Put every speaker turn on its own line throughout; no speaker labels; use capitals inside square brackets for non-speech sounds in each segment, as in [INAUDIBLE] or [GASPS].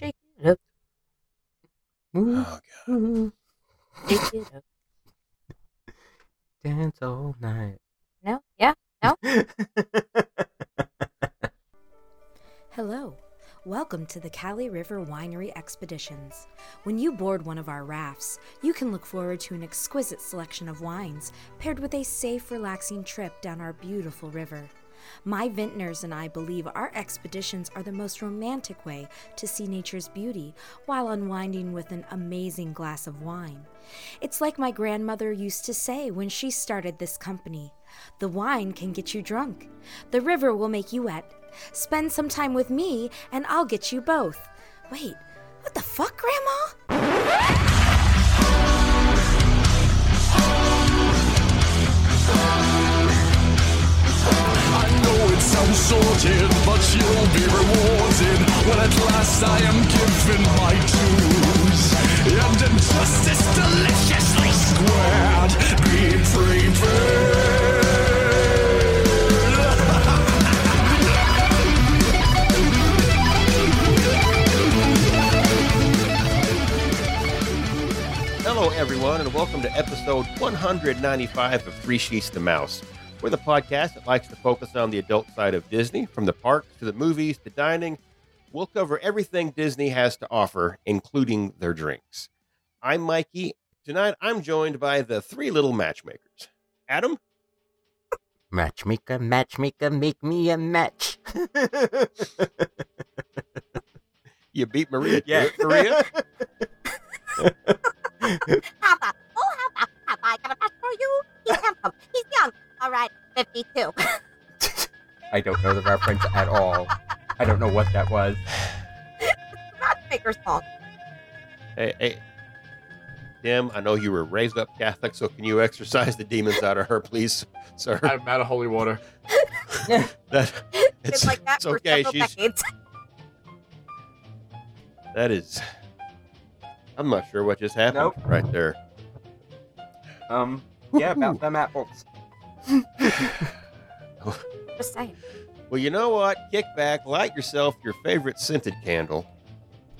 it up.
Oh,
Move,
God.
move. Shake it up.
Dance all night. [LAUGHS]
No? Yeah?
Hello. Welcome to the Cali River Winery Expeditions. When you board one of our rafts, you can look forward to an exquisite selection of wines paired with a safe, relaxing trip down our beautiful river. My vintners and I believe our expeditions are the most romantic way to see nature's beauty while unwinding with an amazing glass of wine. It's like my grandmother used to say when she started this company the wine can get you drunk, the river will make you wet. Spend some time with me, and I'll get you both. Wait, what the fuck, Grandma?
I know it sounds sordid, but you'll be rewarded when at last I am given my dues. And injustice deliciously squared, be prepared.
Hello, everyone, and welcome to episode 195 of Three Sheets to Mouse. We're the podcast that likes to focus on the adult side of Disney, from the parks to the movies to dining. We'll cover everything Disney has to offer, including their drinks. I'm Mikey. Tonight, I'm joined by the three little matchmakers Adam,
matchmaker, matchmaker, make me a match.
you
[LAUGHS]
beat Maria.
[LAUGHS]
to
Yeah.
it, Maria.
Papa. Oh, Papa. Papa, I got a match for you. He's handsome. He's young. All right, [LAUGHS] 52.
I don't know the reference at all. I don't know what that was.
Matchmaker song.
hey, hey. Tim, I know you were raised up Catholic, so can you exorcise the demons out of her, please, sir?
I'm out of holy water.
[LAUGHS] That,
It's like that
it's
for
okay.
several
She's,
decades. [LAUGHS]
That is. I'm not sure what just happened
Nope.
right there.
Um, yeah, about them apples.
Just saying.
Well, you know what? Kick back, light yourself your favorite scented candle,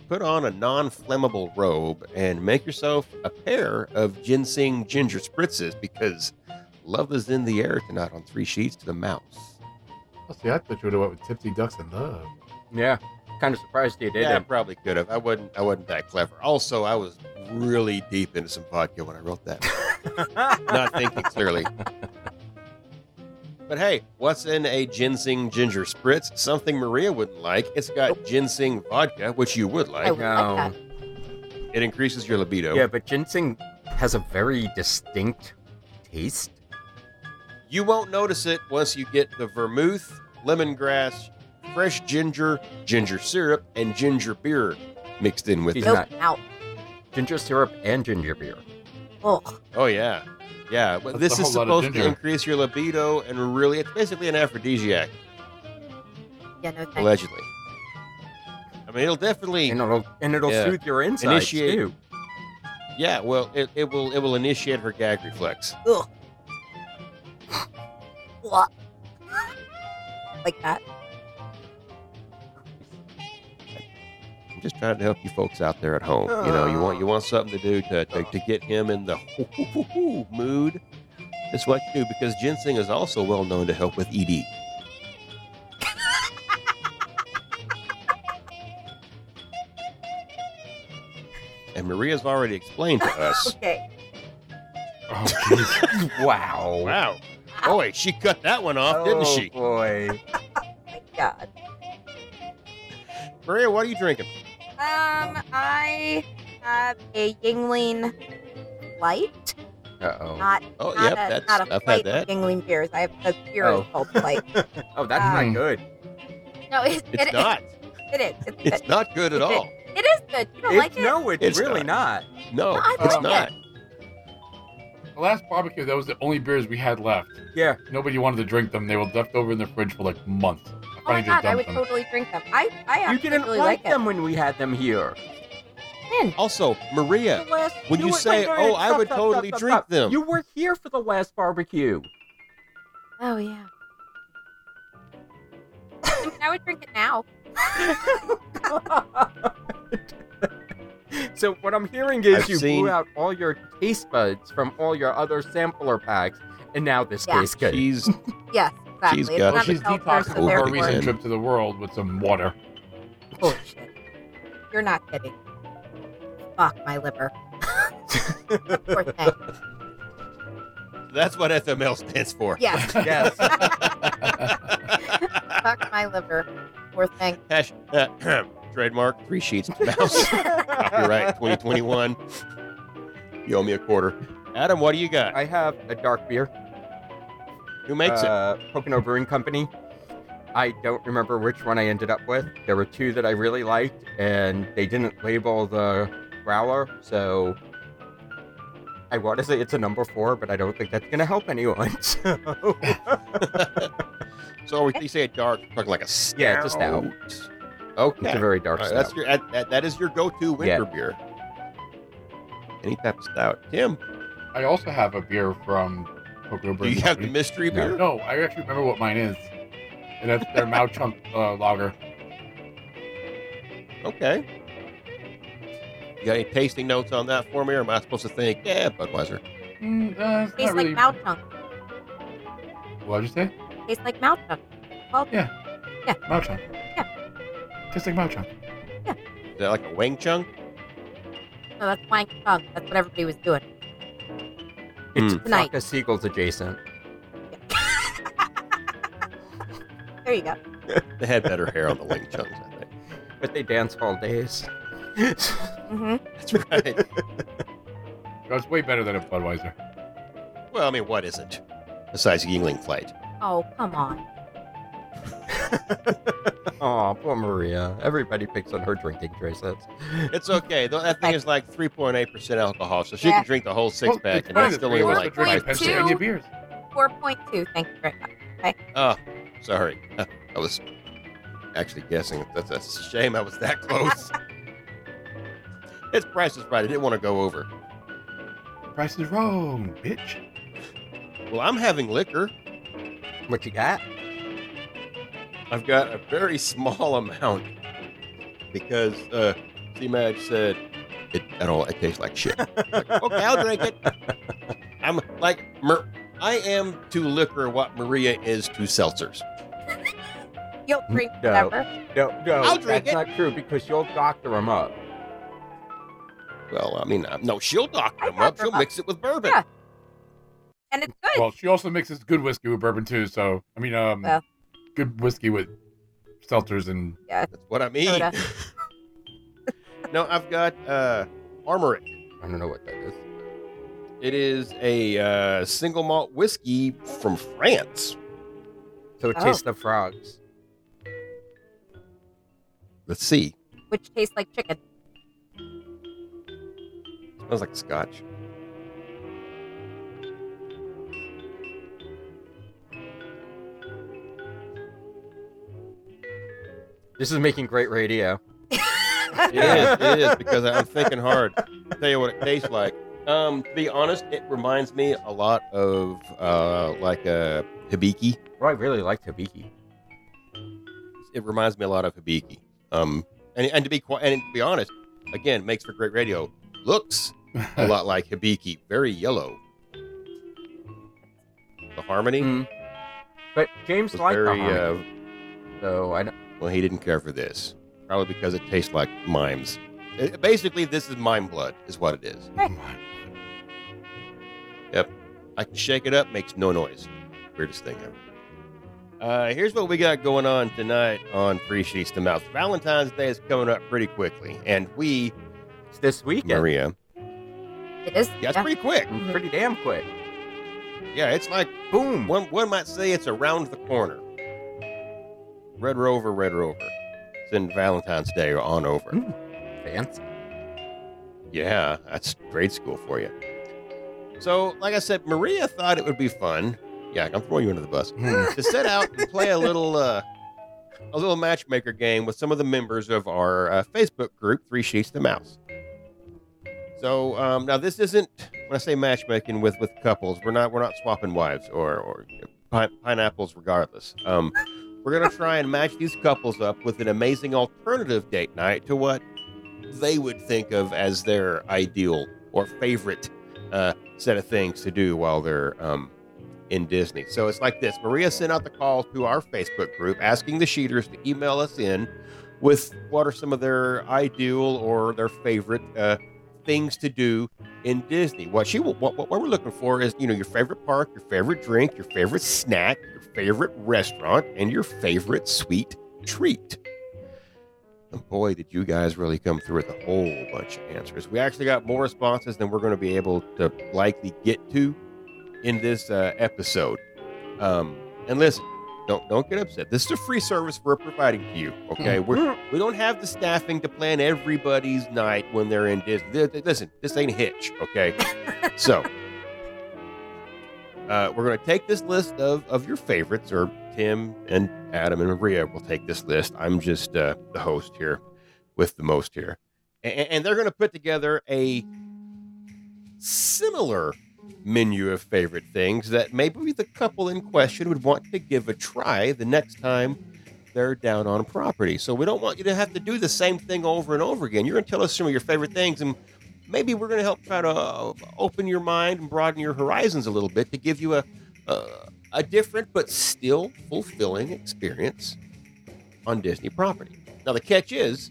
put on a non flammable robe, and make yourself a pair of ginseng ginger spritzes because love is in the air tonight on Three Sheets to the Mouse.
Oh, see, I thought you would have went with Tipsy Ducks and Love.
Yeah, kind of surprised you
Yeah, I
didn't.
probably could have. I wasn't. I wasn't that clever. Also, I was really deep into some vodka when I wrote that. [LAUGHS] not thinking clearly. But hey, what's in a ginseng ginger spritz? Something Maria wouldn't like. It's got ginseng vodka, which you would
I
like.
would like
No.
It increases your libido.
Yeah, but ginseng has a very distinct taste.
You won't notice it once you get the vermouth, lemongrass, fresh ginger, ginger syrup, and ginger beer mixed in with
He's
it.
Nope.
not.
Out.
Ginger syrup and ginger beer.
Oh,
Oh yeah, yeah. But
That's
this
a
is
whole lot of
supposed to
ginger.
increase your libido and really, it's basically an aphrodisiac,
yeah, no thanks.
allegedly. I mean, it'll definitely
And it'll and it'll
Yeah.
soothe your insides
Initiate-
too.
Yeah, well, it, it will it will initiate her gag reflex.
Ugh. Ugh. [LAUGHS] like that.
I'm just trying to help you folks out there at home. You know, you want you want something to do to, to, to get him in the [LAUGHS] mood. That's what you do because ginseng is also well known to help with E ED. [LAUGHS] and Maria's already explained to us.
Okay.
Oh,
[LAUGHS]
jeez.
Wow.
[LAUGHS] Wow. Boy, she cut that one off,
Oh,
didn't she?
boy.
My God.
Oh. Maria, what are you drinking?
Um, I have a Yingling light.
Uh
Not,
Oh,
not
yep,
a,
that's
not a
I've had
flight
that.
of Yingling beers. I have a beer
Oh.
is called
[LAUGHS]
light.
oh. Oh, that's
Um,
Hmm.
not good.
No, it, [LAUGHS]
It's
it-
not.
It is. It's good.
It's not good at all.
It is good. You don't
It-
like it? Oh
No, it's,
It's
really not.
No,
I
it's
like
not.
the last barbecue, that was the only beers we had left.
Yeah.
Nobody wanted to drink them. They were left over in the fridge for like months. I
Oh my
finally just
god, I
dumped
would
them.
totally drink them. I, I
You
actually
didn't
really like,
like them when we had them here.
Also, Maria,
The last-
When you
were-
say,
wait,
"Oh,
wait,
I
stop,
would
stop,
totally
stop,
drink
stop.
them."
You were here for the last barbecue.
it. Oh yeah. I mean, I would drink it now.
So what I'm hearing is
I've
you
seen-
blew out all your taste buds from all your other sampler packs, and now this
Yeah.
tastes good.
She's
Yes, exactly.
She's
It's
got-
not
she's
the self
detoxing
person,
Oh,
for
therefore
a recent
man.
trip to the world with some water.
bullshit. You're not kidding. Fuck my liver. [LAUGHS] Poor thing.
that's what FML stands for.
Yes,
[LAUGHS]
Yes.
fuck my liver. Poor thing.
Hash, uh, [CLEARS THROAT] trademark three sheets to mouse.
[LAUGHS]
Copyright 2021. You owe me a quarter. Adam, what do you got?
I have a dark beer.
Who makes it?
uh, Pocono Brewing Company. I don't remember which one I ended up with. There were two that I really liked, and they didn't label the growler, so I want to say it's a number four, but I don't think that's going to help anyone. [LAUGHS] So Oh,
So we, you say a dark, we're talking like a stout.
Yeah, it's a stout.
Okay.
it's a very dark
All right,
stout.
that's your that, that- that is your go-to winter beer. Any type of stout. Tim,
I also have a beer from Pocono
do
Brewing
you have the
Company.
mystery
No.
beer?
No, I actually remember what mine is. And that's their Mao Chunk uh, lager.
Okay. You got any tasting notes on that for me, or am I supposed to think, yeah, Budweiser?
Mm, uh, it's
Tastes
not really...
like mouth chunk.
What'd you say?
Tastes like mouth chunk. Well,
Mao Chunk.
Yeah.
Tastes like Mao Chunk.
Is that like a Wang Chung?
no, that's wang chunk. That's what everybody was doing.
It's
Mm.
Tonight.
Flocka Seagulls adjacent.
There you go.
They had better hair on the Wang Chungs, I think.
but they dance all days. [LAUGHS]
Mm-hmm.
That's [LAUGHS] right.
That's way better than a Budweiser.
well, I mean, what is it besides Yingling Flight?
Oh, come on.
Aw, poor Maria. Everybody picks on her drinking choices.
It's okay. though, That thing is like 3.8% alcohol, so she
Yeah.
can drink the whole six
Well,
pack,
it's
and
fine
that's
if
still
three
only
of us
like
are drinking
5%.
Pennsylvania beers.
4.2. Thank you very much.
Oh, sorry. [LAUGHS] I was actually guessing. That's a shame I was that close. it's Price is Right. I didn't want to go over.
Price is wrong, bitch.
Well, I'm having liquor.
What you got?
I've got a very [LAUGHS] small amount because uh, C Madge said it at all. It tastes like shit. Like, okay, I'll
[LAUGHS]
drink it. I'm like, Mer- I am to liquor what Maria is to seltzers.
You'll drink
No.
whatever.
No, no,
I'll drink
that's
it.
not true because you'll doctor them up.
Well, I mean, I'm, no, she'll doctor
I
them up.
doctor
She'll
'em up.
mix it with bourbon.
Yeah. And it's good.
Well, she also mixes good whiskey with bourbon too. So I mean, um,
Well.
good whiskey with seltzers and [LAUGHS]
That's what I mean. [LAUGHS]
Soda.
no, I've got uh, Armoric.
I don't know what that is.
It is a uh, single malt whiskey from France.
So it
Oh.
tastes the frogs.
Let's see.
Which tastes like chicken.
[LAUGHS]
Smells like scotch.
This is making great radio.
It is. It is because I'm thinking hard. Tell you what it tastes like. Um, to be honest, it reminds me a lot of uh, like a Hibiki.
Oh, I really like Tabiki.
It reminds me a lot of Hibiki. Um, and, and to be qui- and to be honest, again, makes for great radio. Looks a lot like Hibiki, very yellow. The harmony
Mm-hmm. But James
was
liked
very.
Mm, the hominy,
Uh,
so I don't,
well, he didn't care for this, probably because it tastes like mimes. It- basically, this is mime blood, is what it is. I can shake it up, makes no noise. Weirdest thing ever. Uh, here's what we got going on tonight on Free Sheets to Mouth. Valentine's Day is coming up pretty quickly, and we, uh,
it's this weekend.
Maria,
It is.
yeah, it's pretty quick.
Mm, Pretty damn quick.
Yeah, it's like
Boom.
One, one might say it's around the corner. Red Rover, Red Rover. It's in Valentine's Day or on over.
Hmm. Fancy.
Yeah, that's grade school for you. So, like I said, Maria thought it would be fun. Yeah, I'm throwing you under the bus
Mm.
to set out and play a little, uh, a little matchmaker game with some of the members of our uh, Facebook group, Three Sheets to Mouse. So um, now this isn't when I say matchmaking with with couples. We're not we're not swapping wives or or pi- pineapples, regardless. Um, we're gonna try and match these couples up with an amazing alternative date night to what they would think of as their ideal or favorite uh, set of things to do while they're um, in Disney. So it's like this Maria sent out the call to our Facebook group asking the Sheeters to email us in with what are some of their ideal or their favorite uh, things to do in Disney. What she what, what what we're looking for is you know your favorite park, your favorite drink, your favorite snack, your favorite restaurant, and your favorite sweet treat. And boy, did you guys really come through with a whole bunch of answers. We actually got more responses than we're going to be able to likely get to in this uh, episode. Um, and listen, don't don't get upset. This is a free service we're providing to you. Okay, we're we don't have the staffing to plan everybody's night when they're in Disney. Th- th- Listen, this ain't Hitch. Okay, so uh, we're gonna take this list of of your favorites, or Tim and Adam and Maria will take this list. I'm just uh, the host here, with the most here, and, and they're gonna put together a similar menu of favorite things that maybe the couple in question would want to give a try the next time they're down on a property. So we don't want you to have to do the same thing over and over again. You're going to tell us some of your favorite things, and maybe we're going to help try to uh, open your mind and broaden your horizons a little bit to give you a a, a different but still fulfilling experience on Disney property. Now the catch is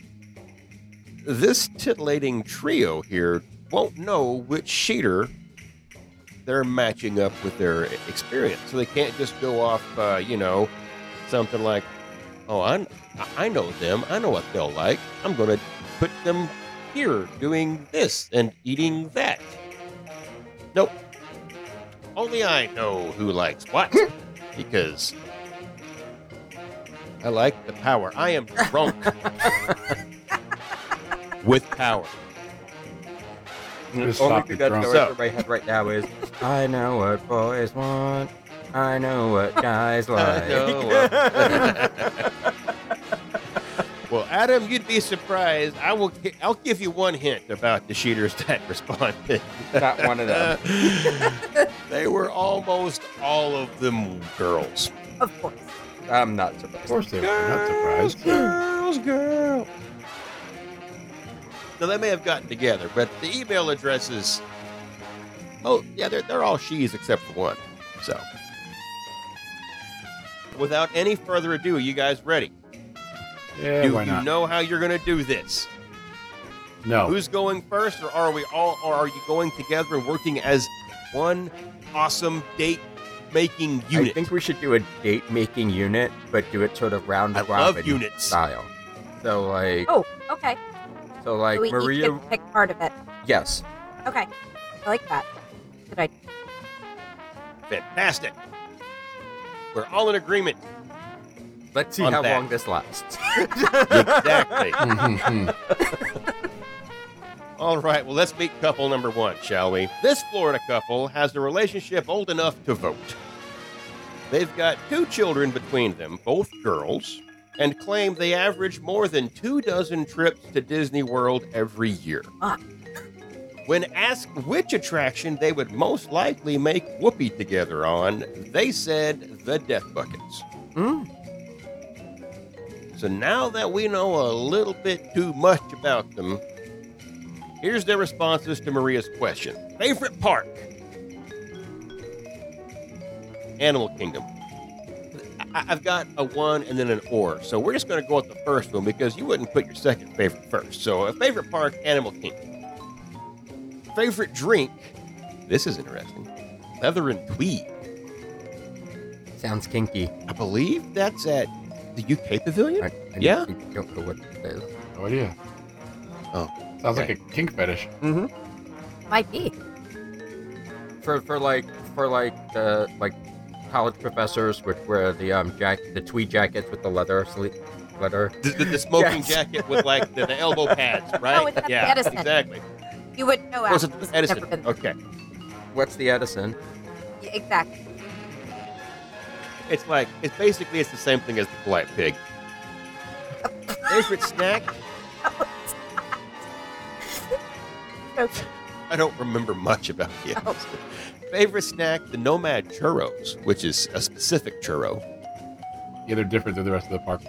this titillating trio here won't know which sheeter they're matching up with their experience. So they can't just go off, uh, you know, something like, oh, I, I know them. I know what they'll like. I'm going to put them here doing this and eating that. Nope. Only I know who likes what because I like the power. I am drunk with power.
Just
Mm-hmm. only
stop
thing
it,
that's
drunk.
going
So-
through my head right now is I know what boys want. I know [LAUGHS] what guys like.
[LAUGHS] well, Adam, you'd be surprised. I will. gi- I'll give you one hint about the shooters [LAUGHS] that responded.
[LAUGHS] Not one of them.
[LAUGHS] they were almost all of them girls.
Of course.
I'm not
Of
surprised.
course they are. Not surprised.
Girls, girls. Now they may have gotten together, but the email addresses. Oh yeah, they're, they're all she's except for one. So, without any further ado, are you guys ready?
Yeah,
do
why
you
not? Oh.
know how you're going to do this?
No.
Who's going first, or are we all, or are you going together and working as one awesome date making unit?
I think we should do a date making unit, but do it sort of round
I
robin
love units.
style. So like,
Oh, Okay.
so like
so we
Maria,
each get to pick part of it.
yes,
Okay. I like that. Good idea.
Fantastic. We're all in agreement.
Let's see
On
how
that.
long this lasts.
Exactly.
Mhm, mhm.
all right. Well, let's meet couple number one, shall we? This Florida couple has a relationship old enough to vote. They've got two children between them, both girls, and claim they average more than two dozen trips to Disney World every year.
Ah.
When asked which attraction they would most likely make whoopee together on, they said the Death Buckets.
Mm.
So now that we know a little bit too much about them, here's their responses to Maria's question Favorite park? Animal Kingdom. I- I've got a one and then an or. So we're just going to go with the first one because you wouldn't put your second favorite first. So a favorite park, Animal Kingdom. Favorite drink? This is interesting. Leather and tweed.
Sounds kinky.
I believe that's at the UK Pavilion.
I, I
Yeah?
don't- don't know what it is.
no idea.
Oh,
Sounds
okay.
like a kink fetish.
Might be.
For for like for like the like college professors which wear the um jack the tweed jackets with the leather sleeve leather.
the, the, the smoking
Yes.
jacket with like the, the elbow
[LAUGHS]
pads, right?
it's at
yeah,
Edison.
exactly.
You wouldn't know.
Was
Adam,
it
because you've
Edison?
never been there.
Okay,
What's the Edison?
Yeah, Exactly.
it's like it's basically it's the same thing as the polite pig.
[LAUGHS]
Favorite snack? I don't remember much about it.
Oh.
Favorite snack? The Nomad churros, which is a specific churro.
Yeah, they're different than the rest of the park.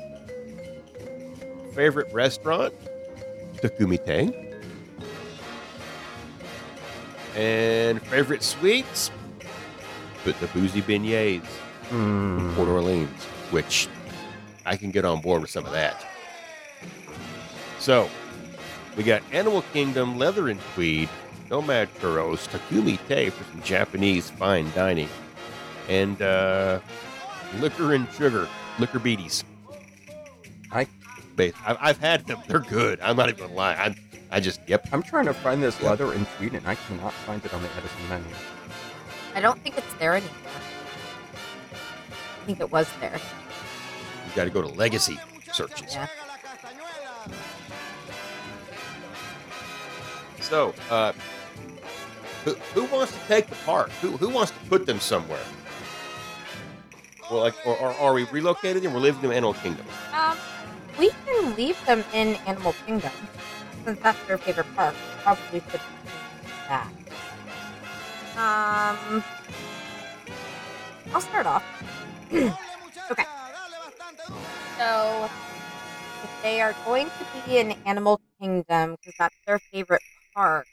Favorite restaurant? the Kumite. And favorite sweets? Put the boozy beignets in Port Orleans, which I can get on board with some of that. So, we got Animal Kingdom, Leather and Tweed, Nomad Kuros, Takumi Te for some Japanese fine dining, and uh, Liquor and Sugar, Liquor Beaties.
I-
Ba- I've, I've had them. They're good. I'm not even gonna lie. I'm, I just, yep.
I'm trying to find this leather in Sweden. I cannot find it on the Edison menu.
I don't think it's there anymore. I think it was there.
You got to go to Legacy searches.
Yeah.
So, uh, who, who wants to take the park? Who, who wants to put them somewhere? Well, like, or, or are we relocated and we're living in Animal Kingdom?
Um, we can leave them in Animal Kingdom since that's their favorite park. Probably should that. Um, I'll start off. [CLEARS THROAT] okay. So, if they are going to be in Animal Kingdom because that's their favorite park,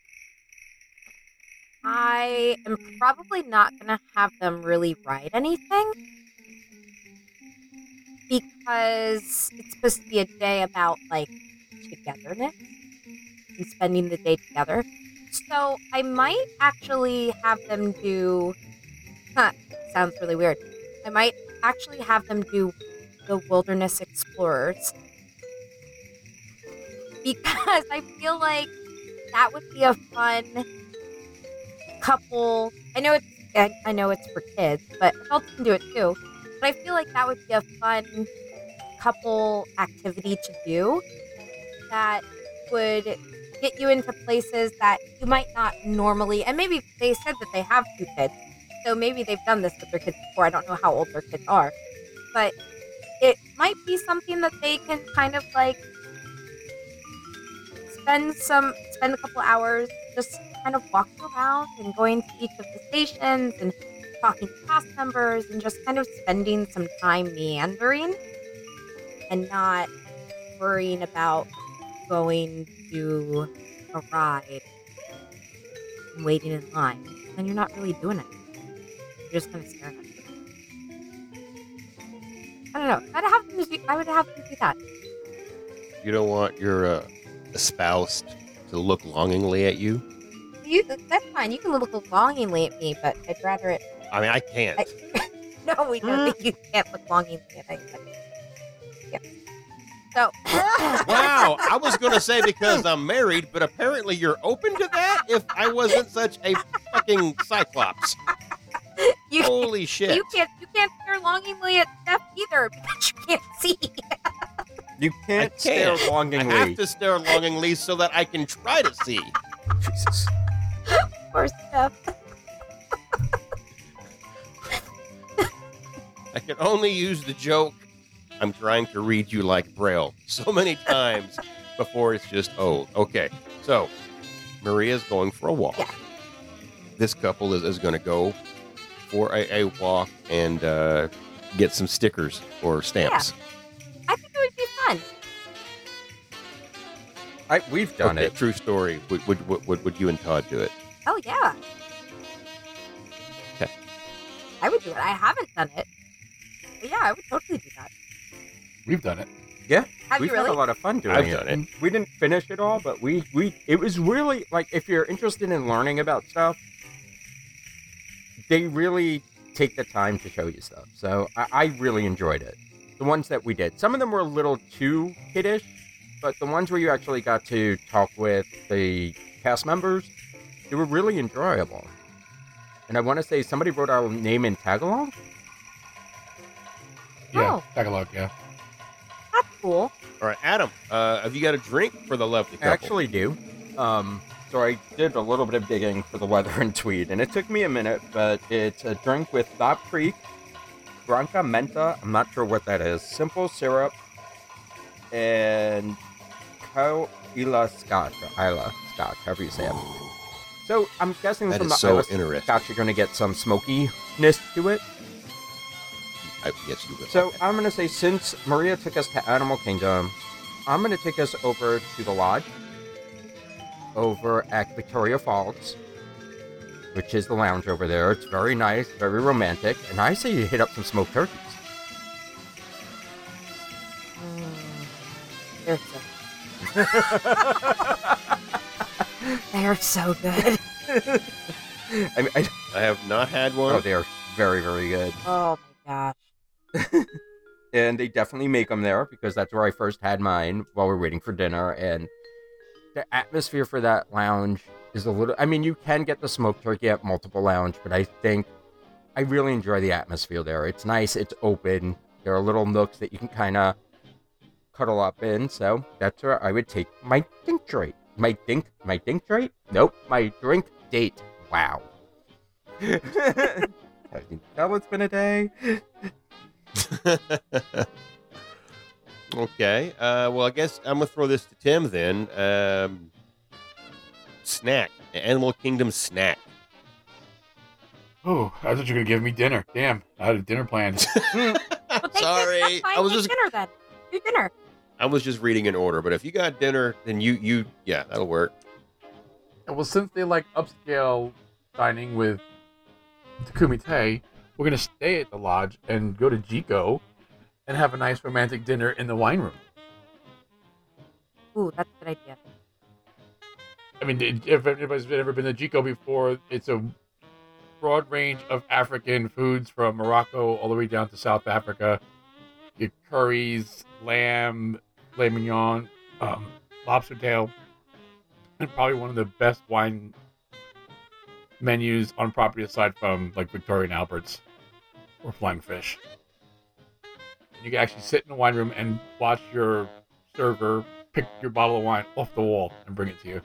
I am probably not going to have them really ride anything because it's supposed to be a day about like togetherness and spending the day together. So I might actually have them do. Huh, sounds really weird. I might actually have them do the Wilderness Explorers because I feel like that would be a fun couple. I know it's I I know it's for kids, but adults can do it too. But I feel like that would be a fun couple activity to do that would get you into places that you might not normally. And maybe they said that they have two kids. So maybe they've done this with their kids before. I don't know how old their kids are. But it might be something that they can kind of like spend some spend a couple hours just kind of walking around and going to each of the stations and talking to cast members and just kind of spending some time meandering and not worrying about going to a ride and waiting in line. And you're not really doing it. You're just kind of staring at it. I don't know. I'd have them do, I would have them do that.
You don't want your uh, espoused to look longingly at you.
You, that's fine. You can look longingly at me, but I'd rather it. [LAUGHS]
I mean, I can't.
I, no, we know that you can't look longingly at anybody. Yeah. So. [LAUGHS]
[LAUGHS] [COUGHS] wow, I was gonna say because I'm married, but apparently you're open to that. If I wasn't such a fucking cyclops,
[LAUGHS] you,
Oh,
holy shit!
You can't you can't stare longingly at Steph either [LAUGHS] because you can't see.
You can't,
can't.
stare
I
longingly.
have to stare longingly so that I can try to see.
Jesus.
Poor Steph.
I can only use the joke. I'm trying to read you like Braille [LAUGHS] so many times before it's just old. Okay, so Maria's going for a walk.
Yeah.
This couple is, is going to go for a, a walk and uh, get some stickers or stamps.
I think it would be fun.
I, we've done
Okay,
it.
True story. Would, would, would, would, would you and Todd do it?
Oh yeah.
Okay.
I would do it. I haven't done it. But yeah, I would totally do that.
We've done it.
Have
We've
you
had a
really?
lot of fun doing
I've
it.
done it.
We didn't finish it all, but we we it was really like if you're interested in learning about stuff, they really take the time to show you stuff. So I, I really enjoyed it. The ones that we did, some of them were a little too kiddish, but the ones where you actually got to talk with the cast members, they were really enjoyable. And I want to say somebody wrote our name in Tagalog.
Yeah.
Oh.
Tagalog, yeah.
That's cool.
All right, Adam, uh, have you got a drink for the
I
lovely couple?
actually do. Um, so I did a little bit of digging for the leather [LAUGHS] and tweed, and it took me a minute, but it's a drink with Knob Creek, Branca Menta, I'm not sure what that is, simple syrup, and Kau Ila Scotch, or Isla Scotch, however you say it. So I'm guessing
That
from
is
the
so
Isla
interesting.
Scotch, you're going to get some smokiness to it.
I, yes, you will.
So uh, I'm going to say since Maria took us to Animal Kingdom, I'm going to take us over to the lodge over at Victoria Falls, which is the lounge over there. It's very nice, very romantic, and I say you hit up some smoked turkeys.
Mm, They're so.
[LAUGHS]
They're so good.
I mean, I,
I have not had one.
oh, they are very, very good.
Oh my gosh.
and they definitely make them there because that's where I first had mine while we are waiting for dinner. And the atmosphere for that lounge is a little. I mean, you can get the smoked turkey at multiple lounge, but I think I really enjoy the atmosphere there. It's nice. It's open. There are little nooks that you can kind of cuddle up in. So that's where I would take my dink date. My dink, my dink date? Nope, my drink date. Wow. [LAUGHS] I can tell it's been a day.
[LAUGHS] okay. Uh, well, I guess I'm gonna throw this to Tim then. Um, snack, Animal Kingdom snack.
Oh, I thought you were gonna give me dinner. Damn, I had a dinner planned.
[LAUGHS]
Well, thank you.
Sorry,
That's fine.
I was
Make
just
dinner then. Do dinner.
I was just reading an order, but if you got dinner, then you you yeah, that'll work.
well, since they like upscale dining with Takumi Te, we're gonna stay at the lodge and go to Jiko and have a nice romantic dinner in the wine room.
Ooh, that's a good idea.
I mean, did- if anybody's ever been to Jiko before, it's a broad range of African foods from Morocco all the way down to South Africa. Your curries, lamb, filet mignon, um, lobster tail, and probably one of the best wine menus on property aside from like Victorian Alberts or Flying Fish. You can actually sit in the wine room and watch your server pick your bottle of wine off the wall and bring it to you.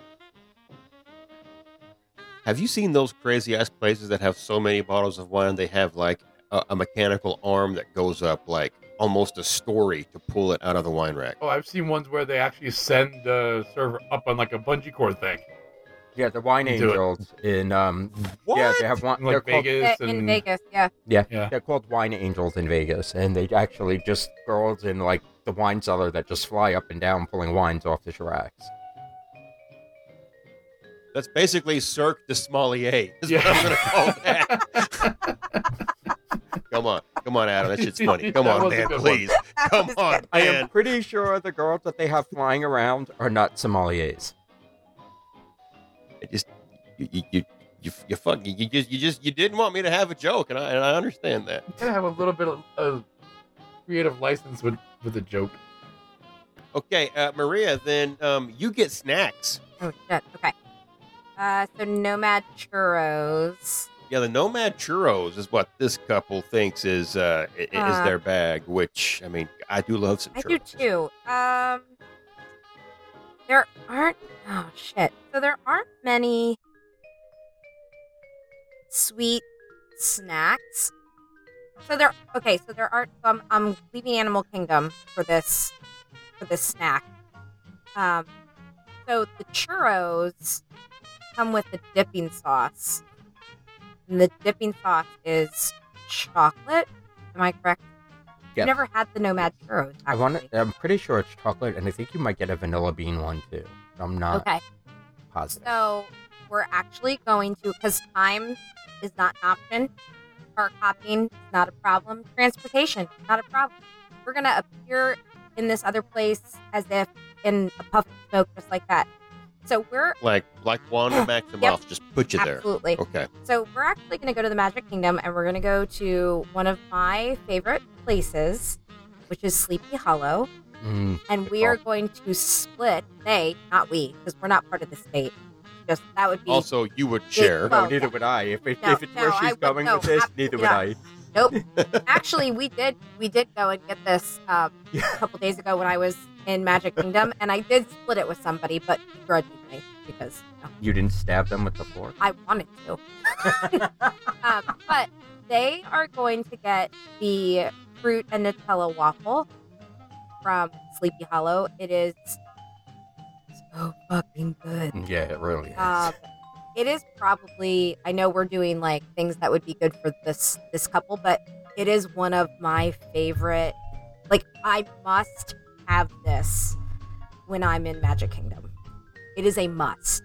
Have you seen those crazy ass places that have so many bottles of wine? They have like a, a mechanical arm that goes up like almost a story to pull it out of the wine rack.
Oh, I've seen ones where they actually send the server up on like a bungee cord thing,
Yeah, the wine
Do it.
angels in um. Yeah, they have one.
in,
they're
like
called,
Vegas,
Yeah,
and
Uh, in Vegas, yeah.
they're called wine angels in Vegas, and they actually just girls in like the wine cellar that just fly up and down pulling wines off the racks.
That's basically Cirque du Soleil. Is what I'm
Yeah.
gonna call that.
[LAUGHS]
come on, come on, Adam. That shit's funny. Come
That
on,
was a
man.
good one.
Please, come on,
I
man.
am pretty sure the girls that they have flying around are not sommeliers.
I just you you you you, you fuck you, you just you just you didn't want me to have a joke, and I and I understand that.
You gotta have a little bit of, of creative license with with a joke.
Okay, uh, Maria. Then um, you get snacks.
Oh shit. Okay. Uh, so Nomad churros.
Yeah, the Nomad churros is what this couple thinks is uh, i- i- is
Uh.
their bag. Which I mean, I do love some.
I do
churros.
too. Um, there aren't. Oh shit. So there aren't many sweet snacks. So there. Okay. So there aren't. So I'm, I'm leaving Animal Kingdom for this for this snack. Um, so the churros come with a dipping sauce, and the dipping sauce is chocolate. Am I correct?
Yes.
I've never had the Nomad churros.
I want.
actually.
to I'm pretty sure it's chocolate, and I think you might get a vanilla bean one too. I'm
Uh,
not
Okay,
positive.
so we're actually going to because time is not an option. Park hopping is not a problem. Transportation not a problem. We're gonna appear in this other place as if in a puff of smoke, just like that. So we're
Like like Wanda Maximoff
Yep.
just put you there. Oh.
absolutely
Okay.
so we're actually going to go to the Magic Kingdom and we're going to go to one of my favorite places, which is Sleepy Hollow.
Mm,
And
Good
we
Oh.
are going to split, they, not we, because we're not part of the state. Just that would be
Also, you would share.
well-
no, neither would I. If it,
No,
if it's where
no, I
she's
would-
going
no,
with this, neither would I.
absolutely Nope. Actually, we did. We did go and get this um,
Yeah.
a couple days ago when I was in Magic Kingdom, and I did split it with somebody, but begrudgingly because you know,
You didn't stab them with the fork.
I wanted to. um, but they are going to get the fruit and Nutella waffle from Sleepy Hollow. It is so fucking good.
Yeah, it really is.
Um, it is probably. I know we're doing like things that would be good for this this couple, but it is one of my favorite. Like I must have this when I'm in Magic Kingdom. It is a must.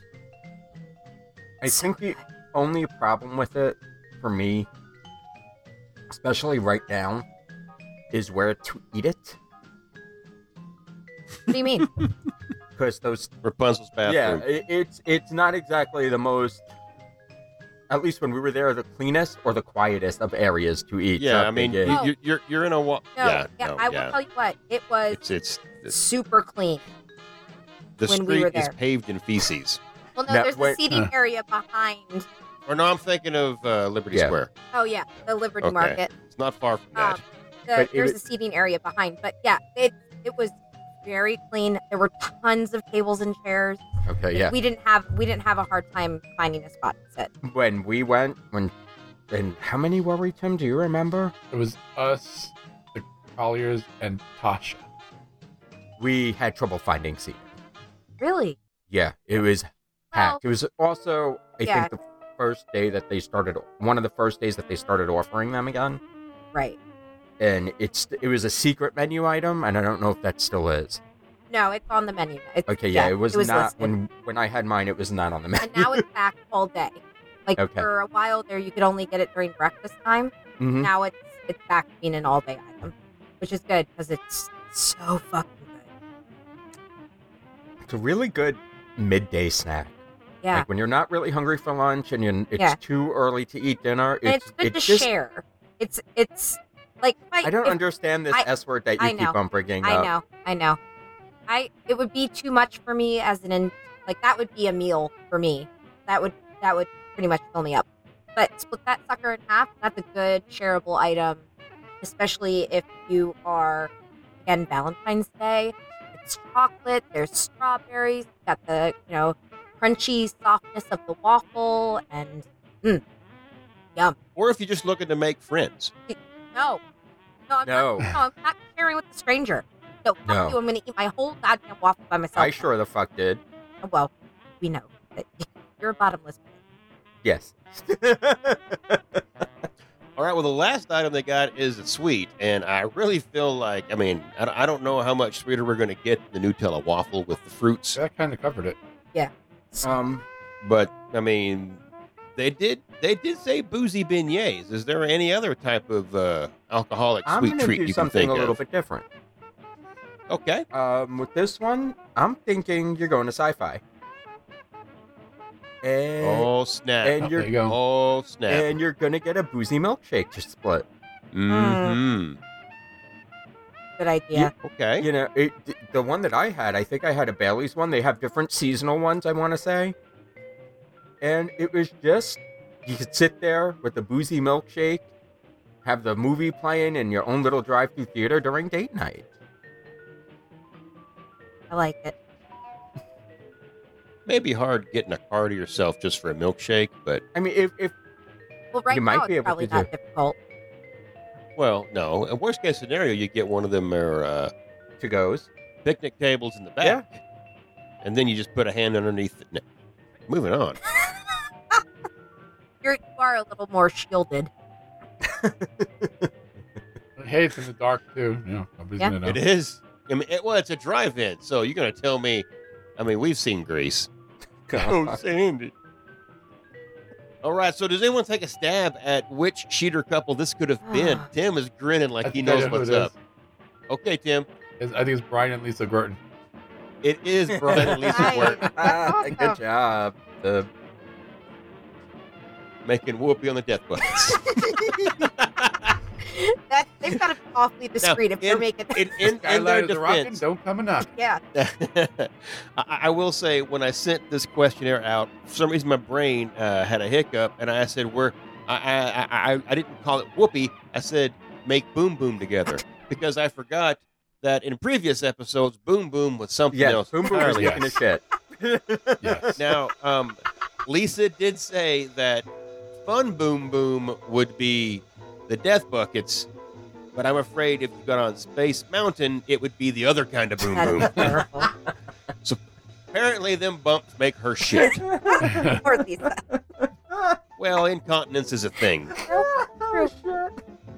I think the only problem with it for me, especially right now, is where to eat it.
What do you
[LAUGHS]
mean?
Because those,
Rapunzel's bathroom.
yeah, i it's it's not exactly the most. At least when we were there, the cleanest or the quietest of areas to eat.
Yeah,
so
I mean,
think it-
you, you're, you're you're in a wa-
No,
yeah,
yeah,
no,
I
yeah.
will tell you what, it was
It's it's it's-
super clean.
the
when
street
we were
is
there.
paved in feces.
Well, no,
That
there's
way-
a seating
[LAUGHS]
Huh.
area behind.
Or no, I'm thinking of uh, Liberty
Yeah.
Square.
Oh yeah, the Liberty
Okay.
Market.
It's not far from
Um,
that.
the,
But it
there's
was-
a seating area behind, but yeah, it it was very clean. There were tons of tables and chairs.
okay, yeah.
We didn't have we didn't have a hard time finding a spot to sit.
When we went, when and how many were we, Tim? Do you remember?
It was us, the Colliers, and Tasha.
We had trouble finding seating.
Really?
Yeah, it was
Well,
packed. It was also, I
Yeah.
think, the first day that they started, one of the first days that they started offering them again.
right.
And it's it was a secret menu item, and I don't know if that still is.
No, it's on the menu. It's,
Okay, yeah, it was, not
listed.
when when I had mine. It was not on the [LAUGHS] menu.
and now it's back all day. Like
Okay.
for a while there, you could only get it during breakfast time.
Mhm.
Now it's it's back being an all day item, which is good because it's so fucking good.
It's a really good midday snack.
Yeah,
Like when you're not really hungry for lunch and you it's
Yeah.
too early to eat dinner.
and it's good
it
to
just,
share. It's it's like if
I don't
if-
understand this
I-
S word that you
I
keep
know.
on bringing
I
up.
know, I know. I it would be too much for me as an in, like that would be a meal for me. That would that would pretty much fill me up. But split that sucker in half. That's a good shareable item, especially if you are again Valentine's Day. It's chocolate. There's strawberries. you Got the you know crunchy softness of the waffle and
Or if you're just looking to make friends.
no, no, I'm
No.
not. No, I'm not sharing with a stranger. So fuck
No.
you. I'm gonna eat my whole goddamn waffle by myself.
I sure the fuck did.
Oh, well, we know that you're a bottomless pit.
Yes. [LAUGHS]
All right. Well, the last item they got is a sweet, and I really feel like I mean I, don't- I don't know how much sweeter we're going to get the Nutella waffle with the fruits,
So that kind of covered it.
um.
but I mean they did they did say boozy beignets. Is there any other type of uh, alcoholic
I'm
sweet
gonna
treat
do
you can
something
think
a little
of?
bit different.
Okay.
Um, with this one, I'm thinking you're going to sci-fi. And,
Oh snap!
and
Oh,
you're
there you go.
oh snap!
and you're gonna get a boozy milkshake to split.
hmm
uh,
Good idea.
Okay.
You know, it, th- the one that I had, I think I had a Bailey's one. They have different seasonal ones, I want to say. And it was just you could sit there with the boozy milkshake, have the movie playing in your own little drive-through theater during date night.
I like it.
Maybe hard getting a car to yourself just for a milkshake, but
I mean, if if
Well, right
You might
now
be
it's
able
probably
to do
not difficult.
well, no. In worst case scenario, you get one of them or uh,
to
[LAUGHS]
goes,
picnic tables in the back, and then you just put a hand underneath. It. No. Moving on.
You're, you are a little more shielded.
Hey, it's in the dark too. Yeah, nobody's
Yeah.
gonna know.
It is. I mean, it, well, it's a drive-in, so you're gonna tell me. I mean, we've seen Grease.
[LAUGHS] Oh,
Sandy. All right. So, does anyone take a stab at which cheater couple this could have been? Tim is grinning
I
like he
think I
knows
know who
what's
it is.
up. Okay, Tim.
It's- I think it's Brian and Lisa Gurton.
It is
[LAUGHS]
Brian and Lisa
Nice. [LAUGHS]
Work
Ah, good
awesome.
job. The
making Whoopi on the death buttons.
[LAUGHS] That they've got to be [LAUGHS] awfully discreet if they're
in-
making.
in, in, in
Skylight
their
is a rockin',
defense,
Don't come
[LAUGHS]
and knock.
yeah,
I, I will say when I sent this questionnaire out, for some reason my brain uh, had a hiccup, and I said, "We're." I, I, I- I, I didn't call it Whoopi. I said, "Make Boom Boom together," because I forgot that in previous episodes, Boom Boom was something
Yeah,
else.
Boom Boom was
entirely.
yeah.
taking a shit.
Yes. [LAUGHS]
Now, um, Lisa did say that Fun Boom Boom would be the Death Buckets, but I'm afraid if you got on Space Mountain, it would be the other kind of
[LAUGHS]
Boom
that
Boom.
is [LAUGHS] terrible.
Apparently, them bumps make her shit.
Poor Lisa.
well, incontinence is a thing.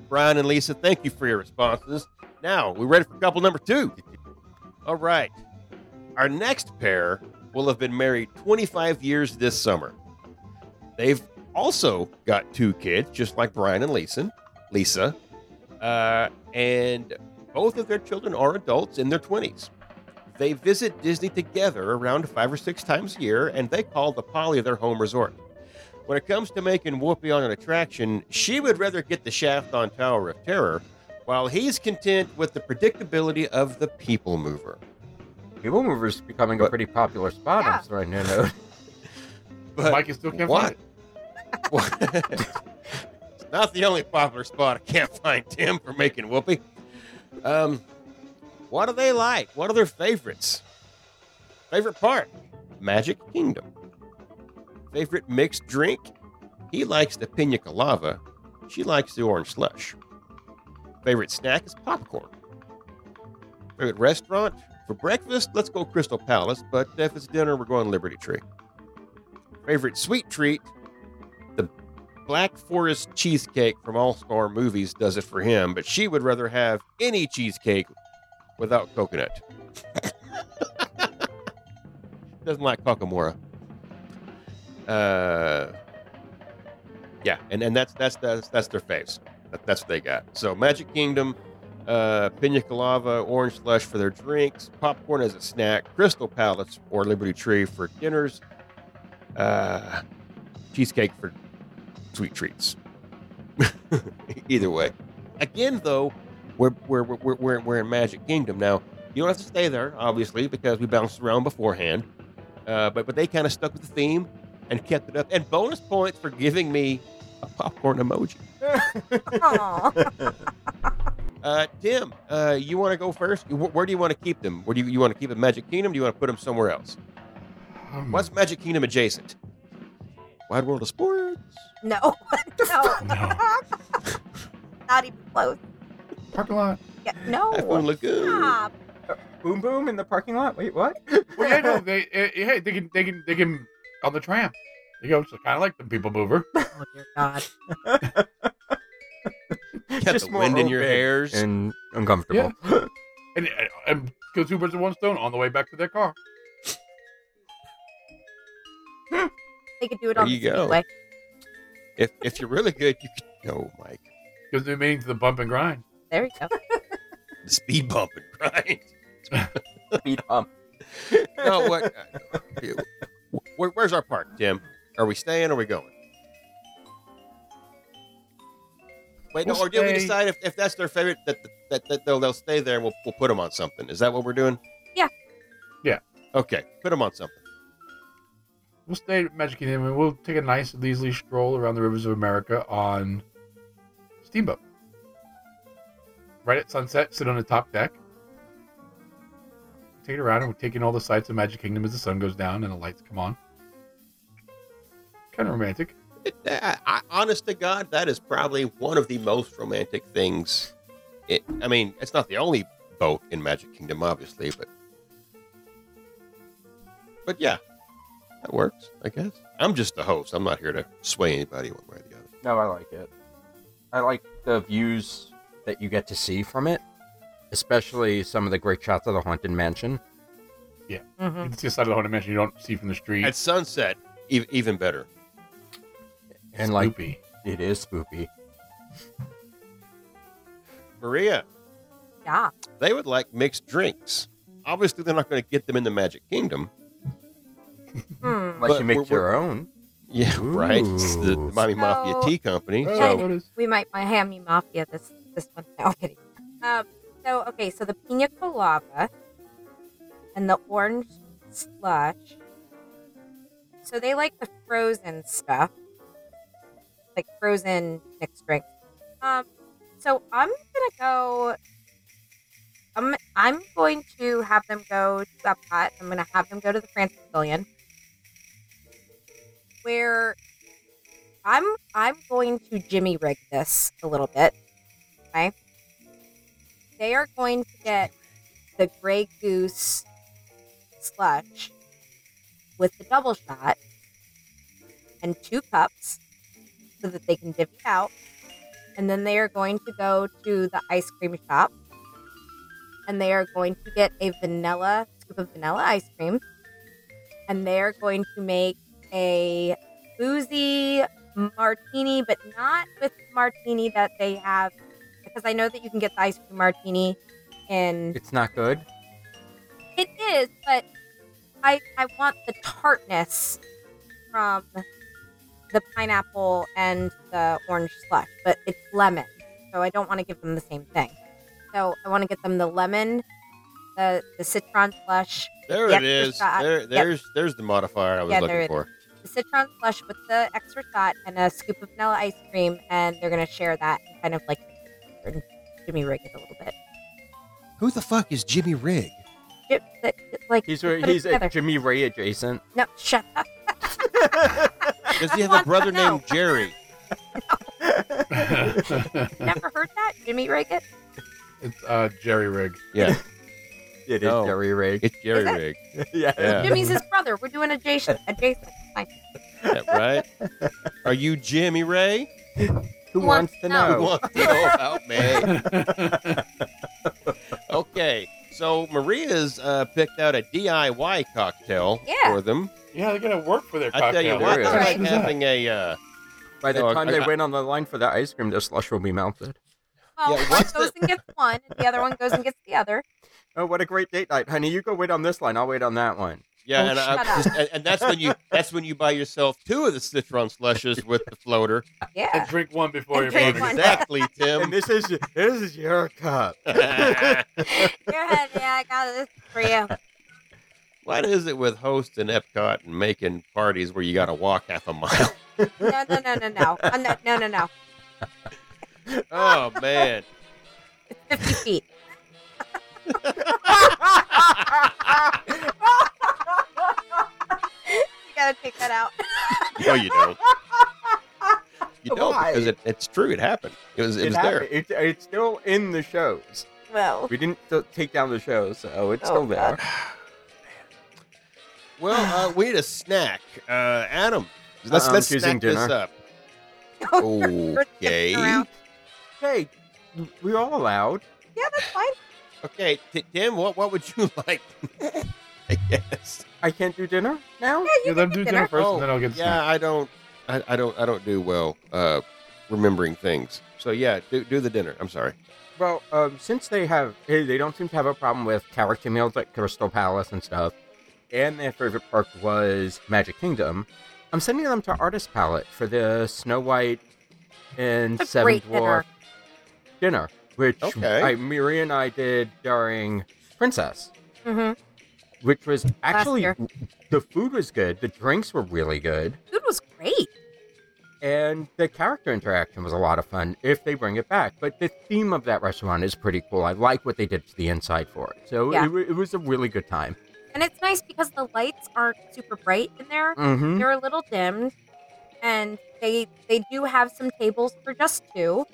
Brian and Lisa, thank you for your responses. Now, we're ready for couple number two. All right. Our next pair will have been married 25 years this summer. They've also got two kids, just like Brian and Lisa. Lisa, uh, and both of their children are adults in their twenties. They visit Disney together around five or six times a year, and they call the Polly their home resort. When it comes to making Whoopi on an attraction, she would rather get the shaft on Tower of Terror, while he's content with the predictability of the People Mover.
People Mover's becoming a
But-
pretty popular spot.
Yeah.
I'm starting to note. [LAUGHS]
But
Mike is still can't
what?
find it.
it's [LAUGHS] not the only popular spot I can't find Tim for making whoopee. Um, what do they like? What are their favorites? Favorite park? Magic Kingdom. Favorite mixed drink? He likes the pina colada. She likes the orange slush. Favorite snack is popcorn. Favorite restaurant? For breakfast, let's go Crystal Palace, but if it's dinner, we're going Liberty Tree. Favorite sweet treat? Black Forest cheesecake from All Star Movies does it for him, but she would rather have any cheesecake without coconut. [LAUGHS] Doesn't like Kakamora. Uh, yeah, and, and that's that's that's that's their faves. That, that's what they got. So Magic Kingdom, uh, Pina Colada, Orange Slush for their drinks, popcorn as a snack, Crystal Palace or Liberty Tree for dinners, uh, cheesecake for sweet treats. [LAUGHS] Either way. Again, though, we're, we're, we're, we're, we're in Magic Kingdom. Now, you don't have to stay there, obviously, because we bounced around beforehand. Uh, but, but they kind of stuck with the theme and kept it up. And bonus points for giving me a popcorn emoji.
Aw.
Uh, Tim, uh, you want to go first? Wh- Where do you want to keep them? Where do you, you want to keep them? Magic Kingdom? Do you want to put them somewhere else?
Hmm.
What's Magic Kingdom adjacent? Wide World of Sports.
no. [LAUGHS] no.
No.
Not even close.
Parking lot.
Yeah, no.
iPhone Lagoon.
Stop.
boom boom in the parking lot. Wait, what?
Well, yeah, no, they, eh, hey, they can, they can, they can on the tram. You go, kind of like the people mover.
Oh dear God.
[LAUGHS]
Got
Just
the
more
wind in your
open
hairs.
and [LAUGHS] uncomfortable.
and, and, and kill two birds with one stone on the way back to their car.
They could do it
There
on
you
the
go.
speedway.
if if you're really good, you can oh go, Mike.
Gives new meaning to the bump and grind.
There you go.
The speed bump [LAUGHS] and grind.
Speed hump.
no, what? uh, Where, where's our park, Tim? Are we staying? Or are we going? Wait, no.
We'll
or did we
stay.
decide if, if that's their favorite that that, that they'll, they'll stay there? and We'll we'll put them on something. Is that what we're doing?
Yeah.
Yeah.
Okay, put them on something.
We'll stay at Magic Kingdom and we'll take a nice, leisurely stroll around the rivers of America on Steamboat. Right at sunset, sit on the top deck. Take it around and we'll take in all the sights of Magic Kingdom as the sun goes down and the lights come on. Kind of romantic.
It, I, I, honest to God, that is probably one of the most romantic things. It, I mean, it's not the only boat in Magic Kingdom, obviously, but but yeah, that works, I guess. I'm just the host. I'm not here to sway anybody one way or the other.
No, I like it. I like the views that you get to see from it, especially some of the great shots of the haunted mansion.
Mhm.
It's the side of the haunted mansion you don't see from the street.
At sunset, e- even better.
And like
Spoopy.
it is spoopy.
Maria,
[LAUGHS] Yeah.
they would like mixed drinks. Obviously, they're not going to get them in the Magic Kingdom.
Hmm.
Unless
But
you make
we're-
your own.
Yeah, right. It's the
Ooh.
Miami Mafia
So-
Tea Company.
Oh,
so [LAUGHS]
what is- [LAUGHS]
We might Miami Mafia this this one. No, I'm kidding. Um, so okay, so the pina colada and the orange slush. So they like the frozen stuff, like frozen mixed drinks. Um, so I'm gonna go. I'm I'm going to have them go to Epcot. I'm gonna have them go to the France Pavilion, where I'm I'm going to jimmy rig this a little bit. Okay. They are going to get the gray goose slush with the double shot and two cups so that they can dip it out. And then they are going to go to the ice cream shop and they are going to get a vanilla scoop of vanilla ice cream. And they are going to make a boozy martini, but not with martini that they have because I know that you can get the ice cream martini and
It's not good.
it is, but I I want the tartness from the pineapple and the orange slush, but it's lemon. So I don't want to give them the same thing. So I want to get them the lemon, the the citron slush,
There
Yeah,
it is.
just, uh,
There, there's there's the modifier I was
Yeah, there
looking
it
for.
the citron slush with the extra shot and a scoop of vanilla ice cream, and they're gonna share that and kind of like and Jimmy rig it a little bit.
Who the fuck is Jimmy Rigg?
Jim, that, like
He's
put it
he's a
together.
Jimmy Ray adjacent.
no shut up.
Does he
[LAUGHS]
have a
Wants to
brother
know.
named Jerry?
[LAUGHS]
Never heard that Jimmy rig it.
it's uh, Jerry Rig.
Yeah,
It is
No.
Jerry [LAUGHS] Ray.
it's Jerry
Is it?
Rigg.
Oh. yeah.
Yeah.
Jimmy's his brother. We're doing adjacent. Adjacent. Fine.
Yeah, right? [LAUGHS] Are you Jimmy Ray? Oh,
Who wants to
[LAUGHS]
know?
Who wants to know about me? Okay, so Maria's uh, picked out a DIY cocktail
Yeah.
for them.
[LAUGHS] yeah, they're gonna work for their
I
cocktail.
tell you what,
There
they're
is.
like
[LAUGHS]
having a uh,
By the
No,
time
I-
they
I-
went on the line for that ice cream, the slush will be melted.
Well,
Yeah,
one
what's
goes and gets one, and the other one goes and gets the
[LAUGHS]
other.
Oh, what a great date night, honey! You go wait on this line. I'll wait on that one.
yeah,
Oh,
and, I,
shut up.
just- and and that's when you that's when you buy yourself two of the citron slushes with
[LAUGHS]
the floater.
Yeah.
And drink one before
And
you're
drink one.
[LAUGHS]
Exactly,
And
Tim.
this is this is your cup.
Your head. Yeah, I got this for you.
[LAUGHS] what is it with hosts in Epcot and making parties where you got to walk half a mile?
No, no, no, no, no. I'm not- No, no, no.
Oh man,
Fifty feet. You gotta take that out.
no, you don't. You don't
Why?
because it, it's true. It happened. It was it, was
happened.
there.
It- it's still in the shows.
Well,
We didn't t- take down the shows, so it's
Oh,
still there.
Well, uh, we need a snack, uh, Adam. Let's
Uh-uh, I'm
let's
choosing
snack this
dinner.
up.
no, you're- you're skipping
Okay.
around.
Hey, we're all allowed.
Yeah, that's fine.
Okay, T- Tim, what what would you [LAUGHS] like? I guess.
I can't do dinner now.
Yeah, you
Let them
can
do
get
dinner
dinner.
first,
Oh,
and then I'll get. the
Yeah, I don't, I, I don't, I don't do well uh, remembering things. So yeah, do do the dinner. I'm sorry.
Well, um, since they have, hey, they don't seem to have a problem with character meals like Crystal Palace and stuff, and their favorite park was Magic Kingdom. I'm sending them to Artist Palette for the Snow White and
It's a
Seven
great
Dwarf
dinner.
dinner, which
Okay.
I, Miri and I did during Princess,
Mm-hmm.
which was actually
year.
the food was good, the drinks were really good,
Food was great.
and the character interaction was a lot of fun if they bring it back. But the theme of that restaurant is pretty cool. I like what they did to the inside for it. So
Yeah.
it, wa- it was a really good time.
And it's nice because the lights aren't super bright in there.
Mm-hmm.
hmm
They're a little dimmed, and they they do have some tables for just two.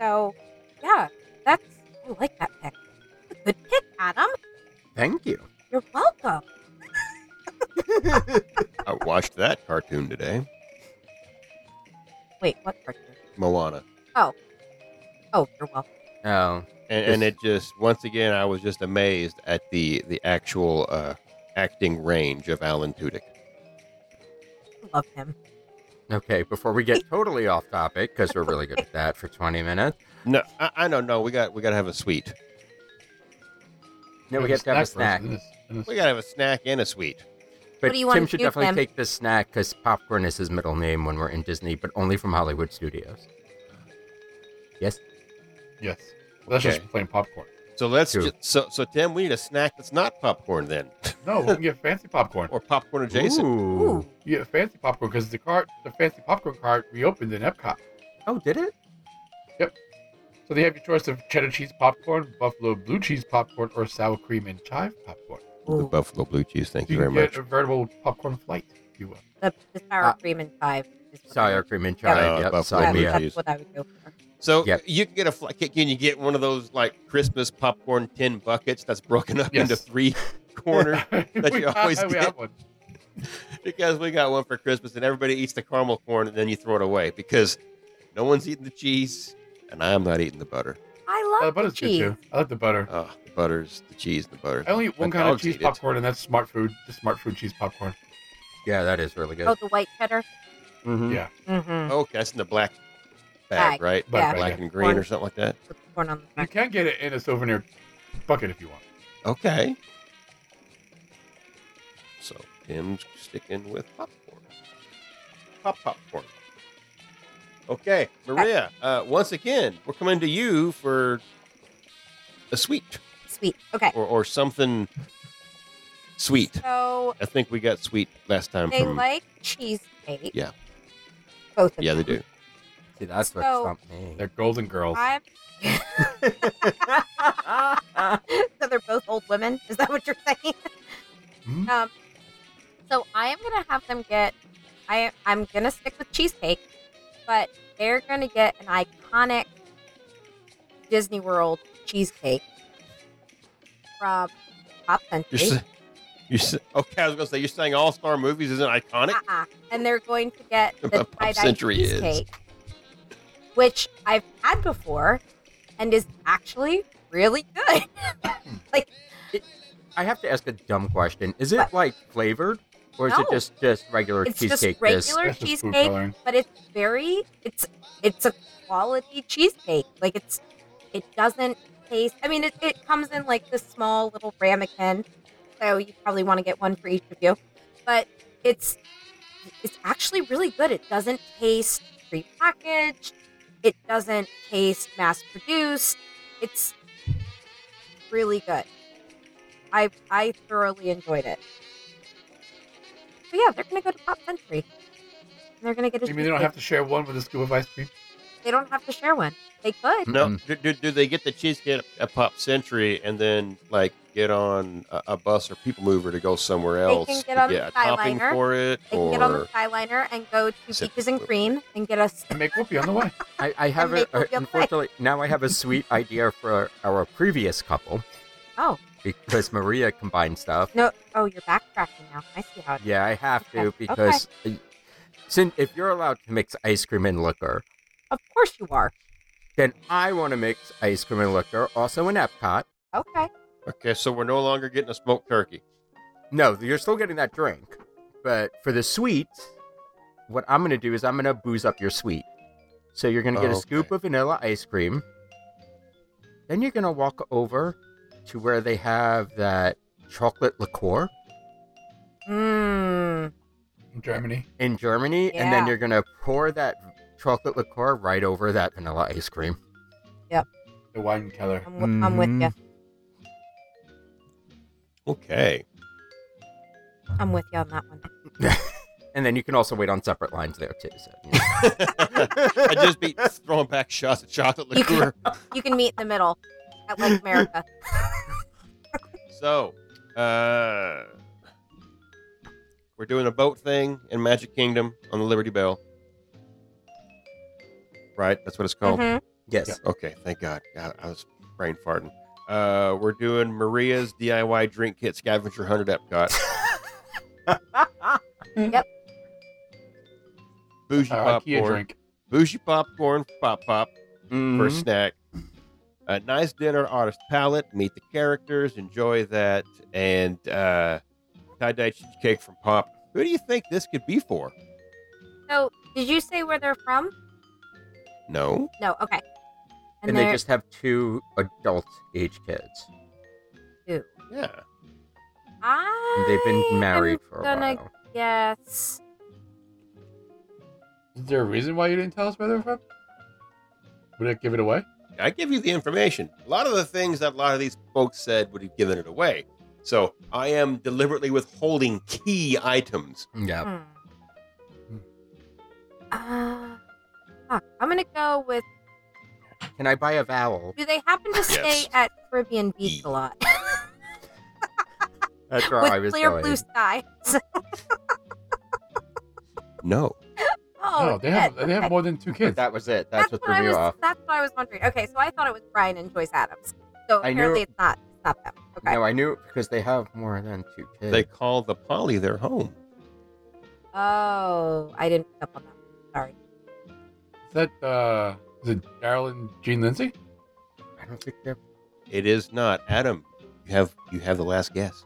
So, yeah, that's I like that pick. That's a Good pick, Adam.
Thank you.
You're welcome.
I watched that cartoon today,
Wait, what part?
Moana,
Oh, you're welcome.
Oh,
and, and it just once again I was just amazed at the the actual uh, acting range of Alan Tudyk.
Love him.
okay. Before
[LAUGHS]
we get totally off topic, because we're really good at that for 20 minutes.
No, I, I don't know. We got we got to have a sweet.
No, we have to have a snack.
We got to have a snack and a sweet.
But
do you want
Tim
to
should
do,
definitely
Tim?
take the snack because popcorn is his middle name when we're in Disney, but only from Hollywood Studios. Yes.
Yes. Well, that's
Okay.
just plain popcorn.
So let's
Two.
ju- so so Tim, we need a snack that's not popcorn then, [LAUGHS]
No, we can get fancy popcorn.
or popcorn adjacent.
Ooh.
Ooh.
You get fancy popcorn because the cart, the fancy popcorn cart, reopened in Epcot.
Oh, did it?
So they have your choice of cheddar cheese popcorn, buffalo blue cheese popcorn, or sour cream and chive popcorn.
The
Ooh,
buffalo blue cheese. Thank
So
you
you
very
can
much.
get a veritable popcorn flight, if you will.
the, the sour
Ah.
Uh,
cream and chive. is what I
Sour
would-
cream and
Yeah.
chive.
Uh,
yep,
buffalo
sign
yeah,
me
blue
up.
cheese.
That's what I would go for.
So
Yep.
you can get a fl- can you get one of those like Christmas popcorn tin buckets that's broken up
Yes.
into three corners
[LAUGHS] we,
you always
have, we
get.
have one. Uh,
because we got one for Christmas and everybody eats the caramel corn and then you throw it away because no one's eating the cheese and I'm not eating the butter.
I
Uh, the
love the
butter's good
cheese.
too. I like the butter.
Oh, the butter's the cheese, the butter.
I only eat one
My
kind of
dogs
cheese
eat it.
popcorn, and that's smart food. The smart food cheese popcorn.
Yeah, that is really good.
Oh, the Oh, white cheddar.
Mhm.
Yeah.
Mm-hmm.
Oh, okay, that's in the black bag,
Bag,
right?
yeah.
Black and green or something like that.
Corn on the
You
back.
can get it in a souvenir bucket if you want.
Okay. So Tim's sticking with popcorn. Pop popcorn. Okay, Maria. Uh, once again, we're coming to you for a sweet
Sweet. Okay.
or, or something sweet.
So
I think we got sweet last time
they
from.
like cheesecake.
Yeah.
Both of
yeah, they
them.
do.
See, that's what
So-
stumped me.
They're golden girls.
I'm [LAUGHS] so they're both old women. Is that what you're saying?
Hmm?
Um, so I am gonna have them get. I I'm gonna stick with cheesecake, but they're gonna get an iconic Disney World cheesecake from Pop Century.
You're, s- you're, s- okay, I was gonna say you're saying all star movies isn't iconic.
Uh-uh. And they're going to get the
Pop
tie dye
Century is.
cheesecake, which I've had before, and is actually really good.
I have to ask a dumb question. Is it
What?
like flavored, or is it
No.
just just regular
It's just
cheesecake?
regular
That's just food
cheesecake.
coloring.
but it's very it's it's a quality cheesecake like it's it doesn't taste i mean it, it comes in like this small little ramekin so you probably want to get one for each of you but it's it's actually really good it doesn't taste prepackaged it doesn't taste mass produced it's really good i i thoroughly enjoyed it so yeah they're gonna go to pop century and they're gonna get a
You mean they don't
cheesecake.
have to share one with a scoop of ice cream?
They don't have to share one. They could.
No,
Mm.
do, do, do they get the cheesecake at- at Pop Century and then like get on a, a bus or people mover to go somewhere
can
else
get
to
on
get
the
a topping
Skyliner.
for it,
They
or
can get on the Skyliner and go to
Sip.
Peaches and Cream and get us.
And make whoopee on the way.
I, I have a,
make them feel
unfortunately now I have
[LAUGHS]
a sweet idea for our previous couple
Oh
because Maria combined stuff.
no! Oh, you're backtracking now. I see how. It
Yeah, I have
Okay,
to
okay.
because uh, since if you're allowed to mix ice cream and liquor,
Of course you are.
then I want to mix ice cream and liquor also in Epcot.
Okay.
okay, so we're no longer getting a smoked turkey.
No, you're still getting that drink, but for the sweets, what I'm gonna do is I'm gonna booze up your sweet. So you're gonna get a
Okay.
scoop of vanilla ice cream. Then you're gonna walk over to where they have that chocolate liqueur
Mmm.
In Germany.
in Germany, and then
Yeah.
you're gonna pour that chocolate liqueur right over that vanilla ice cream.
The wine color.
I'm, wi- I'm with
Mm-hmm.
you.
Okay,
I'm with you on that one.
And then you can also wait on separate lines there too. So, you know.
[LAUGHS] I just be throwing back shots of chocolate
You can-
liqueur.
You can meet in the middle at
[LAUGHS]
Lake America.
so, uh, we're doing a boat thing in Magic Kingdom on the Liberty Bell. Right, that's what it's called.
Mhm.
yes.
Okay, thank God. God, I was brain farting. Uh, we're doing Maria's DIY drink kit scavenger hunt at Epcot.
Yep.
Bougie
Our Uh, IKEA
popcorn.
drink.
Bougie popcorn, pop pop for a
Mhm.
snack. A nice dinner, artist palette. Meet the characters, enjoy that, and uh, tie dye cheesecake from Pop. Who do you think this could be for?
So, did you say where they're from?
No,
No. Okay.
And, they
they're-
just have two adult age kids.
yeah,
I
And they've been married
am
for a
gonna
while.
Guess.
Is there a reason why you didn't tell us where they're from? Would it give it away?
I give you the information. A lot of the things that a lot of these folks said would have given it away. So I am deliberately withholding key items.
Yeah.
Hmm. Uh, fuck. I'm gonna go with.
Can I buy a vowel?
Do they
[LAUGHS]
happen to stay
Yes.
at Caribbean Beach
Ye-
a lot
That's where
[LAUGHS] [LAUGHS]
I
with
was
clear
going.
blue sky?
No.
Oh,
no, they have
shit.
they have
Okay.
more than two kids.
But that was it. That's, what
I
threw me
was.
off.
That's what I was wondering. Okay, so I thought it was Brian and Joyce Adams. So
I knew-
apparently it's not. It's not them. Okay.
No, I knew it because they have more than two kids.
They call the poly their home.
Oh, I didn't pick up on that. Sorry.
Is that uh is it Daryl and Gene Lindsay?
I don't think they're.
It is not. Adam, you have you have the last guess.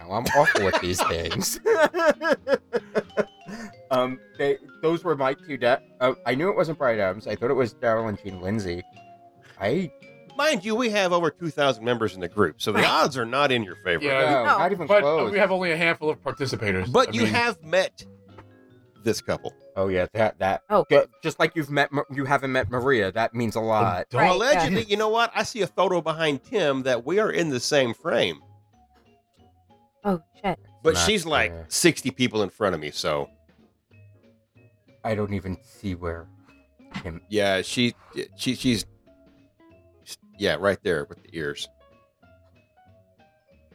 No, I'm awful with these things. [LAUGHS] um, they those were my two. De- uh, I knew it wasn't Brian Adams. I thought it was Daryl and Gene Lindsay. I
Mind you, we have over 2,000 members in the group, so the odds are not in your favor.
no,
Yeah.
not even
But uh,
close.
we have only a handful of participators.
But
I
you
mean,
have met this couple,
oh yeah, that that.
Oh.
Ju- just like you've met, Ma- you haven't met Maria. That means a lot.
don't-
Right.
allegedly. You know what? I see a photo behind Tim that we are in the same frame,
Oh shit.
but
Not
she's like
fair.
60 people in front of me. So
I don't even see where. Him.
yeah, she, she she's yeah right there with the ears.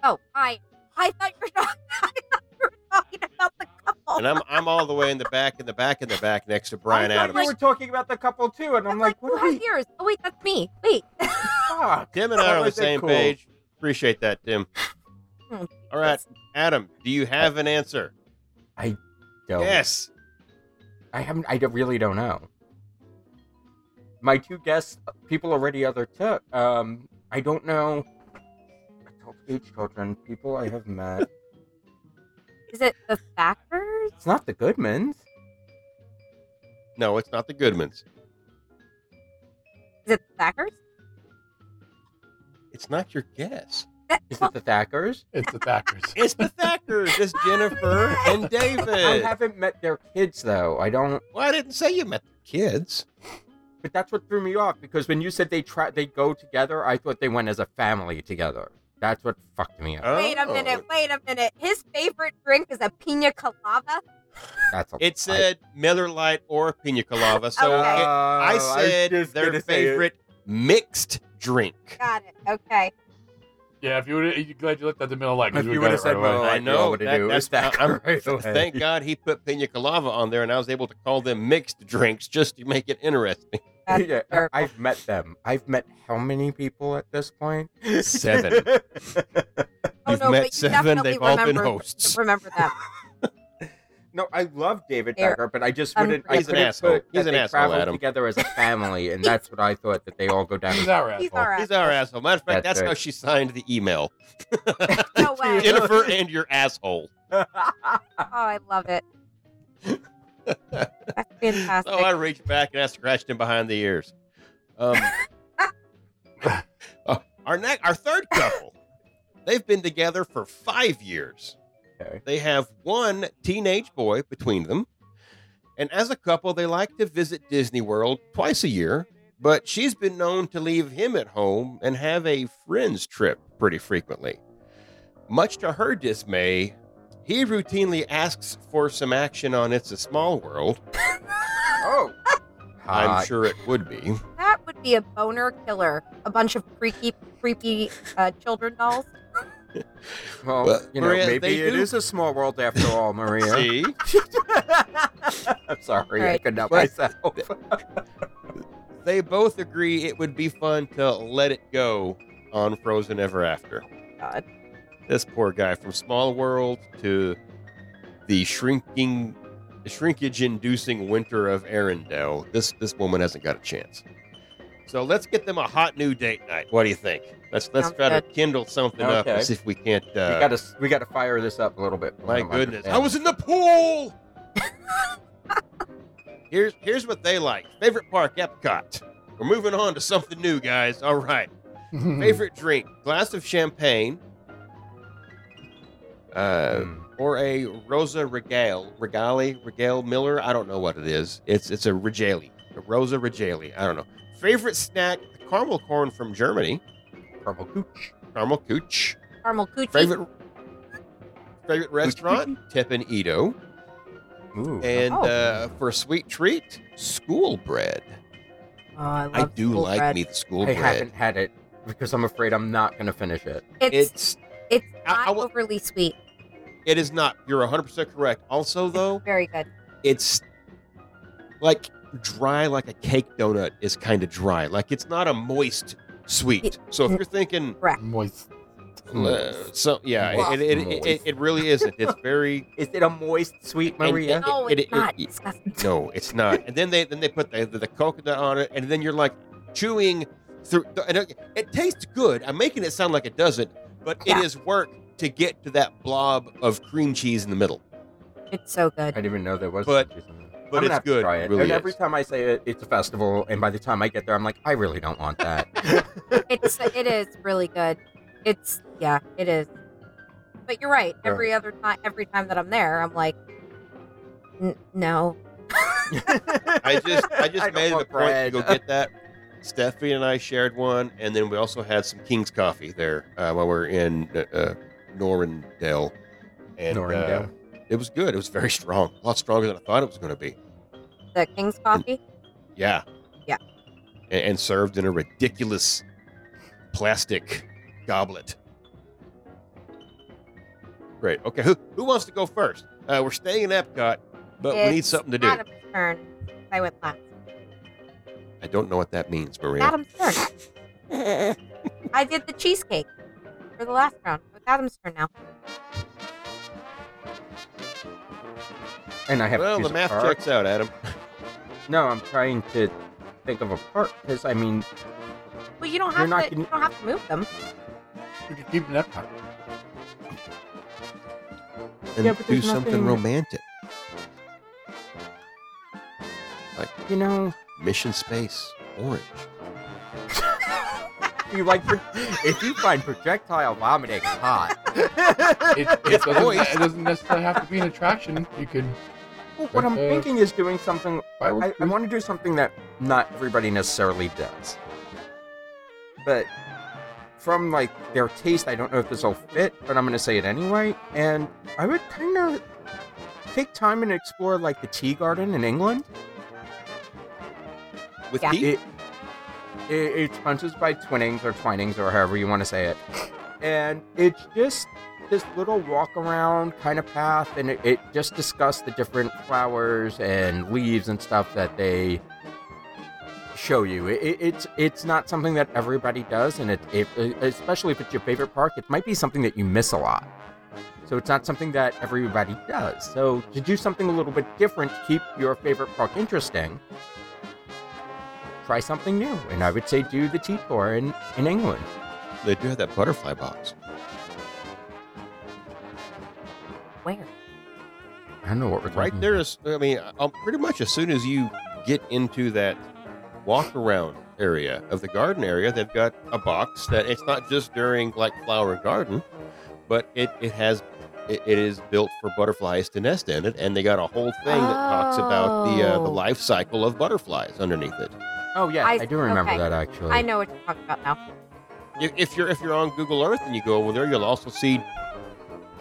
Oh, I I thought you were talking, [LAUGHS] I thought you were talking about the couple.
and I'm I'm all the way in the back, in the back, in the back, next to Brian
I thought
Adams.
you were talking about the couple too, and I'm like, what are
who
we?
has ears? Oh wait, that's me. Wait. [LAUGHS]
Fuck.
Tim and I
That
are on the
wasn't
same
cool.
page. Appreciate that, Tim.
Hmm.
All right, Adam, do you have an answer?
No,
Yes.
I haven't. I don't- really don't know. My two guests, uh, people already other took. Um, I don't know. Adult age children, people I have met.
Is it the factors?
It's not the Goodmans.
No, it's not the Goodmans.
Is it the factors?
It's not your guess.
That,
Is
well,
it the Thackers?
it's the Thackers.
It's the Thackers. It's Jennifer and
I
David.
haven't met their kids though. I don't.
Well, I didn't say you met the kids.
But that's what threw me off because when you said they try, they go together. I thought they went as a family together. That's what fucked me up.
wait a
Oh.
minute, wait a minute. His favorite drink is a pina colada.
That's a,
It said Miller Lite or Pina Colada, so
Okay.
it- I
Oh, was
said
just
their
gonna say it.
favorite mixed drink.
Got it. Okay.
Yeah, if you would have, glad you looked at the middle light.
If
'cause we
you
got
would
it
have said,
right away.
"Well, Oh, I know what to
that-
do,"
that's-
[LAUGHS] it's that.
I'm- [LAUGHS]
right away.
Thank God he put pina colada on there, and I was able to call them mixed drinks just to make it
[LAUGHS]
interesting.
That's
Yeah,
terrible.
I've met them. I've met how many people at this point?
[LAUGHS] Seven.
Oh,
You've
no,
met
but you
seven,
definitely
they've all been
remember-
hosts.
Remember
[LAUGHS]
them.
[LAUGHS] no, I love David
Eric.
Becker, but I just
I'm-
wouldn't. I
He's an
couldn't
asshole.
put
He's
that
an
they
asshole,
traveled
Adam.
together
[LAUGHS]
as a family, and that's what I thought that they all go down.
He's our
He's
asshole.
all right.
He's our asshole. Matter of fact, that's,
That's
how
right.
she signed the
[LAUGHS]
email.
No way.
Jennifer and your asshole.
Oh, I love it. That's fantastic.
So Oh, I reached back and I scratched him behind the ears. Um, uh, our ne- our third couple, they've been together for five years.
Okay.
They have one teenage boy between them, and as a couple, they like to visit Disney World twice a year. But she's been known to leave him at home and have a friends trip pretty frequently. Much to her dismay, he routinely asks for some action on It's a Small World.
[LAUGHS] oh, Uh,
I'm
Hot.
sure it would be.
That would be a boner killer. A bunch of creaky, creepy uh, children dolls.
Well,
Well,
you know,
Maria,
maybe
they
it
do-
is a small world after all, Maria.
[LAUGHS] See?
[LAUGHS] I'm sorry, I
Right.
couldn't help
But- [LAUGHS]
myself.
They both agree it would be fun to let it go on Frozen Ever After.
God.
This poor guy from Small World to the shrinking shrinkage inducing winter of Arendelle. This this woman hasn't got a chance. So let's get them a hot new date night. What do you think? Let's let's
Sounds
try to kindle something up and
Okay.
see if we can't
we
uh,
gotta, we gotta fire this up a little bit. for
My
them,
goodness.
understand.
I was in the pool. [LAUGHS] here's here's what they like. Favorite park, Epcot. We're moving on to something new, guys. All right.
[LAUGHS] Hmm.
Favorite drink, glass of champagne. Uh,
Hmm.
or a Rosa Regale, Regale, Regale Miller. I don't know what it is. It's it's a Regale, a Rosa Regale. I don't know. Favorite snack, caramel corn from Germany,
Purple Gooch.
caramel cooch.
Caramel coochie.
Favorite favorite restaurant, Teppan Edo.
Ooh.
And
Oh.
uh, for a sweet treat, school bread.
Oh, I, love
I do
school
like
bread.
me the school
I
bread.
haven't had it because I'm afraid I'm not gonna finish it.
It's it's,
It's I-
not
I will-
overly sweet.
it is not. You're 100 percent correct. Also, though,
Very good.
it's like dry, like a cake donut is kind of dry. Like it's not a moist sweet. So if
Mm.
you're thinking,
Moist.
uh, so yeah, it it, it, it
Moist.
it really isn't. It's very
Is it a moist sweet
And-
Maria?
and-
No,
It-
it's
it-
not.
it-
Disgusting.
no, it's not. And then they then they put the, the, the coconut on it, and then you're like chewing through. And it, it tastes good. I'm making it sound like it doesn't, but
Yeah.
it is work to get to that blob of cream cheese in the middle.
It's so
I
good.
didn't even know there was.
But-
such a thing.
but
I'm gonna
it's
have to
good.
Try it.
It really
and every
is.
time I say it, it's a festival, and by the time I get there, I'm like, I really don't want that.
It's it is really good. It's yeah, it is. But you're right. Every other time, every time that I'm there, I'm like, "N- no.
[LAUGHS] I just
[LAUGHS]
I just
I don't
made it a
want
point
bread.
to go
[LAUGHS]
get that. Stephanie and I shared one, and then we also had some King's coffee there uh, while we were in uh, uh, Norrendale. And, uh,
Norrendale.
it was good. It was very [LAUGHS] strong, a lot stronger than I thought it was going to be.
The King's Coffee.
Yeah,
Yeah.
and, and served in a ridiculous plastic goblet. Great. Okay, who who wants to go first? Uh, we're staying in Epcot, but we need
It's
something to do.
Adam's turn. I went last.
I don't know what that means, Maria.
Adam's turn.
[LAUGHS]
I did the cheesecake for the last round. It's Adam's turn now.
And I have
well,
to
the
choose
math
a park.
checks out, Adam.
No, I'm trying to think of a park because I mean,
Well, you don't
You're
have
not
to.
gonna-
You don't have to move
[LAUGHS]
them.
We could keep it
[LAUGHS]
in Epcot.
and
Yeah, but
do
there's
something
nothing-
romantic.
you know,
Mission Space Orange.
you like
[LAUGHS]
if you find projectile vomiting hot,
[LAUGHS]
It, it, doesn't,
poised.
it doesn't necessarily have to be an attraction. You could.
well, what I'm
Uh,
thinking is doing something.
fireworks
I, I
booth?
want to do something that not everybody necessarily does, but from like their taste, I don't know if this will fit, but I'm going to say it anyway. And I would kind of take time and explore like the tea garden in England.
With
Yeah.
heat?
It, it, it's punches by twinnings or twinings or however you want to say it. And it's just this little walk around kind of path, and it, it just discussed the different flowers and leaves and stuff that they show you. It, it- it's it's not something that everybody does, and it, it especially if it's your favorite park, it might be something that you miss a lot. So it's not something that everybody does. So to do something a little bit different, to keep your favorite park interesting, try something new. And I would say do the tea tour in, in England.
They do have that butterfly box.
Where?
I don't know what we're
Right
talking
there is, I mean, um, pretty much as soon as you get into that walk around area of the garden area, they've got a box that it's not just during like flower and garden, but it, it has, it, it is built for butterflies to nest in it. And they got a whole thing that talks about the, uh, the
Oh.
life cycle of butterflies underneath it.
Oh yeah, I,
I-
do remember
okay.
that actually.
I know what you're talking about now.
If, if you're if you're on Google Earth and you go over there, you'll also see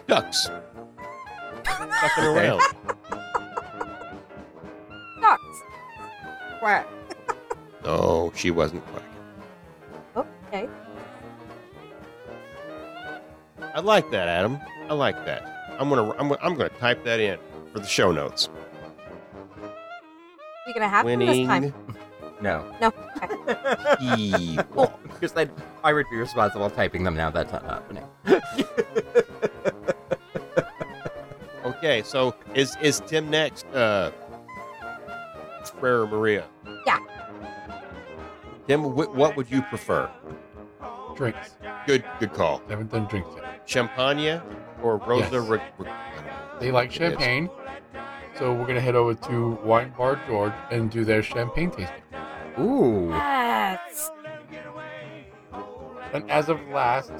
ducks ducking
Okay.
around.
Ducks.
Quack.
No, she wasn't quite.
Okay.
I like that, Adam. I like that. I'm gonna I'm gonna, I'm gonna type that in for the show notes.
You gonna have them this time?
Winning
No,
No. Okay.
key.
[LAUGHS]
because then I would be responsible typing them now. That's not happening.
Okay, so is is Tim next? Uh, Frere Maria.
Yeah.
Tim, wh- what would you prefer?
Drinks.
Good good call.
I haven't done drinks yet.
Champagne or Rosa?
Yes.
Re- Re-
They like
It is.
champagne. So we're going to head over to Wine Bar George and do their champagne tasting.
Ooh.
Yes.
And as of last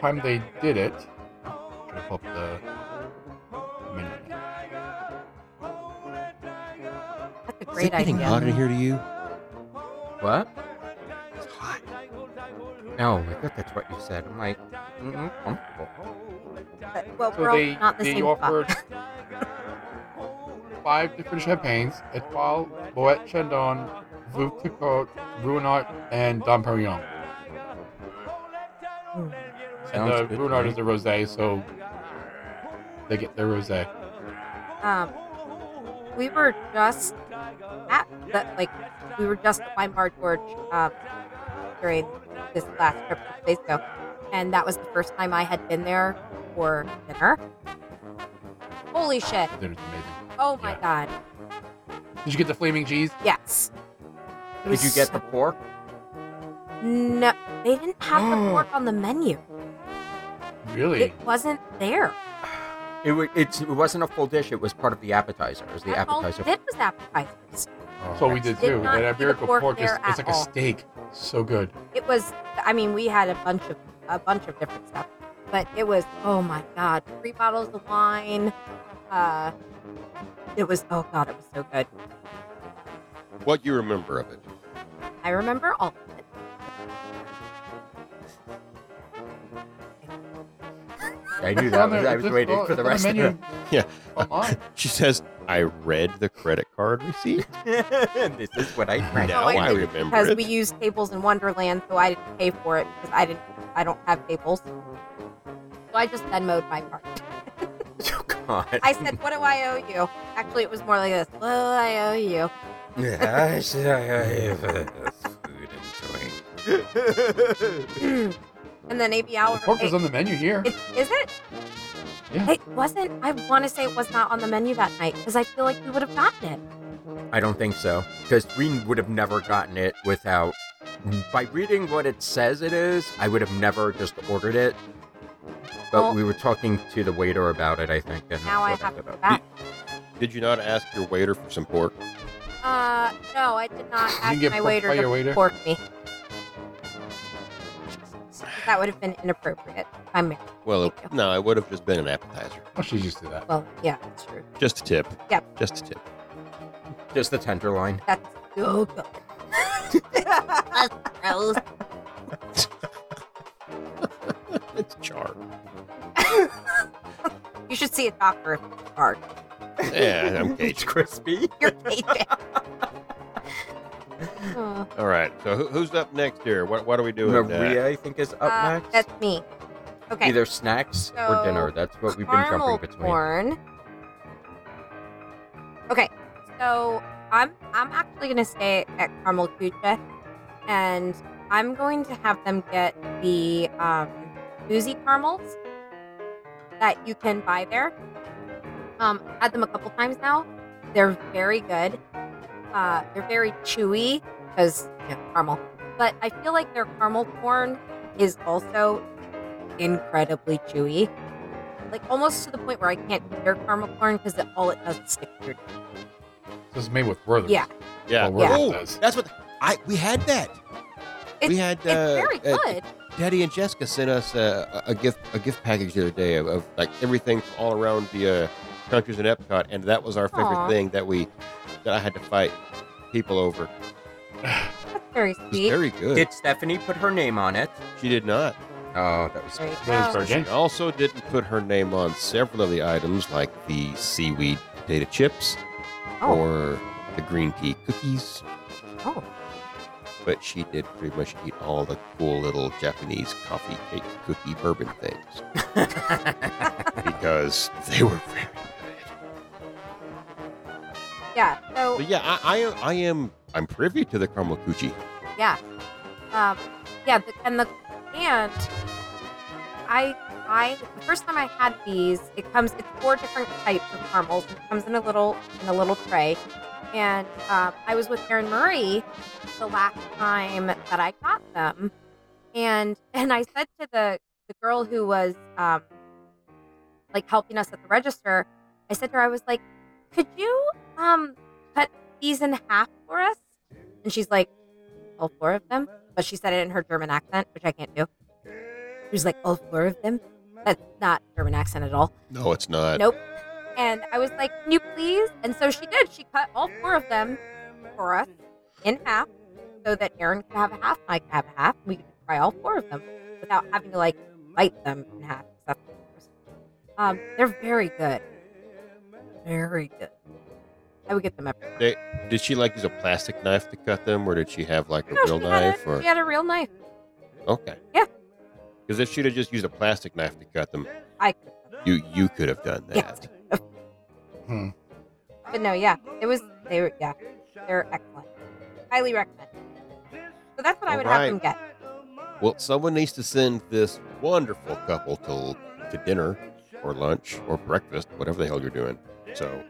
time they did it, I'm gonna pull up the menu.
That's a
Is it
great
getting hot
idea.
in here to you?
What? No, I thought that's what you said. I'm like, mm comfortable.
But- Well,
So
we're all
they
not in the
they
same
offered
spot. [LAUGHS]
five different champagnes: Etoile, Boet Chandon, Veuve Clicquot, Ruinart, and Dom Perignon. And
Sounds
uh,
good to
Ruinart
me.
is the rosé, so they get their rosé.
Um, we were just at the like we were just at Wine Bar George um, during this last trip to Spaco, and that was the first time I had been there for dinner. Holy shit!
Dinner's amazing.
Oh my
Yeah.
god!
Did you get the flaming cheese?
Yes. It
Did you
was [LAUGHS]
get the pork?
No, they
[GASPS]
didn't have the pork on the menu.
Really?
It wasn't there.
It, wa- it's, it wasn't a full dish. It was part of the appetizer. It was the
That's all we
appetizer.
did was appetizers.
That's what we did
Did
too.
not
That
see the
Iberico
pork
pork is
there
it's
at
like a
all.
steak. So good.
It was. I mean, we had a bunch of a bunch of different stuff, but it was. Oh my god! Three bottles of wine. Uh, it was. Oh god, it was so good.
What you remember of it?
I remember all of it.
I knew
It's
that.
on
Was,
there.
I
It's
was
just
waiting
all-
for the
it's
rest
on
of
menu
[LAUGHS]
[LAUGHS]
Yeah.
Online.
She says, I read the credit card receipt.
it. [LAUGHS] this
[LAUGHS]
is what I drank.
Now
Oh, I
I
didn't,
remember
because
it.
we used tables in Wonderland, so I didn't pay for it because I didn't. I don't have tables, so I just Venmoed my part.
Oh, God.
I said, "What do I owe you?" Actually, it was more like this. "What do I owe you?"
I said I have uh, food and drink.
And then AB
The
Hour.
pork was on the menu here.
It, is it?
Yeah.
It wasn't. I want to say it was not on the menu that night because I feel like we would have gotten it.
[LAUGHS] I don't think so. Because we would have never gotten it without. By reading what it says it is, I would have never just ordered it. But
Well-
we were talking to the waiter about it, I think. And
Now I
that's
have
what
to
ended
go
up.
back.
Did you not ask your waiter for some pork?
Uh, no, I did not
You
ask
get
my
porked
waiter
by
to
your waiter?
pork me. That would have been inappropriate. I'm married.
Well,
Thank
it,
you.
no, it would have just been an appetizer.
Oh, she's used to that.
Well, yeah, that's true.
Just a tip.
Yep.
Just a tip.
Just the tenderloin.
That's so good. that's gross.
It's charred.
You should see a doctor if it's hard.
Yeah, I'm [LAUGHS]
It's
caged.
crispy.
[LAUGHS]
You're Cajun. Uh,
All right. So who, who's up next here? What, what are we doing? uh,
Maria, I think, is up
uh,
next.
That's me. Okay.
Either snacks or dinner.
So,
That's what we've been
caramel
jumping between.
corn. Okay, so I'm I'm actually gonna stay at Caramel Kucha, and I'm going to have them get the um, oozy caramels that you can buy there. Um, I've had them a couple times now. They're very good. Uh, they're very chewy because you know, caramel. But I feel like their caramel corn is also incredibly chewy like almost to the point where I can't eat their caramel corn because it, all it does is stick to your teeth.
This is made with Werther's.
Yeah.
Yeah.
Well, Werther's
Oh,
does.
that's what I we had that.
It's-
we had
It's very
uh,
good.
Daddy and Jessica sent us a, a gift a gift package the other day of, of like everything from all around the uh, countries in Epcot, and that was our favorite
Aw.
thing that we that I had to fight people over. It
That's very
was
sweet.
very good.
Did Stephanie put her name on it?
she did not.
Oh, that was.
There you
That is
go.
very good.
She also didn't put her name on several of the items like the seaweed potato chips
Oh.
or the green pea cookies.
Oh.
But she did pretty much eat all the cool little Japanese coffee cake cookie bourbon things
[LAUGHS]
because they were very good.
Yeah. So
But yeah, I, I, I am I'm privy to the caramel coochie.
yeah, um, yeah, the, and the and I I the first time I had these, it comes it's four different types of caramels. It comes in a little in a little tray, and um, I was with Erin Murray the last time that I got them, and and I said to the the girl who was um, like helping us at the register, I said to her, I was like, could you um cut these in half for us? And she's like, all four of them, but she said it in her German accent, which I can't do. She's like, all four of them? That's not German accent at all.
No, it's not.
Nope. And I was like, can you please? And so she did. She cut all four of them for us in half so that Aaron could have a half, I could have a half. We could try all four of them without having to like bite them in half. 'cause that's gross. Um, they're very good. Very good. I would get them every
Did she like use a plastic knife to cut them, or did she have like a
No,
real
she had
knife?
a,
or
She had a real knife.
okay,
Yeah.
Because if she'd have just used a plastic knife to cut them,
I could
You you could have done
Yes.
that.
But no, yeah, it was. They were, yeah, they're excellent. Highly recommend. So that's what I would have them get.
Well, someone needs to send this wonderful couple to to dinner or lunch or breakfast, whatever the hell you're doing. So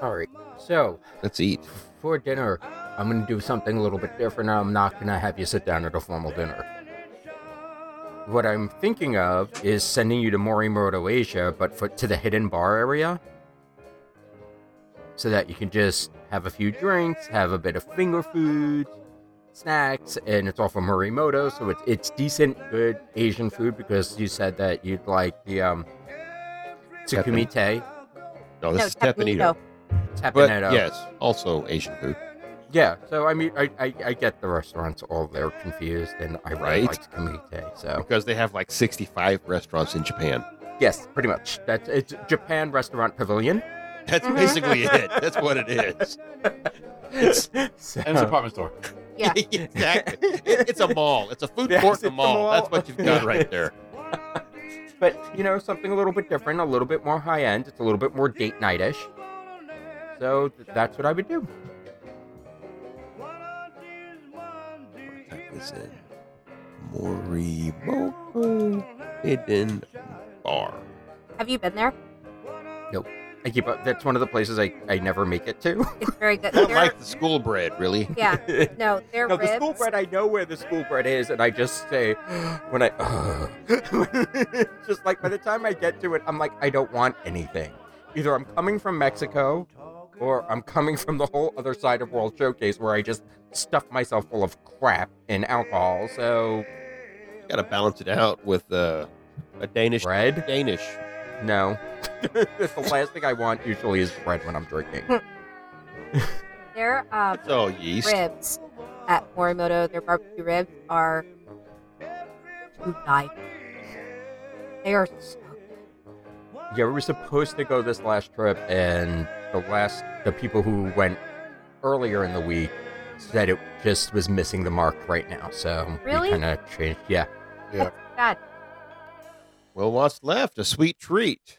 All right. So,
let's eat.
for dinner, I'm going to do something a little bit different. I'm not going to have you sit down at a formal dinner. What I'm thinking of is sending you to Morimoto Asia, but for, to the hidden bar area, so that you can just have a few drinks, have a bit of finger food, snacks, and it's all from Morimoto, so it's it's decent, good Asian food because you said that you'd like the um,
Teppan-
tsukumite,
No, this
no,
is Tepanito.
Tepanito.
But
tapenado.
yes, also Asian food.
Yeah, so I mean, I, I, I get the restaurants all they're confused, and I really
Right.
like Kamite. So
Because they have like 65 restaurants in Japan. [LAUGHS]
yes, pretty much. That's it's Japan Restaurant Pavilion. [LAUGHS]
That's
Mhm.
basically it. That's what it is.
[LAUGHS]
[LAUGHS] It's,
So-
And it's a department store.
Yeah.
exactly. It- it's a mall. It's a food
Yes,
court
it's
in
a
a mall.
mall.
That's what you've
[LAUGHS]
got right there.
but you know, something a little bit different, a little bit more high end. It's a little bit more date night ish. So th- that's what I would do.
Type this in. Morimoto Hidden Bar.
Have you been there?
I keep up. That's one of the places I, I never make it to. [LAUGHS]
It's very good.
Not
Their-
like the school bread, really.
yeah. No, their
no,
ribs.
the school bread. I know where the school bread is, and I just say [GASPS] when I [LAUGHS] just like by the time I get to it, I'm like I don't want anything. Either I'm coming from Mexico, or I'm coming from the whole other side of World Showcase where I just stuff myself full of crap and alcohol. So
Got to balance it out with uh, a Danish.
bread,
Danish.
no. [LAUGHS] the last thing I want usually is bread when I'm drinking.
Their um,
It's all yeast.
ribs at Morimoto, their barbecue ribs are to die. They are so
Yeah, we were supposed to go this last trip, and the last the people who went earlier in the week said it just was missing the mark right now. So
Really?
we kind of changed. Yeah,
bad.
Well, what's left? A sweet treat.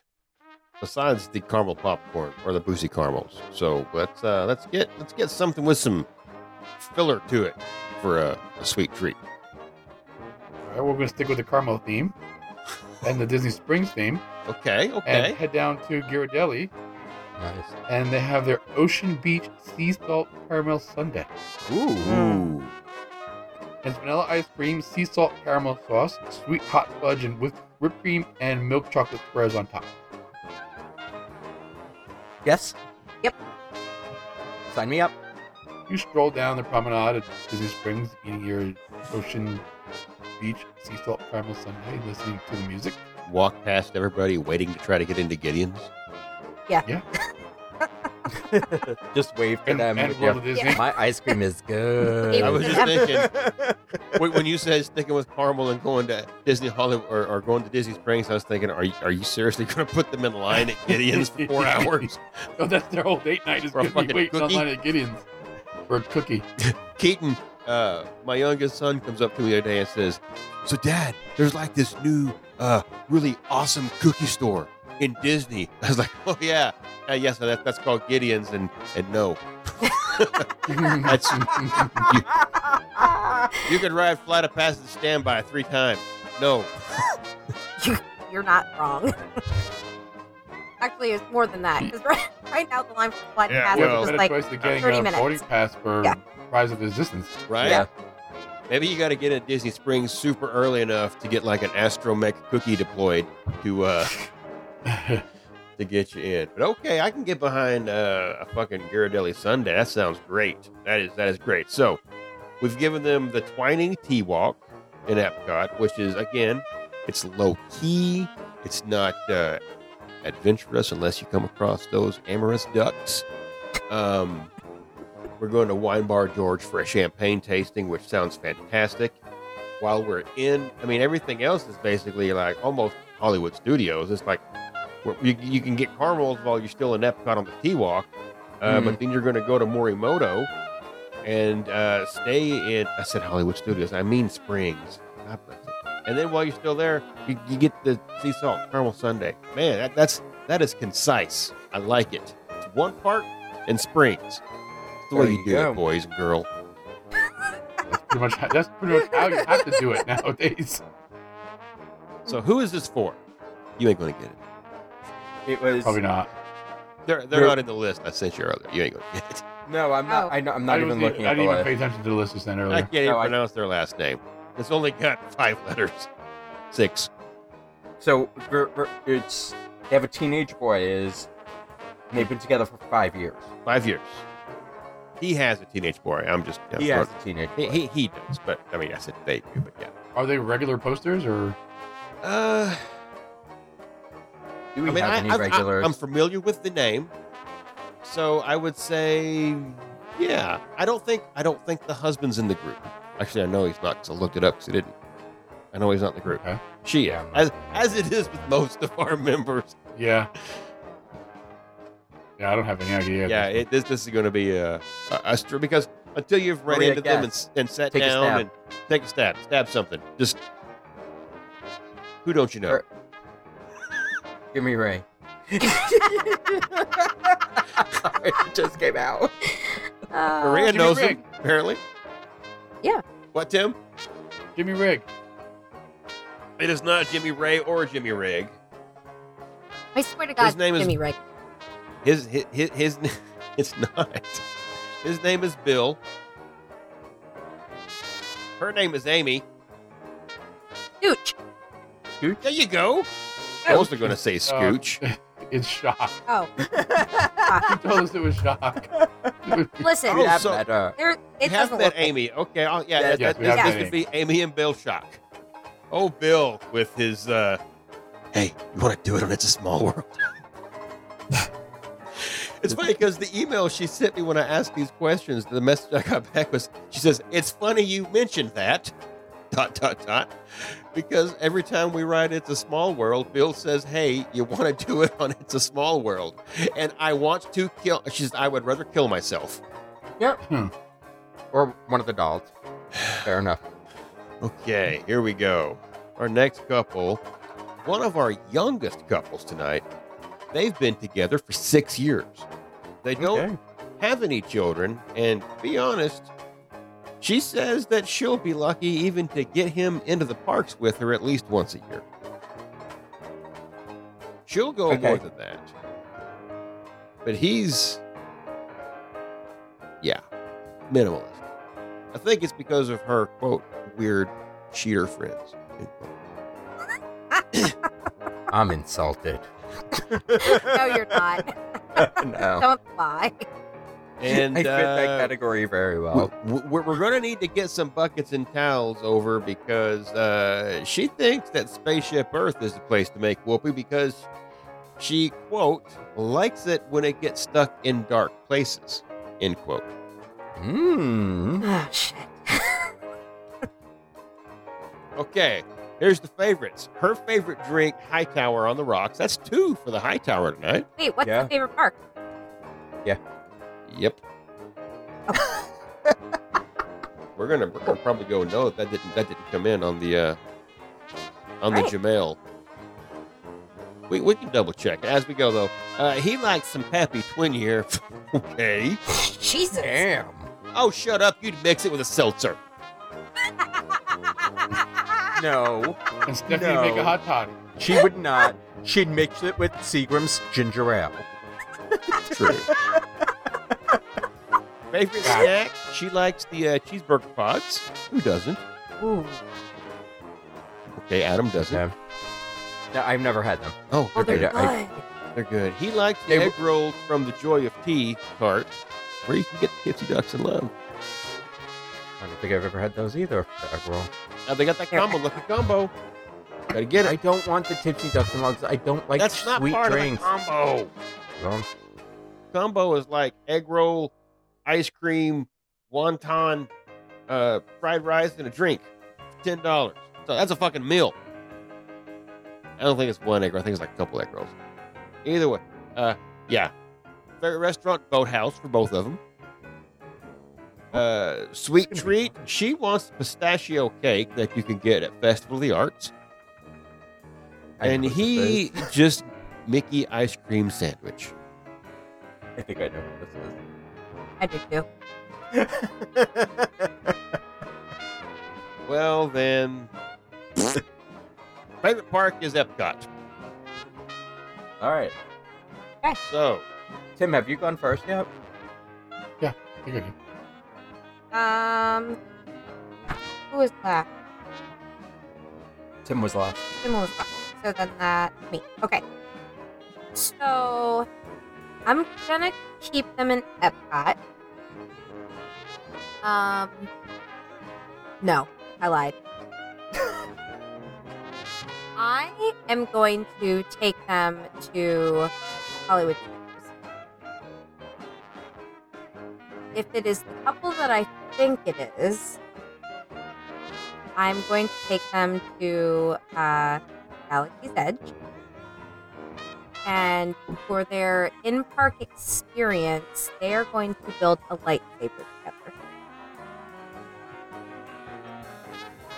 Besides the caramel popcorn or the boozy caramels. So let's uh, let's get let's get something with some filler to it for a, a sweet treat.
All right, we're going to stick with the Carmel theme and the Disney Springs theme
Okay,
and
okay.
head down to Ghirardelli,
nice.
and they have their Ocean Beach Sea Salt Caramel Sundae.
Ooh.
It's vanilla ice cream, sea salt caramel sauce, sweet hot fudge, and with whipped cream and milk chocolate squares on top.
Yes.
Yep.
Sign me up.
You stroll down the promenade at Disney Springs, eating your Ocean Beach Sea Salt Caramel Sundae, listening to the music.
Walk past everybody waiting to try to get into Gideon's.
Just wave to
And,
them.
and
with
roll
your-
to Disney.
[LAUGHS] My ice cream
[LAUGHS]
is good.
I was just thinking when when you said sticking with caramel and going to Disney Hollywood or, or going to Disney Springs, I was thinking, are you, are you seriously [LAUGHS] going to put them in line at Gideon's for four hours?
[LAUGHS] Oh, that's their whole date night. Is
For a
gonna be
fucking
waiting
cookie?
online at Gideon's for a
[LAUGHS]
cookie. [LAUGHS]
Keaton, uh, my youngest son, comes up to me the other day and says, "So, Dad, there's like this new, uh, really awesome cookie store in Disney." [LAUGHS] I was like, "Oh yeah, uh, yes, that, that's called Gideon's," and and no,
that's
[LAUGHS]
you can ride flight of passage standby three times. No,
You're not wrong. Actually, it's more than
Hmm.
that because right, right now the line for the flight
Yeah,
pass
well-
is
better
just like
choice than getting
30
a
minutes.
boarding pass for
Yeah.
prize of resistance. [LAUGHS]
right?
Yeah.
Maybe you got to get in Disney Springs super early enough to get like an astromech cookie deployed to uh to get you in. But okay, I can get behind uh, a fucking Ghirardelli Sunday. That sounds great. That is that is great. So we've given them the Twining Tea Walk in Epcot, which is again, it's low key. It's not uh, adventurous unless you come across those amorous ducks. Um, we're going to Wine Bar George for a champagne tasting, which sounds fantastic. While we're in, I mean, everything else is basically like almost Hollywood Studios. It's like where you, you can get caramels while you're still in Epcot on the T Walk, uh, but then you're going to go to Morimoto and uh, stay in. I said Hollywood Studios. I mean Springs. God bless it. And then while you're still there, you, you get the sea salt caramel sundae. Man, that, that's that is concise. I like it. It's one part and Springs. That's the
There
way you,
you
do
go.
it, boys and girl.
pretty much, that's pretty much how you have to do
[LAUGHS]
it nowadays.
So who is this for? You ain't going to get it.
It was
Probably not.
They're they're
They're-
not in the list I sent you earlier. You ain't going to get it.
no. I'm
Oh.
not. I know, I'm not
I
even
wasn't
looking
I
at the
didn't even
list.
pay attention to the list you
[LAUGHS]
sent
I
earlier.
can't even
No, I-
pronounce their last name. It's only got five letters. Six.
So ver- ver- it's they have a teenage boy is and they've been together for five years.
Five years. He has a teenage boy. I'm just. yeah,
he has a teenage boy.
He, he, he does, but I mean, I said they do, but yeah.
Are they regular posters or?
Uh,
Do we
I mean,
have
I,
any
I,
regulars?
I, am familiar with the name, so I would say, yeah. I don't think I don't think the husband's in the group. Actually, I know he's not because I looked it up because I didn't. I know he's not in the group.
Okay.
She,
Yeah,
yeah,
I'm not-
as as it is with most of our members.
Yeah. Yeah, I don't have any idea.
Yeah, it, this this is going to be a, a, a str- because until you've run
Maria,
into them and,
guess.
s- and sat
Take a
down
stab.
and take a stab, stab something. Just who don't you know?
Er- Give me Ray.
[LAUGHS]
Sorry, it just came out.
uh,
Maria
Jimmy
knows
Rigg.
him apparently.
Yeah.
What, Tim?
Jimmy Rigg.
It is not Jimmy Ray or Jimmy Rigg.
I swear to God,
His name is-
Jimmy Rick.
His his his, his [LAUGHS] it's not. His name is Bill. Her name is Amy.
Huge.
There you go. I was going to say Scooch.
It's shock.
Oh,
He told us it was
[LAUGHS]
shock.
listen.
We
Oh,
have
so-
that, uh,
there,
You
it
have
doesn't
met
look like-
Amy. Okay. Oh, yeah.
Yes,
that,
yes,
that-
we have
this,
met
this could be Amy and Bill Shock. Oh, Bill with his. uh Hey, you want to do it on It's a Small World? [LAUGHS] it's funny because the email she sent me when I asked these questions, the message I got back was she says, "It's funny you mentioned that." [LAUGHS] Dot dot dot. Because every time we write It's a Small World, Bill says, Hey, you want to do it on It's a Small World? And I want to kill. She says, I would rather kill myself.
or one of the dolls. [SIGHS] Fair enough.
Okay, here we go. Our next couple, one of our youngest couples tonight, they've been together for six years. They don't have any children, and to be honest, she says that she'll be lucky even to get him into the parks with her at least once a year. She'll go
Okay.
more than that. But he's, yeah, minimalist. I think it's because of her, quote, weird cheater friends. end quote.
I'm insulted.
No, you're not.
[LAUGHS]
no.
Don't lie.
And
I fit
uh,
that category very
We-
well.
we- We're, we're going to need to get some buckets and towels over because uh, she thinks that Spaceship Earth is the place to make whoopee because she, quote, likes it when it gets stuck in dark places, end quote.
Mmm.
Oh shit.
Okay, here's the favorites. Her favorite drink, Hightower on the Rocks. That's two for the Hightower tonight.
Wait, what's
Yeah.
the favorite park?
[LAUGHS] Yep. we're gonna we're gonna probably go no that didn't that didn't come in on the uh on the
Right.
Jamail. We we can double check as we go though. Uh, he likes some Pappy Twin here. [LAUGHS] okay.
Jesus.
Damn.
Oh shut up! You'd mix it with a seltzer.
No.
And Stephanie make a
No.
hot toddy.
She would not. She'd mix it with Seagram's ginger ale.
True. [LAUGHS] Favorite
Wow.
snack? She likes the uh, cheeseburger pods. Who doesn't?
Ooh.
Okay, Adam doesn't.
No. No, I've never had them.
Oh,
Oh,
they're
they're
good.
good. I-
good.
They're good. He likes the
They-
egg rolls from the Joy of Tea cart, where you can get the Tipsy Ducks in Love.
I don't think I've ever had those either. the egg roll.
Now they got that combo. Look at combo. Gotta get
I
it.
don't want the tipsy ducks and logs. I don't like
That's not
sweet
part
drinks.
of the
Oh.
combo.
Well,
Combo is like egg roll, ice cream, wonton, uh, fried rice, and a drink. Ten dollars. So that's a fucking meal. I don't think it's one egg roll. I think it's like a couple egg rolls. Either way, uh, yeah. Favorite restaurant, Boathouse for both of them. Uh, sweet treat. She wants pistachio cake that you can get at Festival of the Arts.
I
and
know what this is.
he just Mickey ice cream sandwich.
I think I know what this is.
I do too.
Well [LAUGHS] then, favorite park is Epcot.
All right.
So
Tim, have you gone first yet?
You're good.
Um, who is that?
Tim was last.
Tim was last. So then that me. Okay. So I'm gonna keep them in Epcot. Um No, I lied. [LAUGHS] I am going to take them to Hollywood Studios. If it is the couple that I think it is, I'm going to take them to uh, Galaxy's Edge. And for their in park experience, they are going to build a lightsaber together.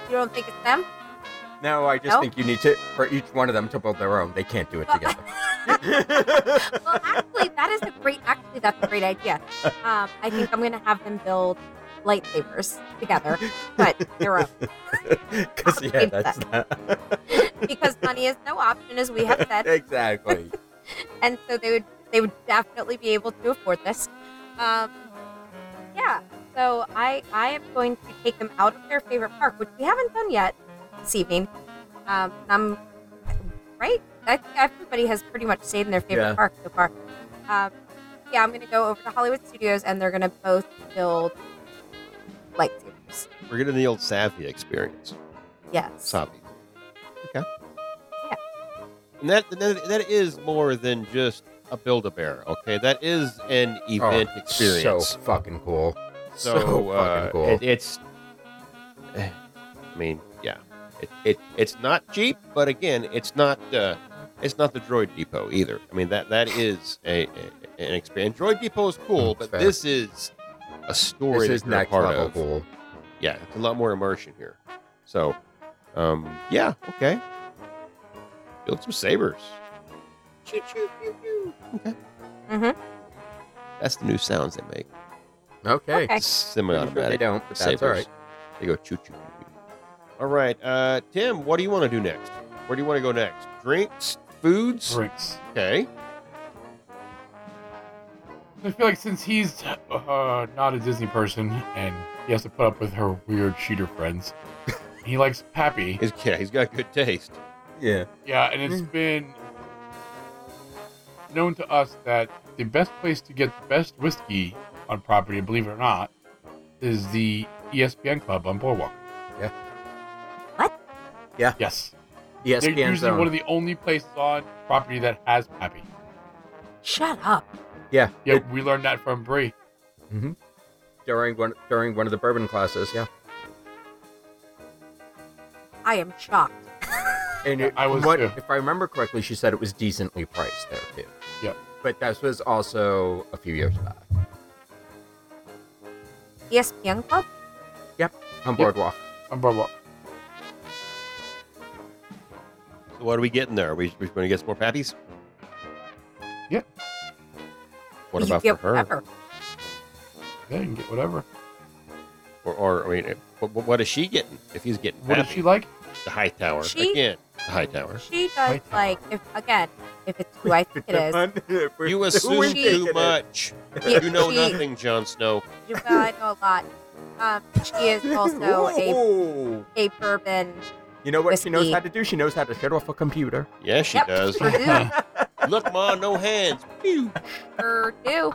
You don't think it's them?
No, I just
No?
think you need to for each one of them to build their own. They can't do it
Well, [LAUGHS]
together. [LAUGHS]
well, actually, that is a great. Actually, that's a great idea. Um, I think I'm going to have them build lightsabers together, but their own.
Because yeah, that's not
because money is no option, as we have said.
exactly.
and so they would they would definitely be able to afford this. Um, yeah, so I I am going to take them out of their favorite park, which we haven't done yet this evening. Um, and I'm right. I think everybody has pretty much stayed in their favorite
Yeah.
park so far. Um, yeah, I'm going to go over to Hollywood Studios, and they're going to both build lightsabers.
We're getting the old Savvy experience.
Yes.
Savvy. Okay.
Yeah.
And that, that that is more than just a build a bear. Okay, that is an [LAUGHS] event experience.
Oh, So fucking cool.
So,
So,
uh,
fucking cool.
it- it's. eh, I mean, yeah, it, it it's not cheap, but again, it's not uh, it's not the Droid Depot either. I mean that that is a, a- an experience. Droid Depot is cool,
That's
but
Mm, fair.
this is a
this
story that
is
you're a
next
part
level
of.
cool.
Yeah, it's a lot more immersion here. So, um, yeah, okay, build some sabers. Choo choo choo choo. Mm-hmm. Okay.
Mhm.
That's the new sounds they make.
Okay.
Okay.
Semi-automatic.
They don't. But that's
Sabers.
all right.
They go choo choo. All right, uh, Tim, what do you want to do next? Where do you want to go next? Drinks, foods.
Drinks.
Okay.
I feel like since he's uh, not a Disney person and he has to put up with her weird cheater friends, he likes Pappy.
He's, yeah, he's got good taste.
Yeah.
Yeah, and
Mm.
it's been known to us that the best place to get the best whiskey on property, believe it or not, is the E ESPN Club on Boardwalk.
Yeah.
What?
Yeah. E
Yes. They're
ESPN
usually
zone.
one of the only places on property that has Pappy.
Shut up.
yeah.
Yeah,
It-
we learned that from Brie.
during one during one of the bourbon classes. Yeah.
I am shocked.
And it,
I was
what,
too.
if I remember correctly, she said it was decently priced there too.
Yeah.
But this was also a few years back.
E ESPN Club.
On
Yep.
boardwalk.
On Boardwalk.
So what are we getting there? Are we, we going to get some more pappies?
Yeah.
What
You
about for
get
her?
whatever.
Yeah, you can get whatever.
Or, or I mean, what, what- what is she getting? If he's getting
What does
pappy?
she like?
The high tower
She-
again. The high tower.
She
Hi,
does
Tom.
like if again if it's who I think it is.
[LAUGHS]
You
we
assume
she-
too much.
Yeah,
You know
she-
nothing, Jon Snow.
You well, I know a lot. Um, she is also a,
Whoa.
a bourbon.
You know what she knows
whiskey.
how to do? She knows how to shut off a computer.
Yeah, she
Yep. [LAUGHS]
does.
Her
[LAUGHS]
do.
Look, ma, no hands. Pew.
Her do.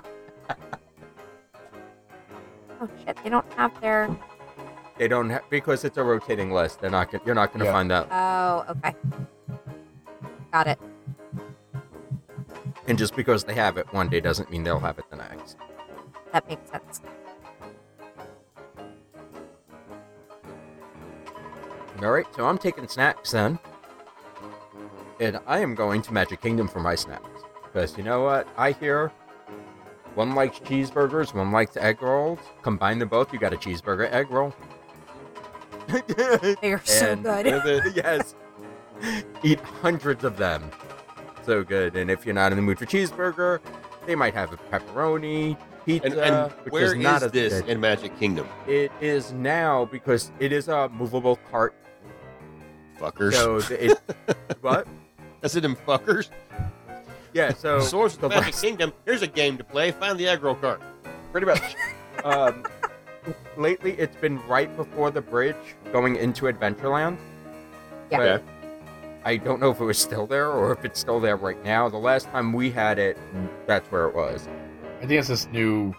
Oh shit! They don't have their.
They don't have because it's a rotating list. They're not. gon- You're not going to
Yeah.
find that.
Oh, okay. Got it.
And just because they have it one day doesn't mean they'll have it the next.
That makes sense.
All right. So I'm taking snacks then, and I am going to Magic Kingdom for my snacks because you know what I hear. One likes cheeseburgers, one likes egg rolls. Combine them both, you got a cheeseburger egg roll.
They are so
And-
good.
With
[LAUGHS]
it.
yes. Eat hundreds of them. So good. And if you're not in the mood for cheeseburger, they might have a pepperoni pizza.
And, and
which
where
is not
Uh, is
as
this
good.
in Magic Kingdom?
It is now because it is a movable cart.
Fuckers.
So th- it, what?
[LAUGHS] I said them fuckers.
Yeah.
[LAUGHS]
So
Source of
the
Magic
last-
Kingdom. Here's a game to play. Find the aggro card.
pretty much. [LAUGHS] Um, lately, it's been right before the bridge going into Adventureland.
Yeah.
But I don't know if it was still there or if it's still there right now. The last time we had it, that's where it was.
I think it's this new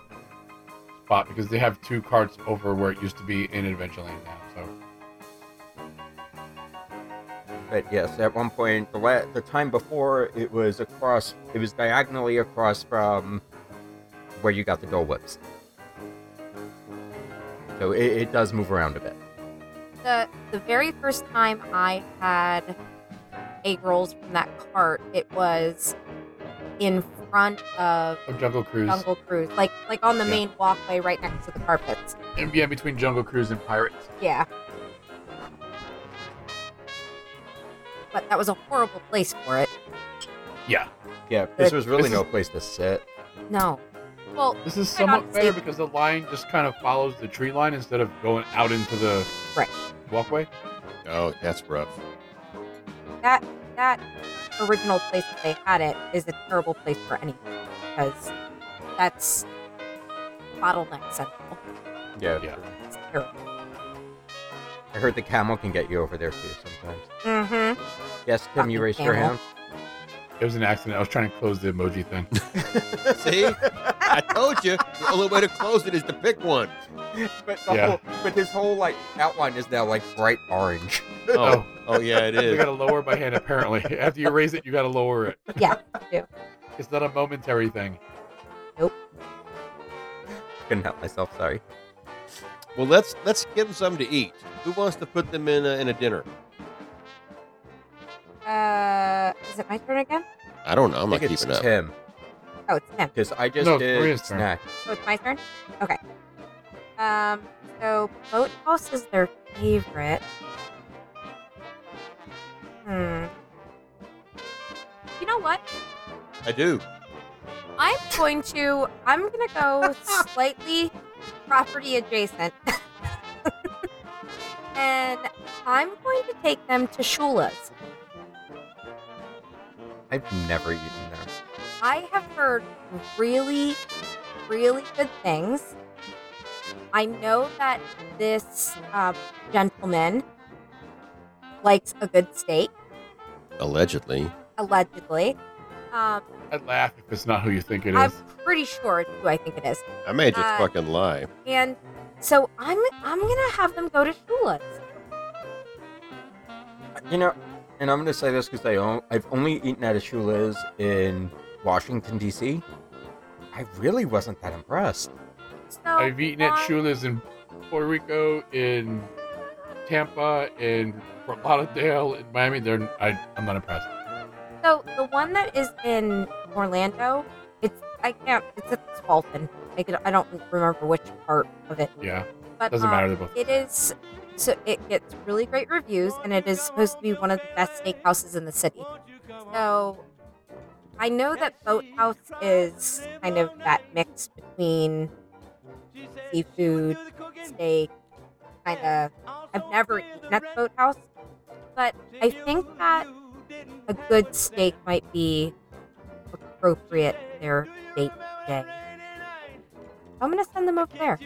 spot because they have two carts over where it used to be in Adventureland now. So
But yes, at one point, the, la- the time before, it was across, it was diagonally across from where you got the Dole Whips. So it, it does move around a bit.
the the very first time I had egg rolls from that cart, it was in front of
oh, Jungle Cruise,
Jungle Cruise, like like on the
Yeah.
main walkway right next to the carpets.
and yeah, between Jungle Cruise and Pirates.
Yeah. But that was a horrible place for it.
Yeah,
Yeah, this
But
was really
this is-
no place to sit.
No. Well,
this is
They're not
somewhat better
safe.
because the line just kind of follows the tree line instead of going out into the
Right.
walkway.
Oh, that's rough.
that that original place that they had it is a terrible place for anything because that's bottleneck central.
Yeah.
Yeah.
It's terrible.
I heard the camel can get you over there too sometimes.
Mm-hmm.
Yes, Tim,
Fucking
you raised your
camel.
hand.
It was an accident. I was trying to close the emoji thing.
[LAUGHS] See, I told you the only way to close it is to pick one.
But,
Yeah.
but his whole like outline is now like bright orange. [LAUGHS]
Oh, oh yeah, [LAUGHS] it
You
is.
got to lower by hand, apparently. [LAUGHS] After you raise it, you got to lower it.
[LAUGHS] Yeah, you do.
It's not a momentary thing.
Couldn't help myself, sorry.
Well, let's let's give them something to eat. Who wants to put them in a, in a dinner?
Uh, is it my turn again?
I don't know. I'm
I
not
think it's
keeping up.
Tim.
Oh, it's him.
Because I just
No, it's
did
Maria's turn.
snack.
So it's my turn. Okay. Um. So boathouse is their favorite. Hmm. You know what?
I do.
I'm going to. I'm gonna go slightly property adjacent, [LAUGHS] and I'm going to take them to Shula's.
I've never eaten there.
I have heard really, really good things. I know that this um, gentleman likes a good steak,
Allegedly.
allegedly. Um,
I'd laugh if it's not who you think it
I'm
is.
pretty sure it's who I think it is.
I may just
Uh,
fucking lie.
And so I'm I'm gonna have them go to Shula's.
You know, and I'm going to say this because on, I've only eaten at a Shula's in Washington, D.C. I really wasn't that impressed.
So
I've eaten at
on-
Shula's in Puerto Rico, in Tampa, in Fort Lauderdale, in Miami. They're I, I'm not impressed.
So the one that is in Orlando, it's I can't. It's at Spalton. I, can, I don't remember which part of it.
Yeah,
But
doesn't
um,
matter. They're both.
It is so it gets really great reviews, and it is supposed to be one of the best steakhouses in the city. So I know that Boathouse is kind of that mix between seafood, steak, kind of. I've never eaten at Boathouse, but I think that a good steak might be appropriate for their date day. I'm gonna send them over there.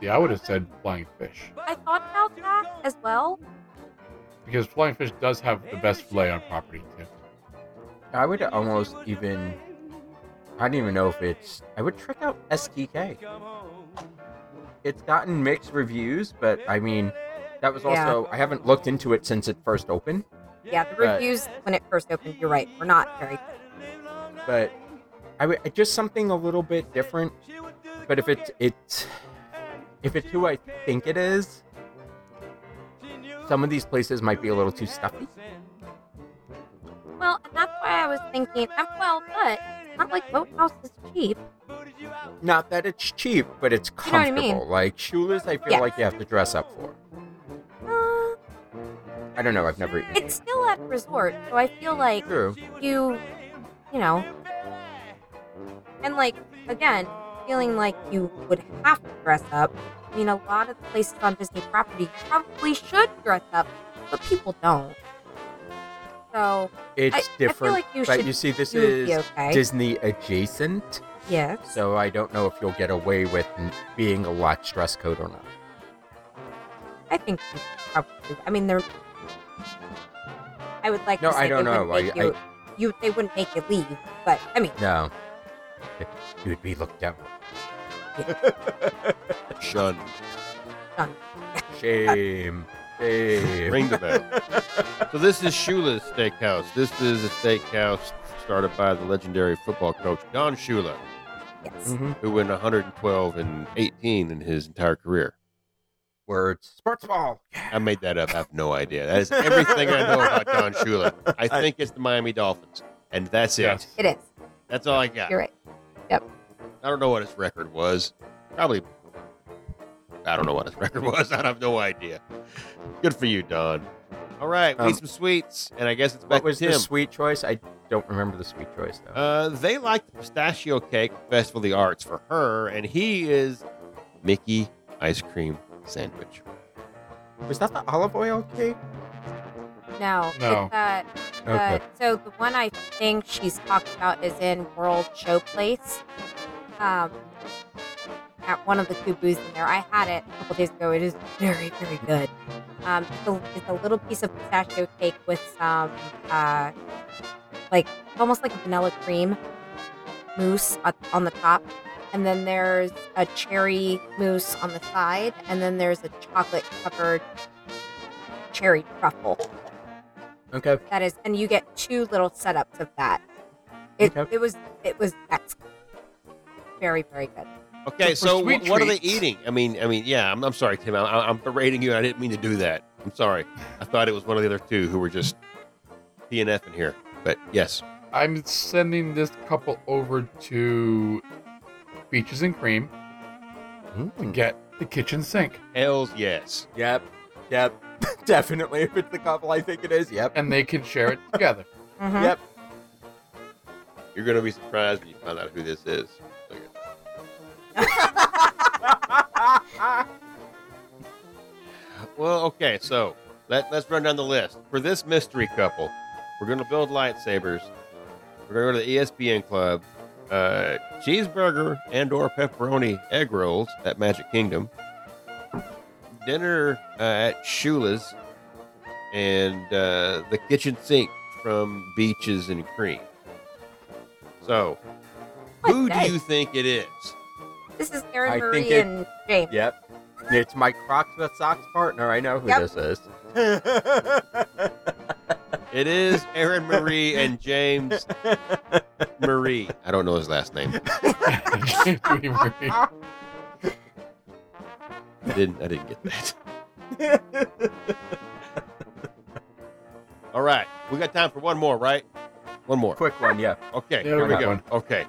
Yeah, I would have said flying fish
I thought about that as well.
because flying fish does have the best fillet on property too.
I would almost even. I don't even know if it's. I would trick out STK. It's gotten mixed reviews, but I mean, that was
Yeah.
also. I haven't looked into it since it first opened,
Yeah, the
Right.
reviews when it first opened, you're right, were not very
but I would just something a little bit different. But if it's it's if it's who I think it is, some of these places might be a little too stuffy.
well, and that's why I was thinking, um, well, but it's not like Boathouse is cheap.
Not that it's cheap, but it's
You know what I
comfortable.
mean.
Like Shula's, I feel
Yeah.
like you have to dress up for.
Uh,
I don't know. I've never eaten.
it's still at a resort, so I feel like
True.
you, you know, and like again, feeling like you would have to dress up. I mean, a lot of the places on Disney property probably should dress up, but people don't. So
It's
I- I feel
different.
like you
but
should-
you see, this
you would
is
be okay.
Disney adjacent,
yeah.
so I don't know if you'll get away with n- being a lot dress code or not.
I think you probably. I mean, they're I would like
No,
to say
I don't
they
know.
wouldn't
I-
make you, you they wouldn't make you leave, but I mean
No. You would be looked down.
Shun.
Shame. Shame.
Ring the bell. [LAUGHS] so this is Shula's Steakhouse. This is a steakhouse started by the legendary football coach Don Shula,
yes.
Mhm.
who went 112 and 18 in his entire career.
Words. Sports ball.
I made that up. I have no idea. That is everything I know about Don Shula. I think it's the Miami Dolphins, and that's it.
Yes.
It is.
That's all I got.
You're right.
I don't know what his record was. Probably. I don't know what his [LAUGHS] record was. I have no idea. Good for you, Don. All right, we
Um,
need some sweets, and I guess it's back
What was
to Tim.
the sweet choice? I don't remember the sweet choice though.
Uh, they like the pistachio cake festival of the arts for her, and he is Mickey ice cream sandwich.
was that the olive oil cake?
No.
No.
It's that Uh, so the one I think she's talking about is in World Showplace. Um, at one of the two booths in there, I had it a couple days ago. It is very, very good. Um, it's a, it's a little piece of pistachio cake with some, uh, like almost like a vanilla cream mousse at, on the top, and then there's a cherry mousse on the side, and then there's a chocolate covered cherry truffle
Okay.
that is and you get two little setups of that it,
Okay.
it was it was excellent very very good
Okay,
For
so
sweet
wh- what are they
treats.
eating? I mean, I mean, yeah. I'm, I'm sorry, Tim. I- I, I'm berating you. I didn't mean to do that. I'm sorry. I thought it was one of the other two who were just PNF in here. But yes,
I'm sending this couple over to Beaches and Cream to
Mm.
get the kitchen sink,
hell's yes.
Yep. Yep. [LAUGHS] Definitely. If it's the couple, I think it is. [LAUGHS] Yep.
and they can share it
[LAUGHS]
together. [LAUGHS]
Mhm.
Yep.
You're gonna be surprised when you find out who this is. Okay. Well, okay, so let, let's run down the list. For this mystery couple, we're going to build lightsabers. We're going to go to the E ESPN Club, uh, cheeseburger and or pepperoni egg rolls at Magic Kingdom, dinner uh, at Shula's, and uh, the kitchen sink from Beaches and Cream. So, who do
Okay.
you think it is?
this is Aaron
I
Marie
think it-
and James
Yep. It's my Crocs with Socks partner. I know who
Yep.
this is.
It is Aaron Marie and James Marie. I don't know his last name. [LAUGHS]
We were-
I didn't I didn't get that. All right. We got time for one more, right? One more.
Quick one, yeah.
Okay, here
Yeah, we
we
got
go.
one.
Okay.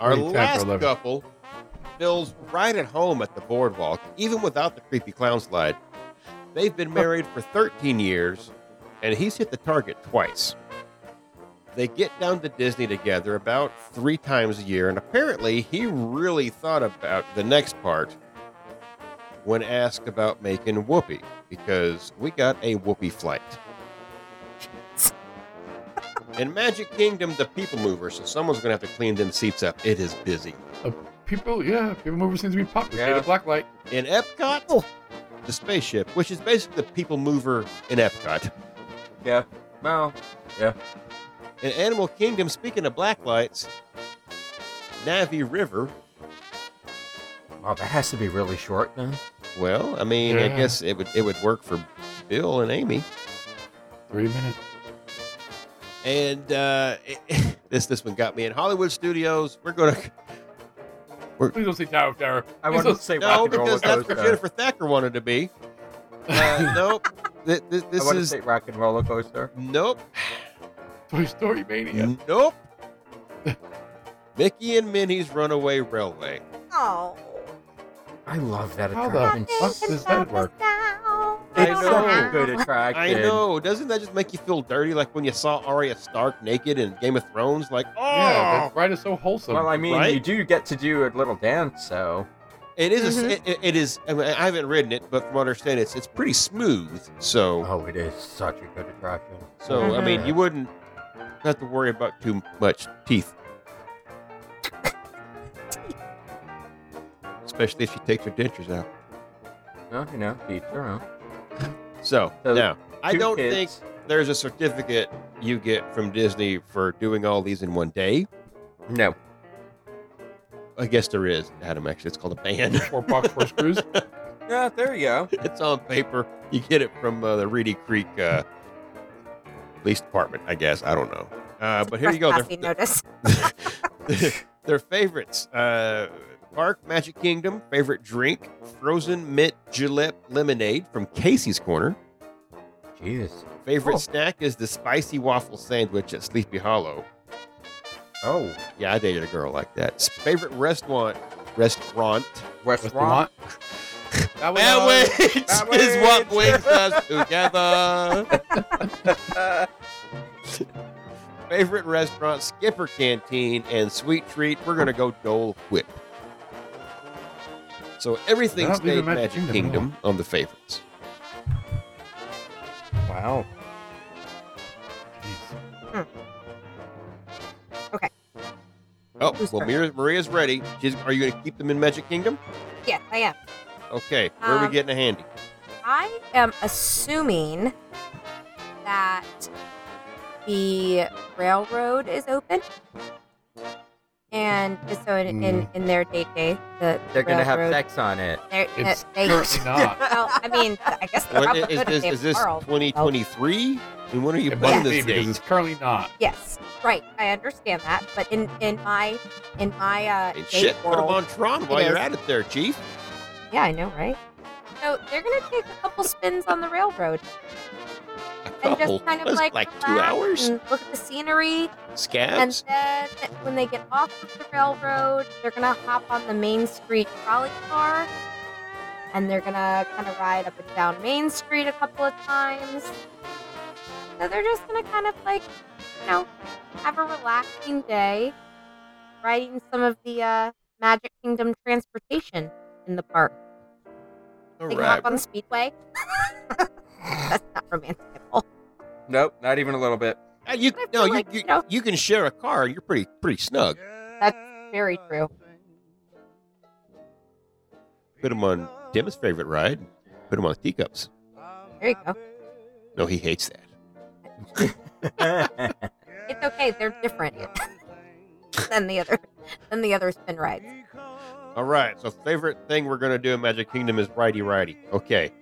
Our
need time for
last
11.
couple feels right at home at the boardwalk, even without the creepy clown slide. They've been married for 13 years, and he's hit the target twice. They get down to Disney together about three times a year, and apparently he really thought about the next part when asked about making Whoopi, because we got a Whoopi flight. In Magic Kingdom, the people mover, so someone's gonna have to clean them seats up. It is busy.
people, yeah, people mover seems to be popular.
Yeah.
Yeah. The black light.
In Epcot,
Oh.
the spaceship, which is basically the people mover in Epcot.
Yeah. Well,
In Animal Kingdom, speaking of black lights, Navi River.
well, oh, that has to be really short then.
Well, I mean, I
Yeah.
guess it would it would work for Bill and Amy.
Three minutes.
And uh, [LAUGHS] this this one got me in Hollywood Studios.
[LAUGHS]
We're gonna
Please don't say Tower of Terror.
I
Please
wanted to say
no
Rock and Roller
because that's
Coaster.
where Jennifer Thacker wanted
[LAUGHS]
to be. Uh, nope. Th- th-
I
This
wanted
is
to say Rock and Roller Coaster.
nope.
Toy Story Mania.
[LAUGHS]
Nope. Mickey and Minnie's Runaway Railway.
oh
I love that
How the
attraction.
fuck does that work?
I
It's
don't
such
know.
a good attraction.
I know. Doesn't that just make you feel dirty? Like when you saw Arya Stark naked in Game of Thrones? Like, oh,
Yeah, that ride is so wholesome.
Well, I mean,
Right?
you do get to do a little dance, so
it is. A,
Mm-hmm.
Mhm.
it, it- it is. I, mean, I haven't ridden it, but from what I understand, it's it's pretty smooth. So,
oh, it is such a good attraction.
so
Mm-hmm.
I mean, you wouldn't have to worry about too much
[LAUGHS]
teeth. Especially if she takes her dentures out.
well, you know, each their own.
So
So-
now I
two
don't
kids.
think there's a certificate you get from Disney for doing all these in one day.
No.
I guess there is, Adam. Actually, it's called a [LAUGHS] band.
Four bucks, four screws.
Yeah, there you go.
it's on paper. You get it from uh, the Reedy Creek uh, Police Department, I guess. I don't know. Uh, but here you go.
Trespassing
They're-
notice. [LAUGHS]
[LAUGHS] their favorites uh, Park Magic Kingdom, favorite drink, frozen mint Gillette lemonade from Casey's Corner.
Jesus.
Favorite
Cool.
snack is the spicy waffle sandwich at Sleepy Hollow.
Oh,
Yeah, I dated a girl like that. Favorite restaurant, restaurant.
restaurant.
That was
That which
That
is what
which.
[LAUGHS] brings us together.
Uh,
[LAUGHS] Favorite restaurant, Skipper Canteen, and sweet treat. We're gonna go Dole Whip. So everything
Not
stayed
leaving
Magic Kingdom, on the favorites.
wow.
Jeez.
Oh,
Who's
well,
first?
Mira, Maria's ready. She's, are you gonna keep them in Magic Kingdom?
Yes, I am.
Okay, where are we
Um,
getting a handy?
I am assuming that the railroad is open. And so in, in, in their day day, the
Mm. They're going to have
railroad-
sex on it.
they're-
It's
they-
currently not.
Well, I mean, I guess they
What,
probably
is,
could if
this,
they
is this
borrowed.
2023? And when are [LAUGHS] you
It
playing
must
this
be because
date?
it's currently not.
Yes, right. I understand that, but in in my in my uh,
And
date
shit, put them
world-
on Tron while
It
you're
is.
at it there, Chief.
Yeah, I know, right? So they're gonna take a couple spins on the railroad
A
and
couple.
just kind of
That's
like,
two
relax
hours.
and look at the scenery.
Scabs.
And then when they get off of the railroad, they're gonna hop on the Main Street trolley car, and they're gonna kind of ride up and down Main Street a couple of times. So they're just gonna kind of like, you know, have a relaxing day, riding some of the uh, Magic Kingdom transportation in the park.
All
They can
right.
hop on the speedway. [LAUGHS] That's not romantic at all.
Nope, not even a little
[LAUGHS]
bit.
Uh, you,
I feel
no,
like,
you,
you
you,
know-
you can share a car. You're pretty pretty snug.
That's very true.
Put him on Dim's favorite ride. Put him on teacups.
There you go.
No, he hates that.
It's okay. They're [LAUGHS] different than the other than the other spin rides.
All right. So favorite thing we're gonna do in Magic Kingdom is righty righty. Okay.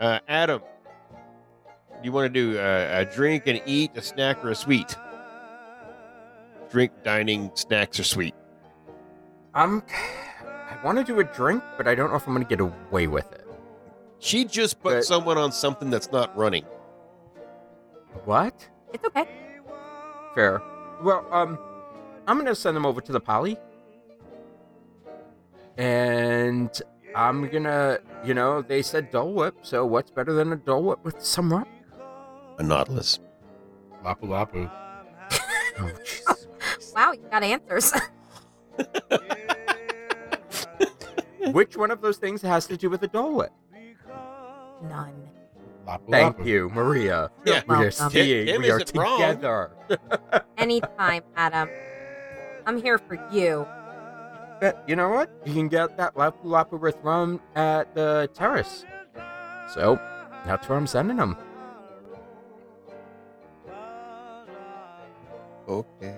Uh, Adam, you want to do uh, a drink and eat, a snack or a sweet? Drink, dining, snacks or sweet.
I'm. I want to do a drink, but I don't know if I'm going to get away with it.
She just put
Right.
someone on something that's not running.
What?
It's okay.
Fair. Well, um, I'm gonna send them over to the poly, and I'm gonna, you know, they said Dole Whip, so what's better than a Dole Whip with some rum?
A Nautilus.
Lapu Lapu.
Oh, jeez.
Wow, you got answers. [LAUGHS]
Which one of those things has to do with a Dole Whip?
None.
Lapu
Thank
Lapu.
you, Maria.
Yeah.
We are
Welcome.
seeing.
Tim
we are
isn't wrong.
together.
Anytime, Adam. I'm here for you.
But you know what? You can get that Lapu Lapu with rum at the terrace. So that's where I'm sending them.
Okay.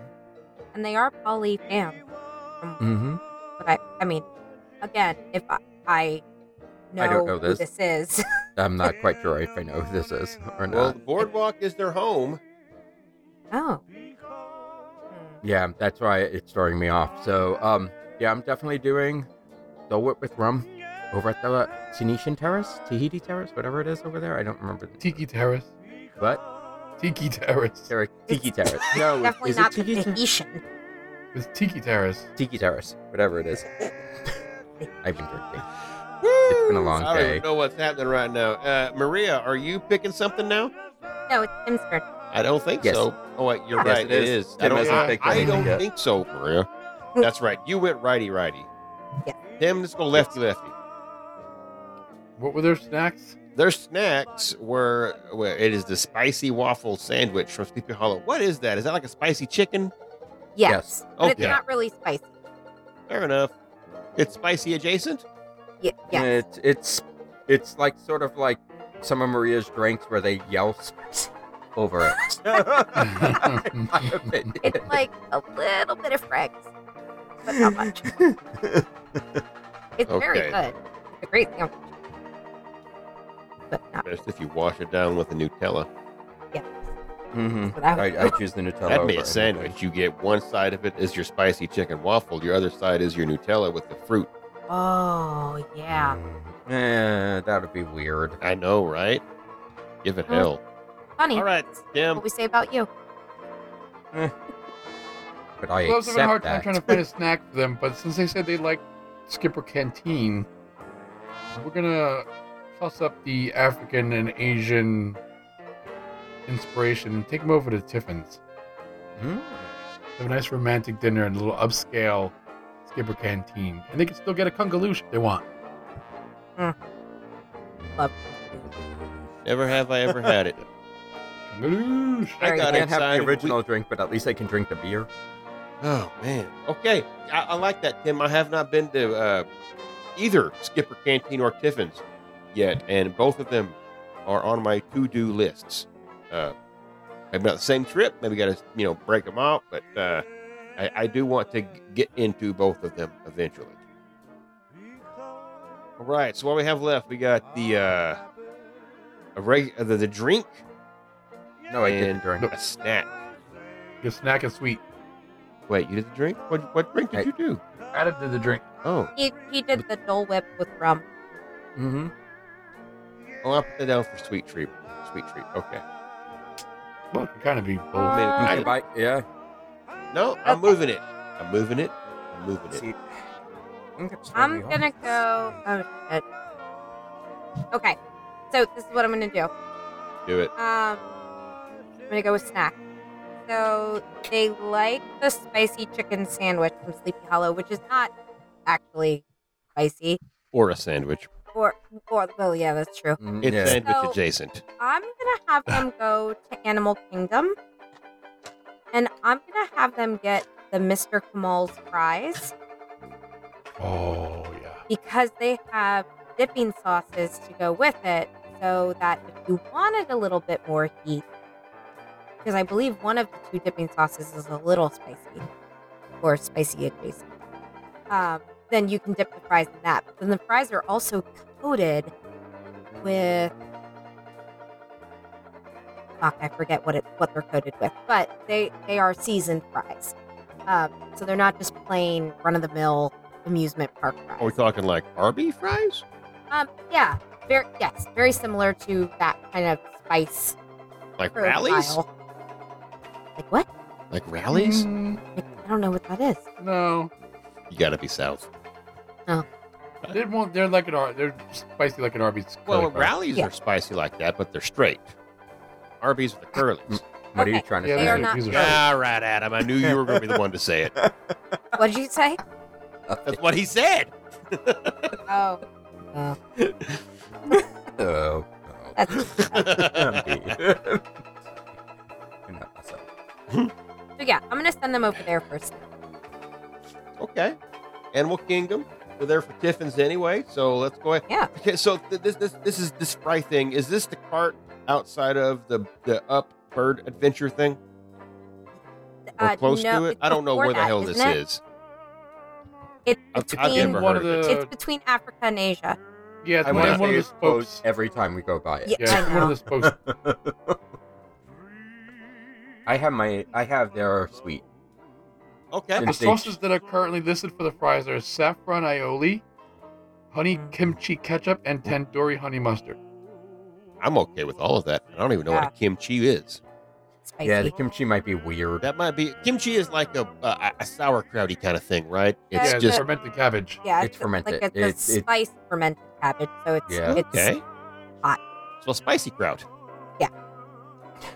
And they are poly fam.
Mm-hmm.
But I, I mean, again, if I, I know,
I don't know
who
this.
this is, [LAUGHS]
I'm not quite sure if I know who this is or not.
Well, the boardwalk is their home.
oh,
Yeah, that's why it's throwing me off. So, um, yeah, I'm definitely doing Dole Whip with rum over at the Tunisian Terrace, Tahiti Terrace, whatever it is over there. I don't remember. The,
Tiki Terrace.
what?
Tiki Terrace.
Ter- Tiki Terrace.
[LAUGHS]
No,
definitely
is
not
it Tiki
the
Terrace?
Tahitian.
It's Tiki Terrace.
Tiki Terrace, whatever it is. [LAUGHS] I've been drinking.
It's
been a long
I don't
day.
even know what's happening right now. Uh, Maria, are you picking something now?
No, it's Tim's turn.
I don't think
Yes.
so. Oh, wait, you're
Yes,
right.
it is.
I
Tim
don't,
hasn't
I,
picked
I
anything
don't
yet.
think
[LAUGHS]
so, Maria. That's right. You went righty righty.
Yeah.
Tim, let's go lefty lefty.
What were their snacks?
Their snacks were well, it is the spicy waffle sandwich from Sleepy Hollow. What is that? Is that like a spicy chicken?
Yes.
Oh,
But it's
Okay.
not really spicy.
Fair enough. It's spicy adjacent.
Yeah. yeah.
It's it's it's like sort of like some of Maria's drinks where they yell s- over it.
[LAUGHS]
My opinion. [LAUGHS]
It's like a little bit of Frank's, but not
Mm-hmm. [LAUGHS]
much. it's very
Okay.
good. It's a great sandwich. But not
Best if you wash it down with a Nutella.
Mhm.
what I would
I, I choose the Nutella.
That'd be
over
a sandwich. You get one side of it is your spicy chicken waffle, your other side is your Nutella with the fruit.
Oh, yeah.
anything. Eh, that would be weird.
I know, right? Give it
Oh.
hell.
Funny.
All right, um Tim.
What we say about you.
But I
Well, I was having a
accept
hard time
that.
trying to
[LAUGHS]
find a snack for them, but since they said they like Skipper Canteen, we're gonna toss up the African and Asian inspiration and take them over to Tiffin's.
Mm.
Have a nice romantic dinner in a little upscale Skipper Canteen, and they can still get a kungaloosh if they want.
Never have I ever had it.
Kungaloosh.
I
Very
got
Can't have
excited.
the
We-
original drink, but at least I can drink the beer.
Oh man. Okay, I, I like that, Tim. I have not been to uh, either Skipper Canteen or Tiffin's yet, and both of them are on my to-do lists. Uh, maybe not the same trip. Maybe got to you know break them out, but uh, I, I do want to g- get into both of them eventually. All right. So what we have left, we got the uh, a reg- uh, the, the drink,
No, I
And-
didn't drink.
a snack.
Your snack and sweet.
Wait, you did the drink? What what drink did
I-
you do?
Added to the drink.
Oh,
He, he did the Dole Whip with rum.
Mm-hmm.
Uh,
oh, I put that down for sweet treat. Sweet treat. Okay.
Well, it could kind of be both.
I mean,
You
I-
can buy, yeah.
no, I'm moving it. I'm moving it. I'm moving it.
See, I'm gonna, start
I'm
you off.
gonna go. Oh shit. Okay, so this is what I'm gonna do.
Do it.
Um, I'm gonna go with snack. So they like the spicy chicken sandwich from Sleepy Hollow, which is not actually spicy.
Or a sandwich.
Or, or well, yeah, that's true.
Mm,
It's
yeah.
sandwich
So-
adjacent.
I'm gonna have them go to Animal Kingdom, and I'm gonna have them get the Mr. Kamal's fries.
Oh yeah.
because they have dipping sauces to go with it, so that if you wanted a little bit more heat, because I believe one of the two dipping sauces is a little spicy or spicy adjacent, um, then you can dip the fries in that. But then the fries are also coated with. Fuck, I forget what it what they're coated with, but they they are seasoned fries, um, so they're not just plain run of the mill amusement park fries.
Are we talking like Arby fries?
Um, yeah, very yes, very similar to that kind of spice
Like
profile.
rallies?
Like what?
Like rallies?
Mm,
Like, I don't know what that is.
no,
Mm-hmm.
You gotta be south.
they're more, they're like an Ar- they're spicy like an Arby's.
Well,
curly fry.
rallies
Yeah.
are spicy like that, but they're straight. Arby's are the curlies.
What are you
Okay.
trying to
Yeah,
say?
They are
these
not
these
All right, Adam. I knew you were gonna be the one to say it.
What did you
[LAUGHS]
say?
That's what he [LAUGHS] said.
oh,
Oh, no.
that's [LAUGHS] so
I'm [LAUGHS]
[LAUGHS] All
dead. I'm not myself.
yeah. I'm gonna send them over there first.
Okay. Animal Kingdom. We're there for Tiffin's anyway, so let's go ahead.
Yeah.
Okay, so th- this this this is this fry thing. Is this the cart outside of the the up bird adventure thing? Or
Uh,
close
no,
to it?
it's
I don't know
before
where the
that,
hell
isn't
this
it?
is.
It's
I've-
between
I've never
One
heard
of
of
the-
it.
it's between Africa and Asia.
Yeah, it's
I
one,
want
of-
to
one
say
of the
it's closed
spokes.
every time we go by it.
Yeah,
Yeah, it's
I
one of
know.
the
[LAUGHS]
spokes.
I have my, I have their sweet.
Okay.
The
Since they-
sauces that are currently listed for the fries are saffron aioli, honey
Mm.
kimchi ketchup, and tandoori honey mustard.
I'm okay with all of that. I don't even know what a kimchi is.
Spicy.
Yeah, the kimchi might be weird.
That might be kimchi is like a a, a sauerkrauty kind of thing, right? It's
yeah, it's
just
fermented cabbage.
Yeah,
it's
Like
fermented.
it's,
It's-
a
it's-
spice fermented cabbage, so it's
Yeah.
it's
okay.
hot.
So spicy kraut.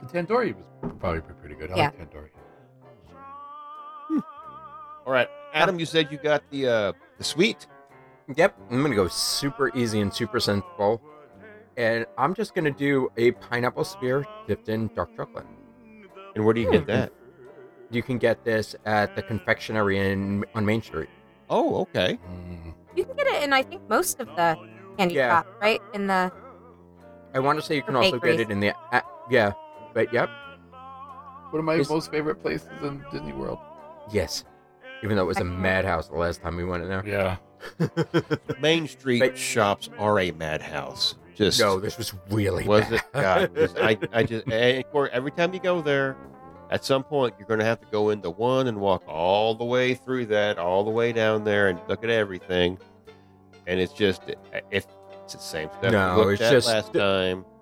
The tandoori was probably pretty good. I like tandoori.
All right, Adam, you said you got the uh the sweet.
Yep, I'm gonna go super easy and super simple, and I'm just gonna do a pineapple spear dipped in dark chocolate.
And where do you
Hmm.
get that?
You can get this at the confectionery in on Main Street.
Oh, okay.
Mm.
You can get it in I think most of the candy
Yeah.
shop, right? In the
I want to say you can
Or
also
bakeries.
get it in the a yeah, but yep,
One of my
Is-
most favorite places in Disney World.
yes. Even though it was a
Excellent.
madhouse the last time we went in there.
Yeah.
[LAUGHS]
Main Street
But-
shops are a madhouse. Just
No, this was really
was
bad.
it? God, just- I, I [LAUGHS] just and of course, every time you go there, at some point you're going to have to go into one and walk all the way through that, all the way down there, and look at everything. And it's just eh, if it's the same stuff.
No,
we looked
it's
at
just-
last time.
[LAUGHS]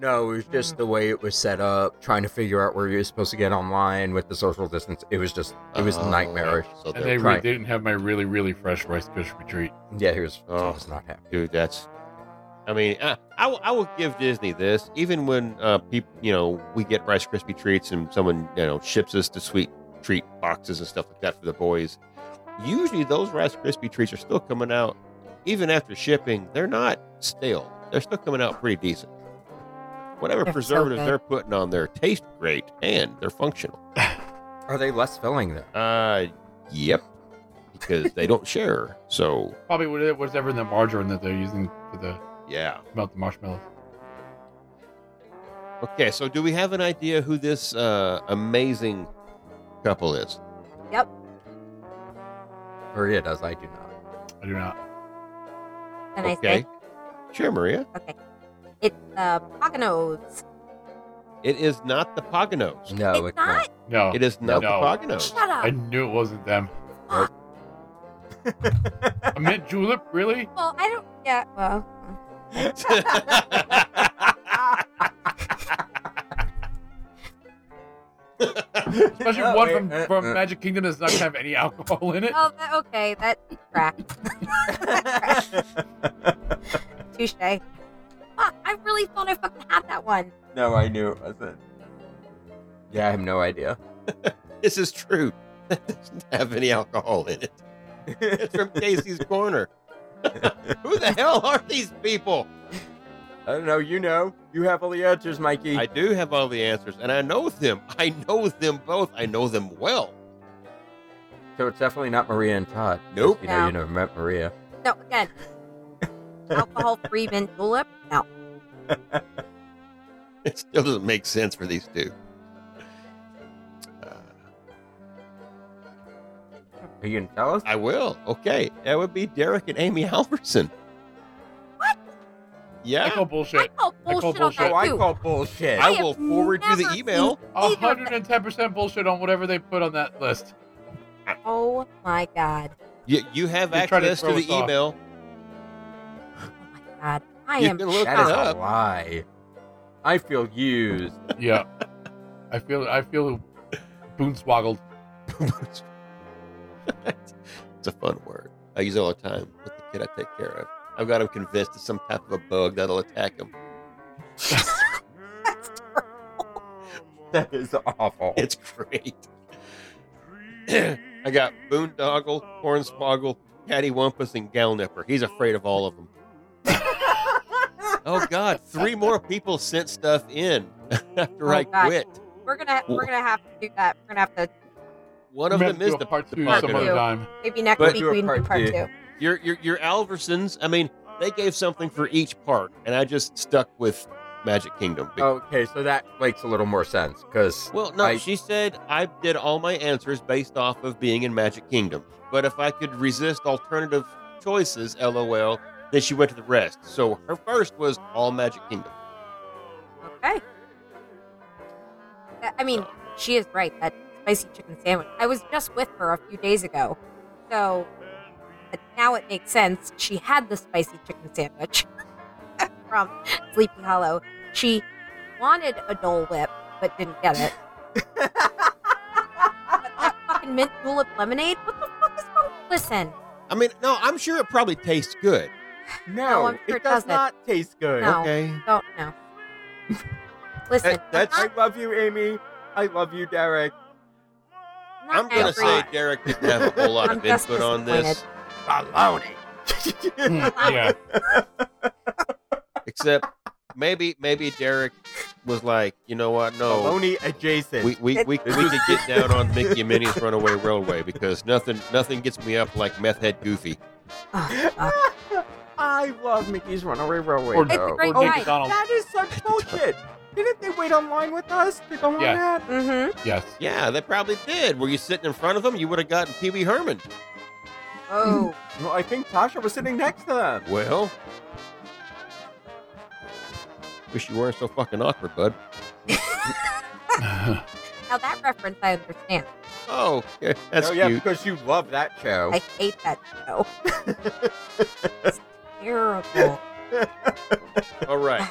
No, it was just the way it was set up, trying to figure out where you're supposed to get online with the social distance. It was just, it was
Oh,
nightmarish.
So
And they
they
really
right.
didn't have my really, really fresh Rice Krispie treat.
Yeah, he was, I
Oh.
was not happy.
dude, that's. I mean, I, I, will, I will give Disney this. Even when uh, people, you know, we get Rice Krispie treats and someone, you know, ships us the sweet treat boxes and stuff like that for the boys. Usually, those Rice Krispie treats are still coming out, even after shipping. They're not stale. They're still coming out pretty decent. Whatever
They're so
preservatives
good.
they're putting on there taste great and they're functional.
Are they less filling though?
Uh, yep, because they don't share. So
Probably what- whatever in the margarine that they're using for the
yeah.
melt the marshmallows.
Okay, so do we have an idea who this uh, amazing couple is?
Maria does, I do not.
I do not.
And I
okay.
say
Sure, Maria.
it's uh, Poconos.
It is not the Paganos.
No,
it's, not.
No.
It is not
No.
the Paganos.
Shut up.
I knew it
[LAUGHS]
wasn't them.
Fuck.
A mint julep, really?
well, I don't. Yeah.
[LAUGHS]
Well.
Especially
Oh,
one
wait,
from,
uh,
from
uh.
Magic Kingdom that does not have any [LAUGHS] alcohol in it.
Oh, that, okay. That cracked. Touche. Fuck, I really thought I fucking had that one.
[LAUGHS] no, I knew it wasn't. Yeah, I have no idea. [LAUGHS]
this is true. That doesn't have any alcohol in it. It's from Casey's Corner. [LAUGHS] who the hell are these people?
I don't know. You know, you have all the answers, Mikey.
I do have all the answers, and I know them. I know them both. I know them well.
So it's definitely not Maria and Todd.
Nope.
You know,
No.
you never met Maria.
No,
[LAUGHS]
again. Alcohol free mint julep? No.
It still doesn't make sense for these two. Uh,
Are you gonna tell us?
I will. Okay. That would be Derek and Amy [LAUGHS] Halverson.
What?
I
Yeah.
call bullshit.
I call
I call
bullshit,
bullshit.
on
oh,
that
I
too.
call bullshit.
I,
I
will
have
forward you the
never
email.
Either of them.
110% bullshit on whatever they put on that list.
oh my god.
You, you have
You're trying to
access to,
throw
the
us off.
email. [LAUGHS]
Oh my god. I
you
am
can look
That is
it up.
a lie. I feel used.
Yeah. I feel I feel boonswoggled.
it's a fun word. I use it all the time with the kid I take care of. I've got him convinced it's some type of a bug that'll attack him.
[LAUGHS] That is awful.
[LAUGHS] It's great. [CLEARS THROAT] I got Boondoggle, Hornswoggle, Cattywampus, and Galnipper. He's afraid of all of them. oh God! Three more people sent stuff in [LAUGHS] after I
Oh, God.
quit.
we're gonna we're gonna have to do that. We're gonna have to
One of
We're
them
gonna
is
do a
the
part
the
two
Poconos.
some other
Poconos.
[LAUGHS]
time.
maybe next
But-
week
Do a
we can do
part
part
two.
two.
Your your your Alversons. I mean, they gave something for each part, and I just stuck with Magic Kingdom.
[LAUGHS] Okay, so that makes a little more sense because
Well, no,
I-
she said I did all my answers based off of being in Magic Kingdom. But if I could resist alternative choices, lol, then she went to the rest. So her first was all Magic Kingdom.
Okay. That- I mean, she is right. That spicy chicken sandwich. I was just with her a few days ago, so but now it makes sense. She had the spicy chicken sandwich [LAUGHS] from Sleepy Hollow. She wanted a Dole Whip, but didn't get it. but that fucking mint julep lemonade. What the fuck is wrong? Listen,
I mean, no, I'm sure it probably tastes good.
no,
I'm sure
it
it
does
doesn't.
not taste good.
No.
Okay.
don't know. Listen,
That- that's-
I love you, Amy. I love you, Derek.
I'm not
I'm going to
angry.
say Derek didn't have a whole lot
I'm
of
just
input on this,
Baloney.
Hmm, yeah.
except maybe maybe Derek was like, you know what? No.
Baloney adjacent.
We we, we, we
This
could
is-
get down on Mickey and Minnie's Runaway [LAUGHS] Railway because nothing nothing gets me up like meth head Goofy.
Oh, fuck.
I love Mickey's Runaway Railway.
Or,
It's a
though.
great
or Nick
ride.
McDonald.
That is such [LAUGHS] bullshit. Didn't they wait online with us to go on
Yeah.
that?
Mm-hmm.
Yes.
Yeah, they probably did. Were you sitting in front of them? You would have gotten Pee Wee Herman.
Oh,
Well, I think Tasha was sitting next to them.
Well, wish you weren't so fucking awkward, bud.
now that reference I understand.
Oh, [LAUGHS] yeah, that's
oh, yeah,
cute.
because you love that show.
I hate that show.
[LAUGHS]
it's terrible.
All right,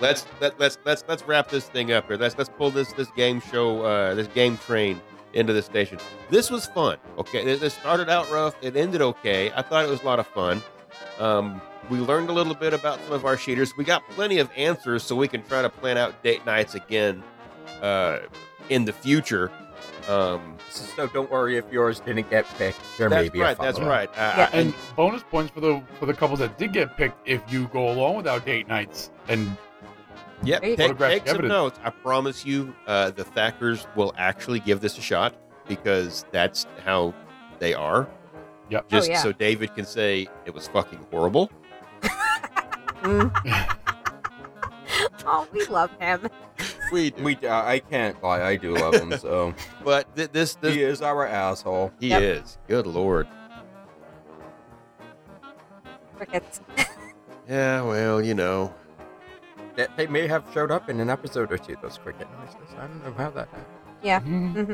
let's let, let's let's let's wrap this thing up here. Let's let's pull this this game show, uh, this game train into the station. This was fun. Okay, it, it started out rough. It ended okay. I thought it was a lot of fun. Um, we learned a little bit about some of our cheaters. We got plenty of answers, so we can try to plan out date nights again uh, in the future. Um,
So don't worry if yours didn't get picked. There may
that's
be
right.
a
That's
follow-up.
right. Uh,
Yeah.
[LAUGHS] And bonus points for the for the couples that did get picked if you go along without date nights. And
Yep,
There you
take,
go.
Photographic
take some
evidence.
notes. I promise you, uh, the Thackers will actually give this a shot because that's how they are.
Yep.
Just
Oh, yeah.
so David can say it was fucking horrible.
oh, we love him.
We
We, uh, I can't lie. I do love him, [LAUGHS] so.
But th- this, this,
he is our asshole.
he
Yep.
is. Good lord.
Crickets.
Yeah. Well, you know.
They, they may have showed up in an episode or two, those cricket noises. I don't know how that happened.
Mhm.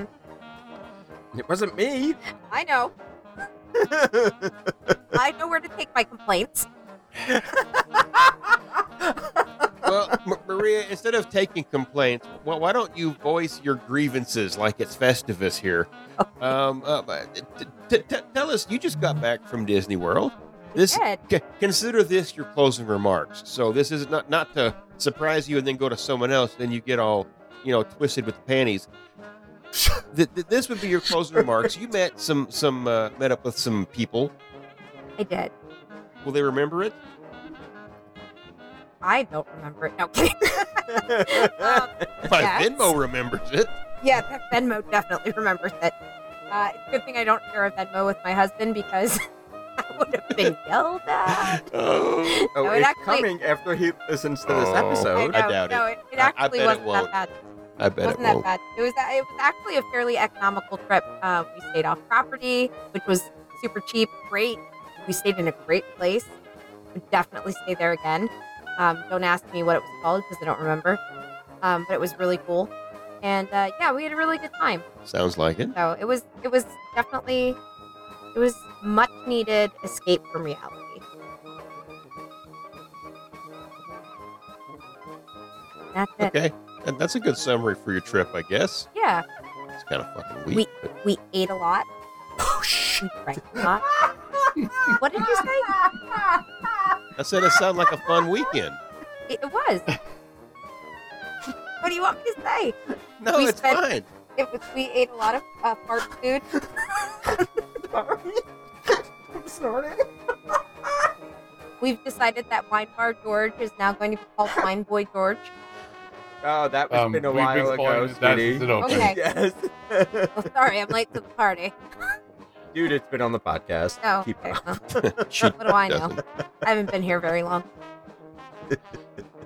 hmm
It wasn't [LAUGHS] me.
I know. I know where to take my complaints.
Well, M- Maria, instead of taking complaints, well, why don't you voice your grievances like it's Festivus here?
Oh.
Um, uh, but t- t- t- tell us, you just got back from Disney World. This
Ed,
C- consider this your closing remarks. So this is not not to surprise you and then go to someone else, then you get all you know twisted with the panties. [LAUGHS] Th- th- this would be your closing remarks. You met some some uh, met up with some people.
I did.
Will they remember it? [LAUGHS]
I don't remember it. No kidding.
[LAUGHS]
um,
My
Yes.
Venmo remembers
[GASPS]
it.
yeah, that Venmo definitely remembers it. Uh, it's a good thing I don't share a Venmo with my husband because [LAUGHS] I would have been yelled at.
Oh,
Oh,
No, it
it's
actually-
coming after he listens to this
Oh.
I
episode.
know,
doubt
no, it, it
I- I
actually
bet it
wasn't
won't.
that bad.
I bet
wasn't
it
that
won't.
bad. It was it was actually a fairly economical trip. Um, we stayed off property, which was super cheap, great. We stayed in a great place. Would definitely stay there again. Um, don't ask me what it was called because I don't remember. Um, but it was really cool, and uh, yeah, we had a really good time.
Sounds like it.
So it was it was definitely it was much needed escape from reality. That's it.
Okay, That- that's a good summary for your trip, I guess.
Yeah,
It's kind of fucking weak.
We- we ate a lot. We drank a lot. what did you say?
I said it sounded like a fun weekend.
It it was. what do you want me to say?
No,
We
it's
spent-
fine.
[LAUGHS] It was, we ate a lot of uh, fart food.
I'm sorry.
We've decided that Wine Bar George is now going to be called Wine Boy George.
Oh, that was
Um,
been a
we've
while ago,
calling it that
sweetie.
since it
[LAUGHS]
opened. [LAUGHS]
Okay.
[LAUGHS] Yes. [LAUGHS]
Oh, sorry, I'm late to the party.
Dude, it's been on the podcast.
Oh,
Keep
okay,
up.
well,
She
what do I know?
[LAUGHS] doesn't.
I haven't been here very long.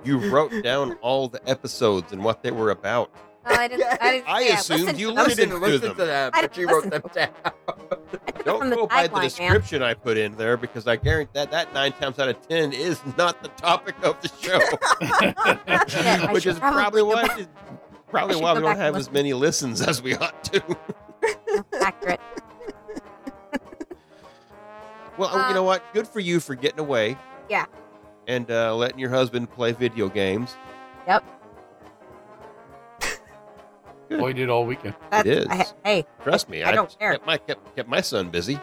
You wrote down all the episodes and what they were about.
No, I didn't. I, didn't
I
say
assumed
listened
you
to them.
I
listened
didn't listen
them.
to that,
I
but she
didn't
wrote them
listen
down.
I took it
Don't
from the
go by the
tagline, man.
description I put in there because I guarantee that that nine times out of ten is not the topic of the show,
[LAUGHS] Shit, I
[LAUGHS] which
should
is probably
go
why
back-
probably
I should
why
go
we don't
back and
have as
listen.
many listens as we ought to.
accurate.
Well, oh, you
Um,
know what? Good for you for getting away.
Yeah.
And uh, letting your husband play video games.
Well, he did all weekend.
That's,
is.
I, hey,
Trust me,
I don't care.
Kept my kept, kept my son busy.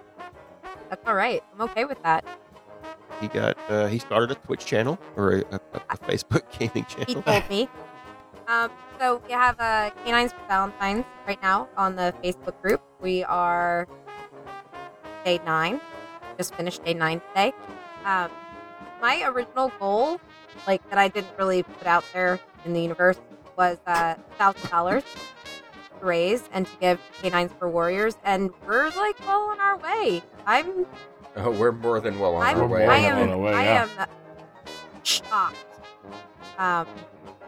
that's all right. I'm okay with that.
He got uh, he started a Twitch channel or a, a, a Facebook gaming
he
channel.
told me. Um, so we have uh, Canines for Valentine's right now on the Facebook group. We are day nine. Just finished day nine today. Um, my original goal, like that I didn't really put out there in the universe, was uh, thousand dollars to raise and to give Canines for Warriors, and we're like well on our way. I'm
[LAUGHS] Oh, we're more than well on
I'm,
our
We're
way.
more
I
than
am,
blown away,
I
yeah.
am uh, shocked um,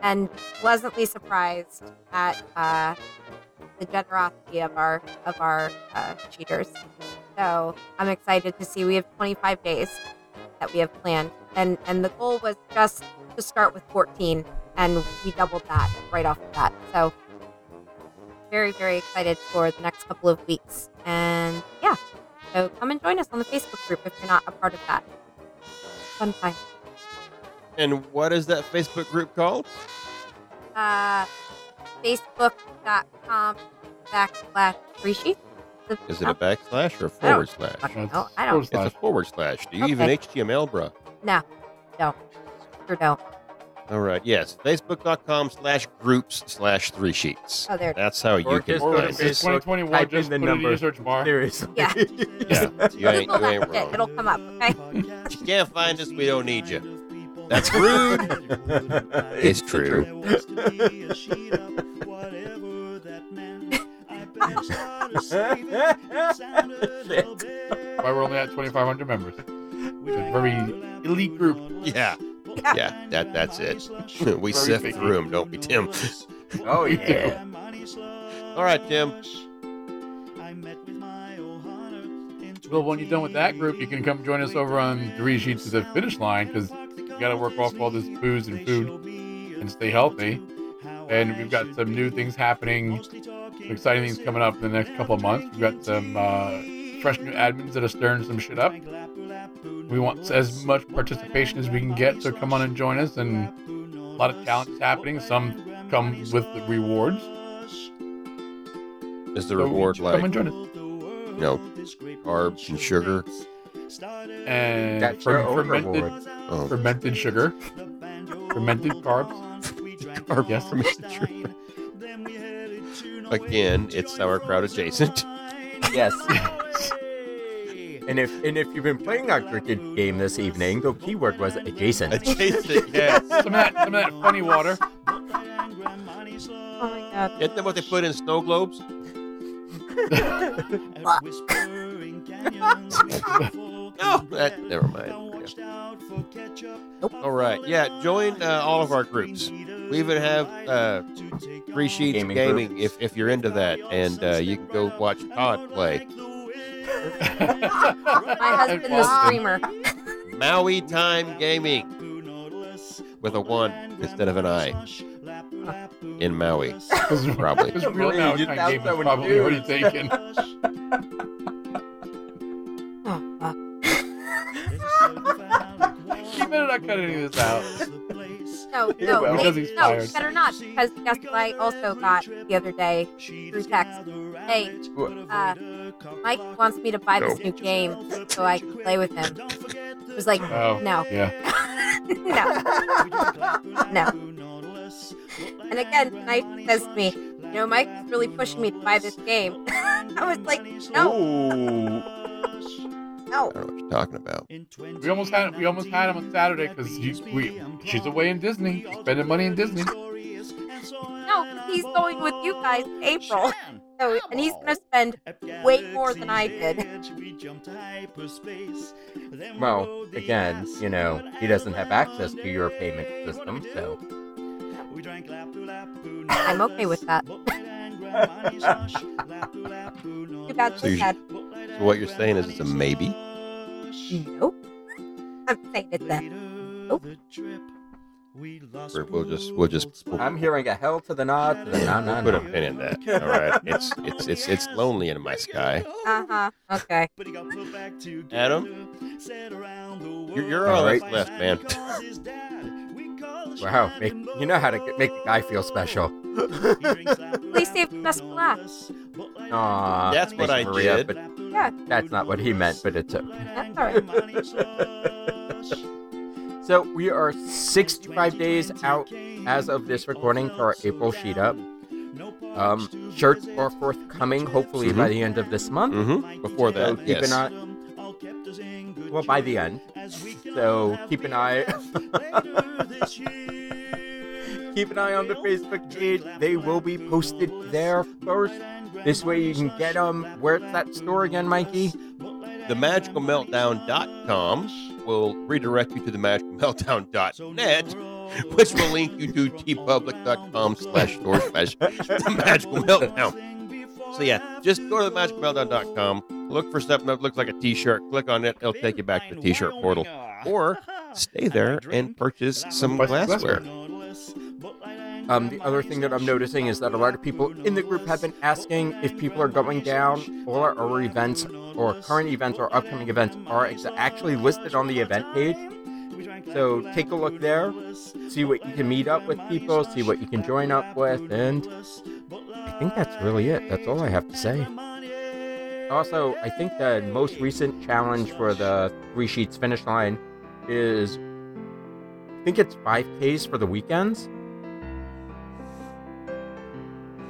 and pleasantly surprised at uh, the generosity of our of our uh, cheaters. So I'm excited to see. We have 25 days that we have planned, and and the goal was just to start with 14, and we doubled that right off the bat. So very very excited for the next couple of weeks, and yeah. So come and join us on the Facebook group if you're not a part of that. Fun time.
And what is that Facebook group called?
Uh, Facebook.com backslash Um, free sheet.
Is it a backslash or a
I don't
forward slash?
I don't know. Oh, I don't
Forward
It's a
slash.
forward slash. Do you even
Okay.
HTML, bruh?
sure don't.
All right. Yes. Facebook.com slash groups slash three sheets.
Oh, there it is.
That's how
Or
you can
just
Or
go to
find
if
it.
it's
Facebook,
2021,
type in the
just put it in
number.
your search bar.
Seriously.
Yeah.
[LAUGHS]
Yeah. You ain't,
Google
you
that
ain't
shit. [LAUGHS]
wrong.
It'll come up, okay?
If you can't find us, we don't need you.
[LAUGHS]
That's
[LAUGHS]
rude. it's true.
Why we're only at 2,500 members. It's a very elite group.
Yeah. Yeah. That that's it. [LAUGHS] we
Very
sift
picky.
through them, don't we, Tim?
oh,
We
yeah.
do.
All right, Tim.
Well, when you're done with that group, you can come join us over on Three Sheets to the Finish Line because you got to work off all this booze and food and stay healthy. And we've got some new things happening, some exciting things coming up in the next couple of months. We've got some uh, fresh new admins that are stirring some shit up. We want as much participation as we can get, so come on and join us. And a lot of talent is happening. Some come with the rewards.
Is the
So
reward
come and
like
join us.
you know carbs and sugar?
And
That's
fer-
your own
fermented,
reward.
Oh,
fermented sugar, fermented carbs.
carb
Yes.
fermented sugar. Again, it's sauerkraut adjacent. [LAUGHS]
Yes.
[LAUGHS]
and if and if you've been playing our cricket game this evening, the keyword was adjacent.
Adjacent, yes.
some of that, some of that funny water.
Oh my god.
Isn't that what they put in snow globes? No, that, never mind. All right, yeah, join uh, all of our groups. We even have uh, free sheets gaming,
Gaming
if, if you're into that, and uh, you can go watch Todd play
My husband, the streamer.
Maui Time Gaming with a one instead of an I in Maui, probably.
His real now
Maria,
time
that's
game
what
is
we
probably
do.
already taken.
Oh, fuck.
He better not cut any of this out.
No,
He
no,
will.
wait,
Because
no,
he's
you
tired.
better not. Because guess what I also got the other day through text? Hey,
What?
uh, Mike wants me to buy this new game so I can play with him. He was like,
Oh,
no, [LAUGHS]
yeah.
no, no. And again, tonight he says to me, you know, Mike's really pushing me to buy this game. [LAUGHS] I was like, no,
Ooh.
[LAUGHS] no.
I don't know what you're talking about.
We almost had we almost had him on Saturday because we she's away in Disney, spending money in Disney.
No, 'cause he's going with you guys in
[LAUGHS]
April. So, and he's going to spend way more than I did.
Well, again, you know, he doesn't have access to your payment system, so
I'm okay with that. Too bad
So
she
you-
said,
So what you're saying is it's a maybe?
nope. [LAUGHS] I'm saying it's a
Or we'll just we'll just we'll,
I'm hearing a hell to the nod to the na na
put a
na.
pin in that. [LAUGHS] All right, it's it's it's it's lonely in my sky.
Uh huh. Okay.
Adam, you're, you're all
All
that's
right.
left, man.
Wow, make, you know how to get, make a guy feel special.
[LAUGHS] Please save the best for last.
Aw,
That's what
thanks,
I
Maria,
did.
But
Yeah,
that's not what he meant, but it's okay.
that's all right.
So we are 65 days out as of this recording for our April sheet up. Um, shirts are forthcoming, hopefully by the end of this month.
Mm-hmm. Before
So
that,
keep an
yes.
eye. Well, by the end. So keep an eye. [LAUGHS] keep an eye on the Facebook page. They will be posted um, there first. This way you can get them. Where it's that store again, Mikey?
themagicalmeltdown.com will redirect you to themagicalmeltdown.net, which [LAUGHS] will link you to tpublic.com slash store [LAUGHS] slash the magical meltdown. So yeah, just go to themagicalmeltdown.com, look for something that looks like a t-shirt, click on it, it'll take you back to the t-shirt portal. [LAUGHS] Or
[LAUGHS]
stay there and purchase some
Buy some
glassware.
Um, the other thing that I'm noticing is that a lot of people in the group have been asking if people are going down. All our, our events, or current events, or upcoming events are ex- actually listed on the event page. So take a look there, see what you can meet up with people, see what you can join up with, and I think that's really it. That's all I have to say. Also, I think the most recent challenge for the three sheets finish line is I think it's 5Ks for the weekends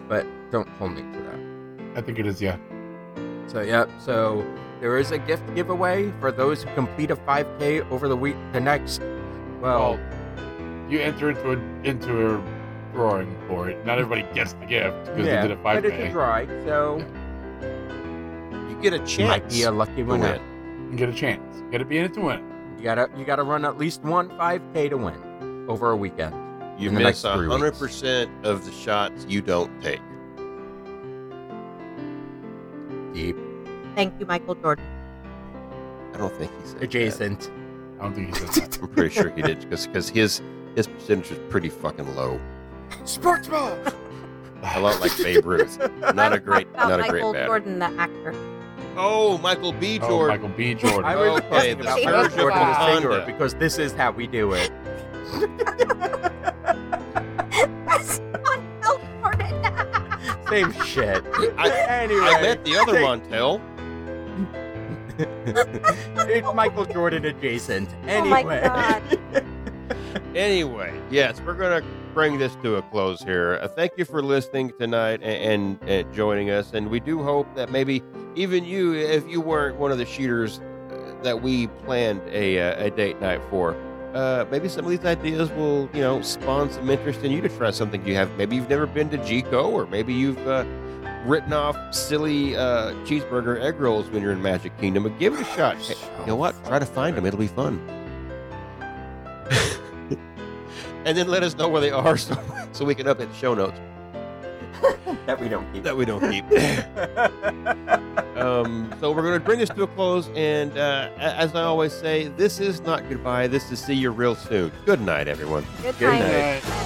but don't hold me to
I think it is, yeah.
that. So yeah, so there is a gift giveaway for those who complete a 5K over the week. The next, well,
you enter into a into a drawing for it. Not everybody gets the gift because
yeah,
they did a
but
five
it's a
k.
dry, so
You get a
you might
chance.
be a lucky winner.
win.
You get a chance. Got to be in it to win.
You gotta you gotta run at least one 5K to win over a weekend.
You
in the
miss
next three weeks.
hundred percent of the shots you don't take.
Deep
Thank you, Michael Jordan.
I don't think he said
adjacent.
I don't think he
[LAUGHS]
says that.
that. I'm pretty sure he did because his his percentage was pretty fucking low.
Sports ball.
A lot like
[LAUGHS]
Babe Ruth. Not a great,
About
not a great
Michael
batter.
Jordan, the actor. [LAUGHS]
Oh, Michael B.
oh,
Jordan.
Michael B. Jordan.
I was
Okay,
talking
the
about
Surgeon
Michael Jordan the
Fonda.
singer because this is how we do it.
That's not Michael Jordan.
Same shit.
[LAUGHS] I,
anyway,
I met the other
take-
Montel.
it's Michael Jordan adjacent.
Oh
Anyway.
my God.
Anyway, yes, we're gonna bring this to a close here. Uh, thank you for listening tonight and, and, and joining us, and we do hope that maybe even you, if you weren't one of the shooters uh, that we planned a uh, a date night for, uh, maybe some of these ideas will you know spawn some interest in you to try something you have. Maybe you've never been to Gico, or maybe you've. Uh, Written off silly uh, cheeseburger egg rolls when you're in Magic Kingdom, but give it a shot. Hey, you know what? Try to find them. It'll be fun. and then let us know where they are [LAUGHS] so, so we can update the show notes
[LAUGHS] That we don't keep.
that we don't keep. um, so we're going to bring this to a close. And uh, a- as I always say, this is not goodbye. This is see you real soon. Good night, everyone.
Good
Good
night.
night.
Alright.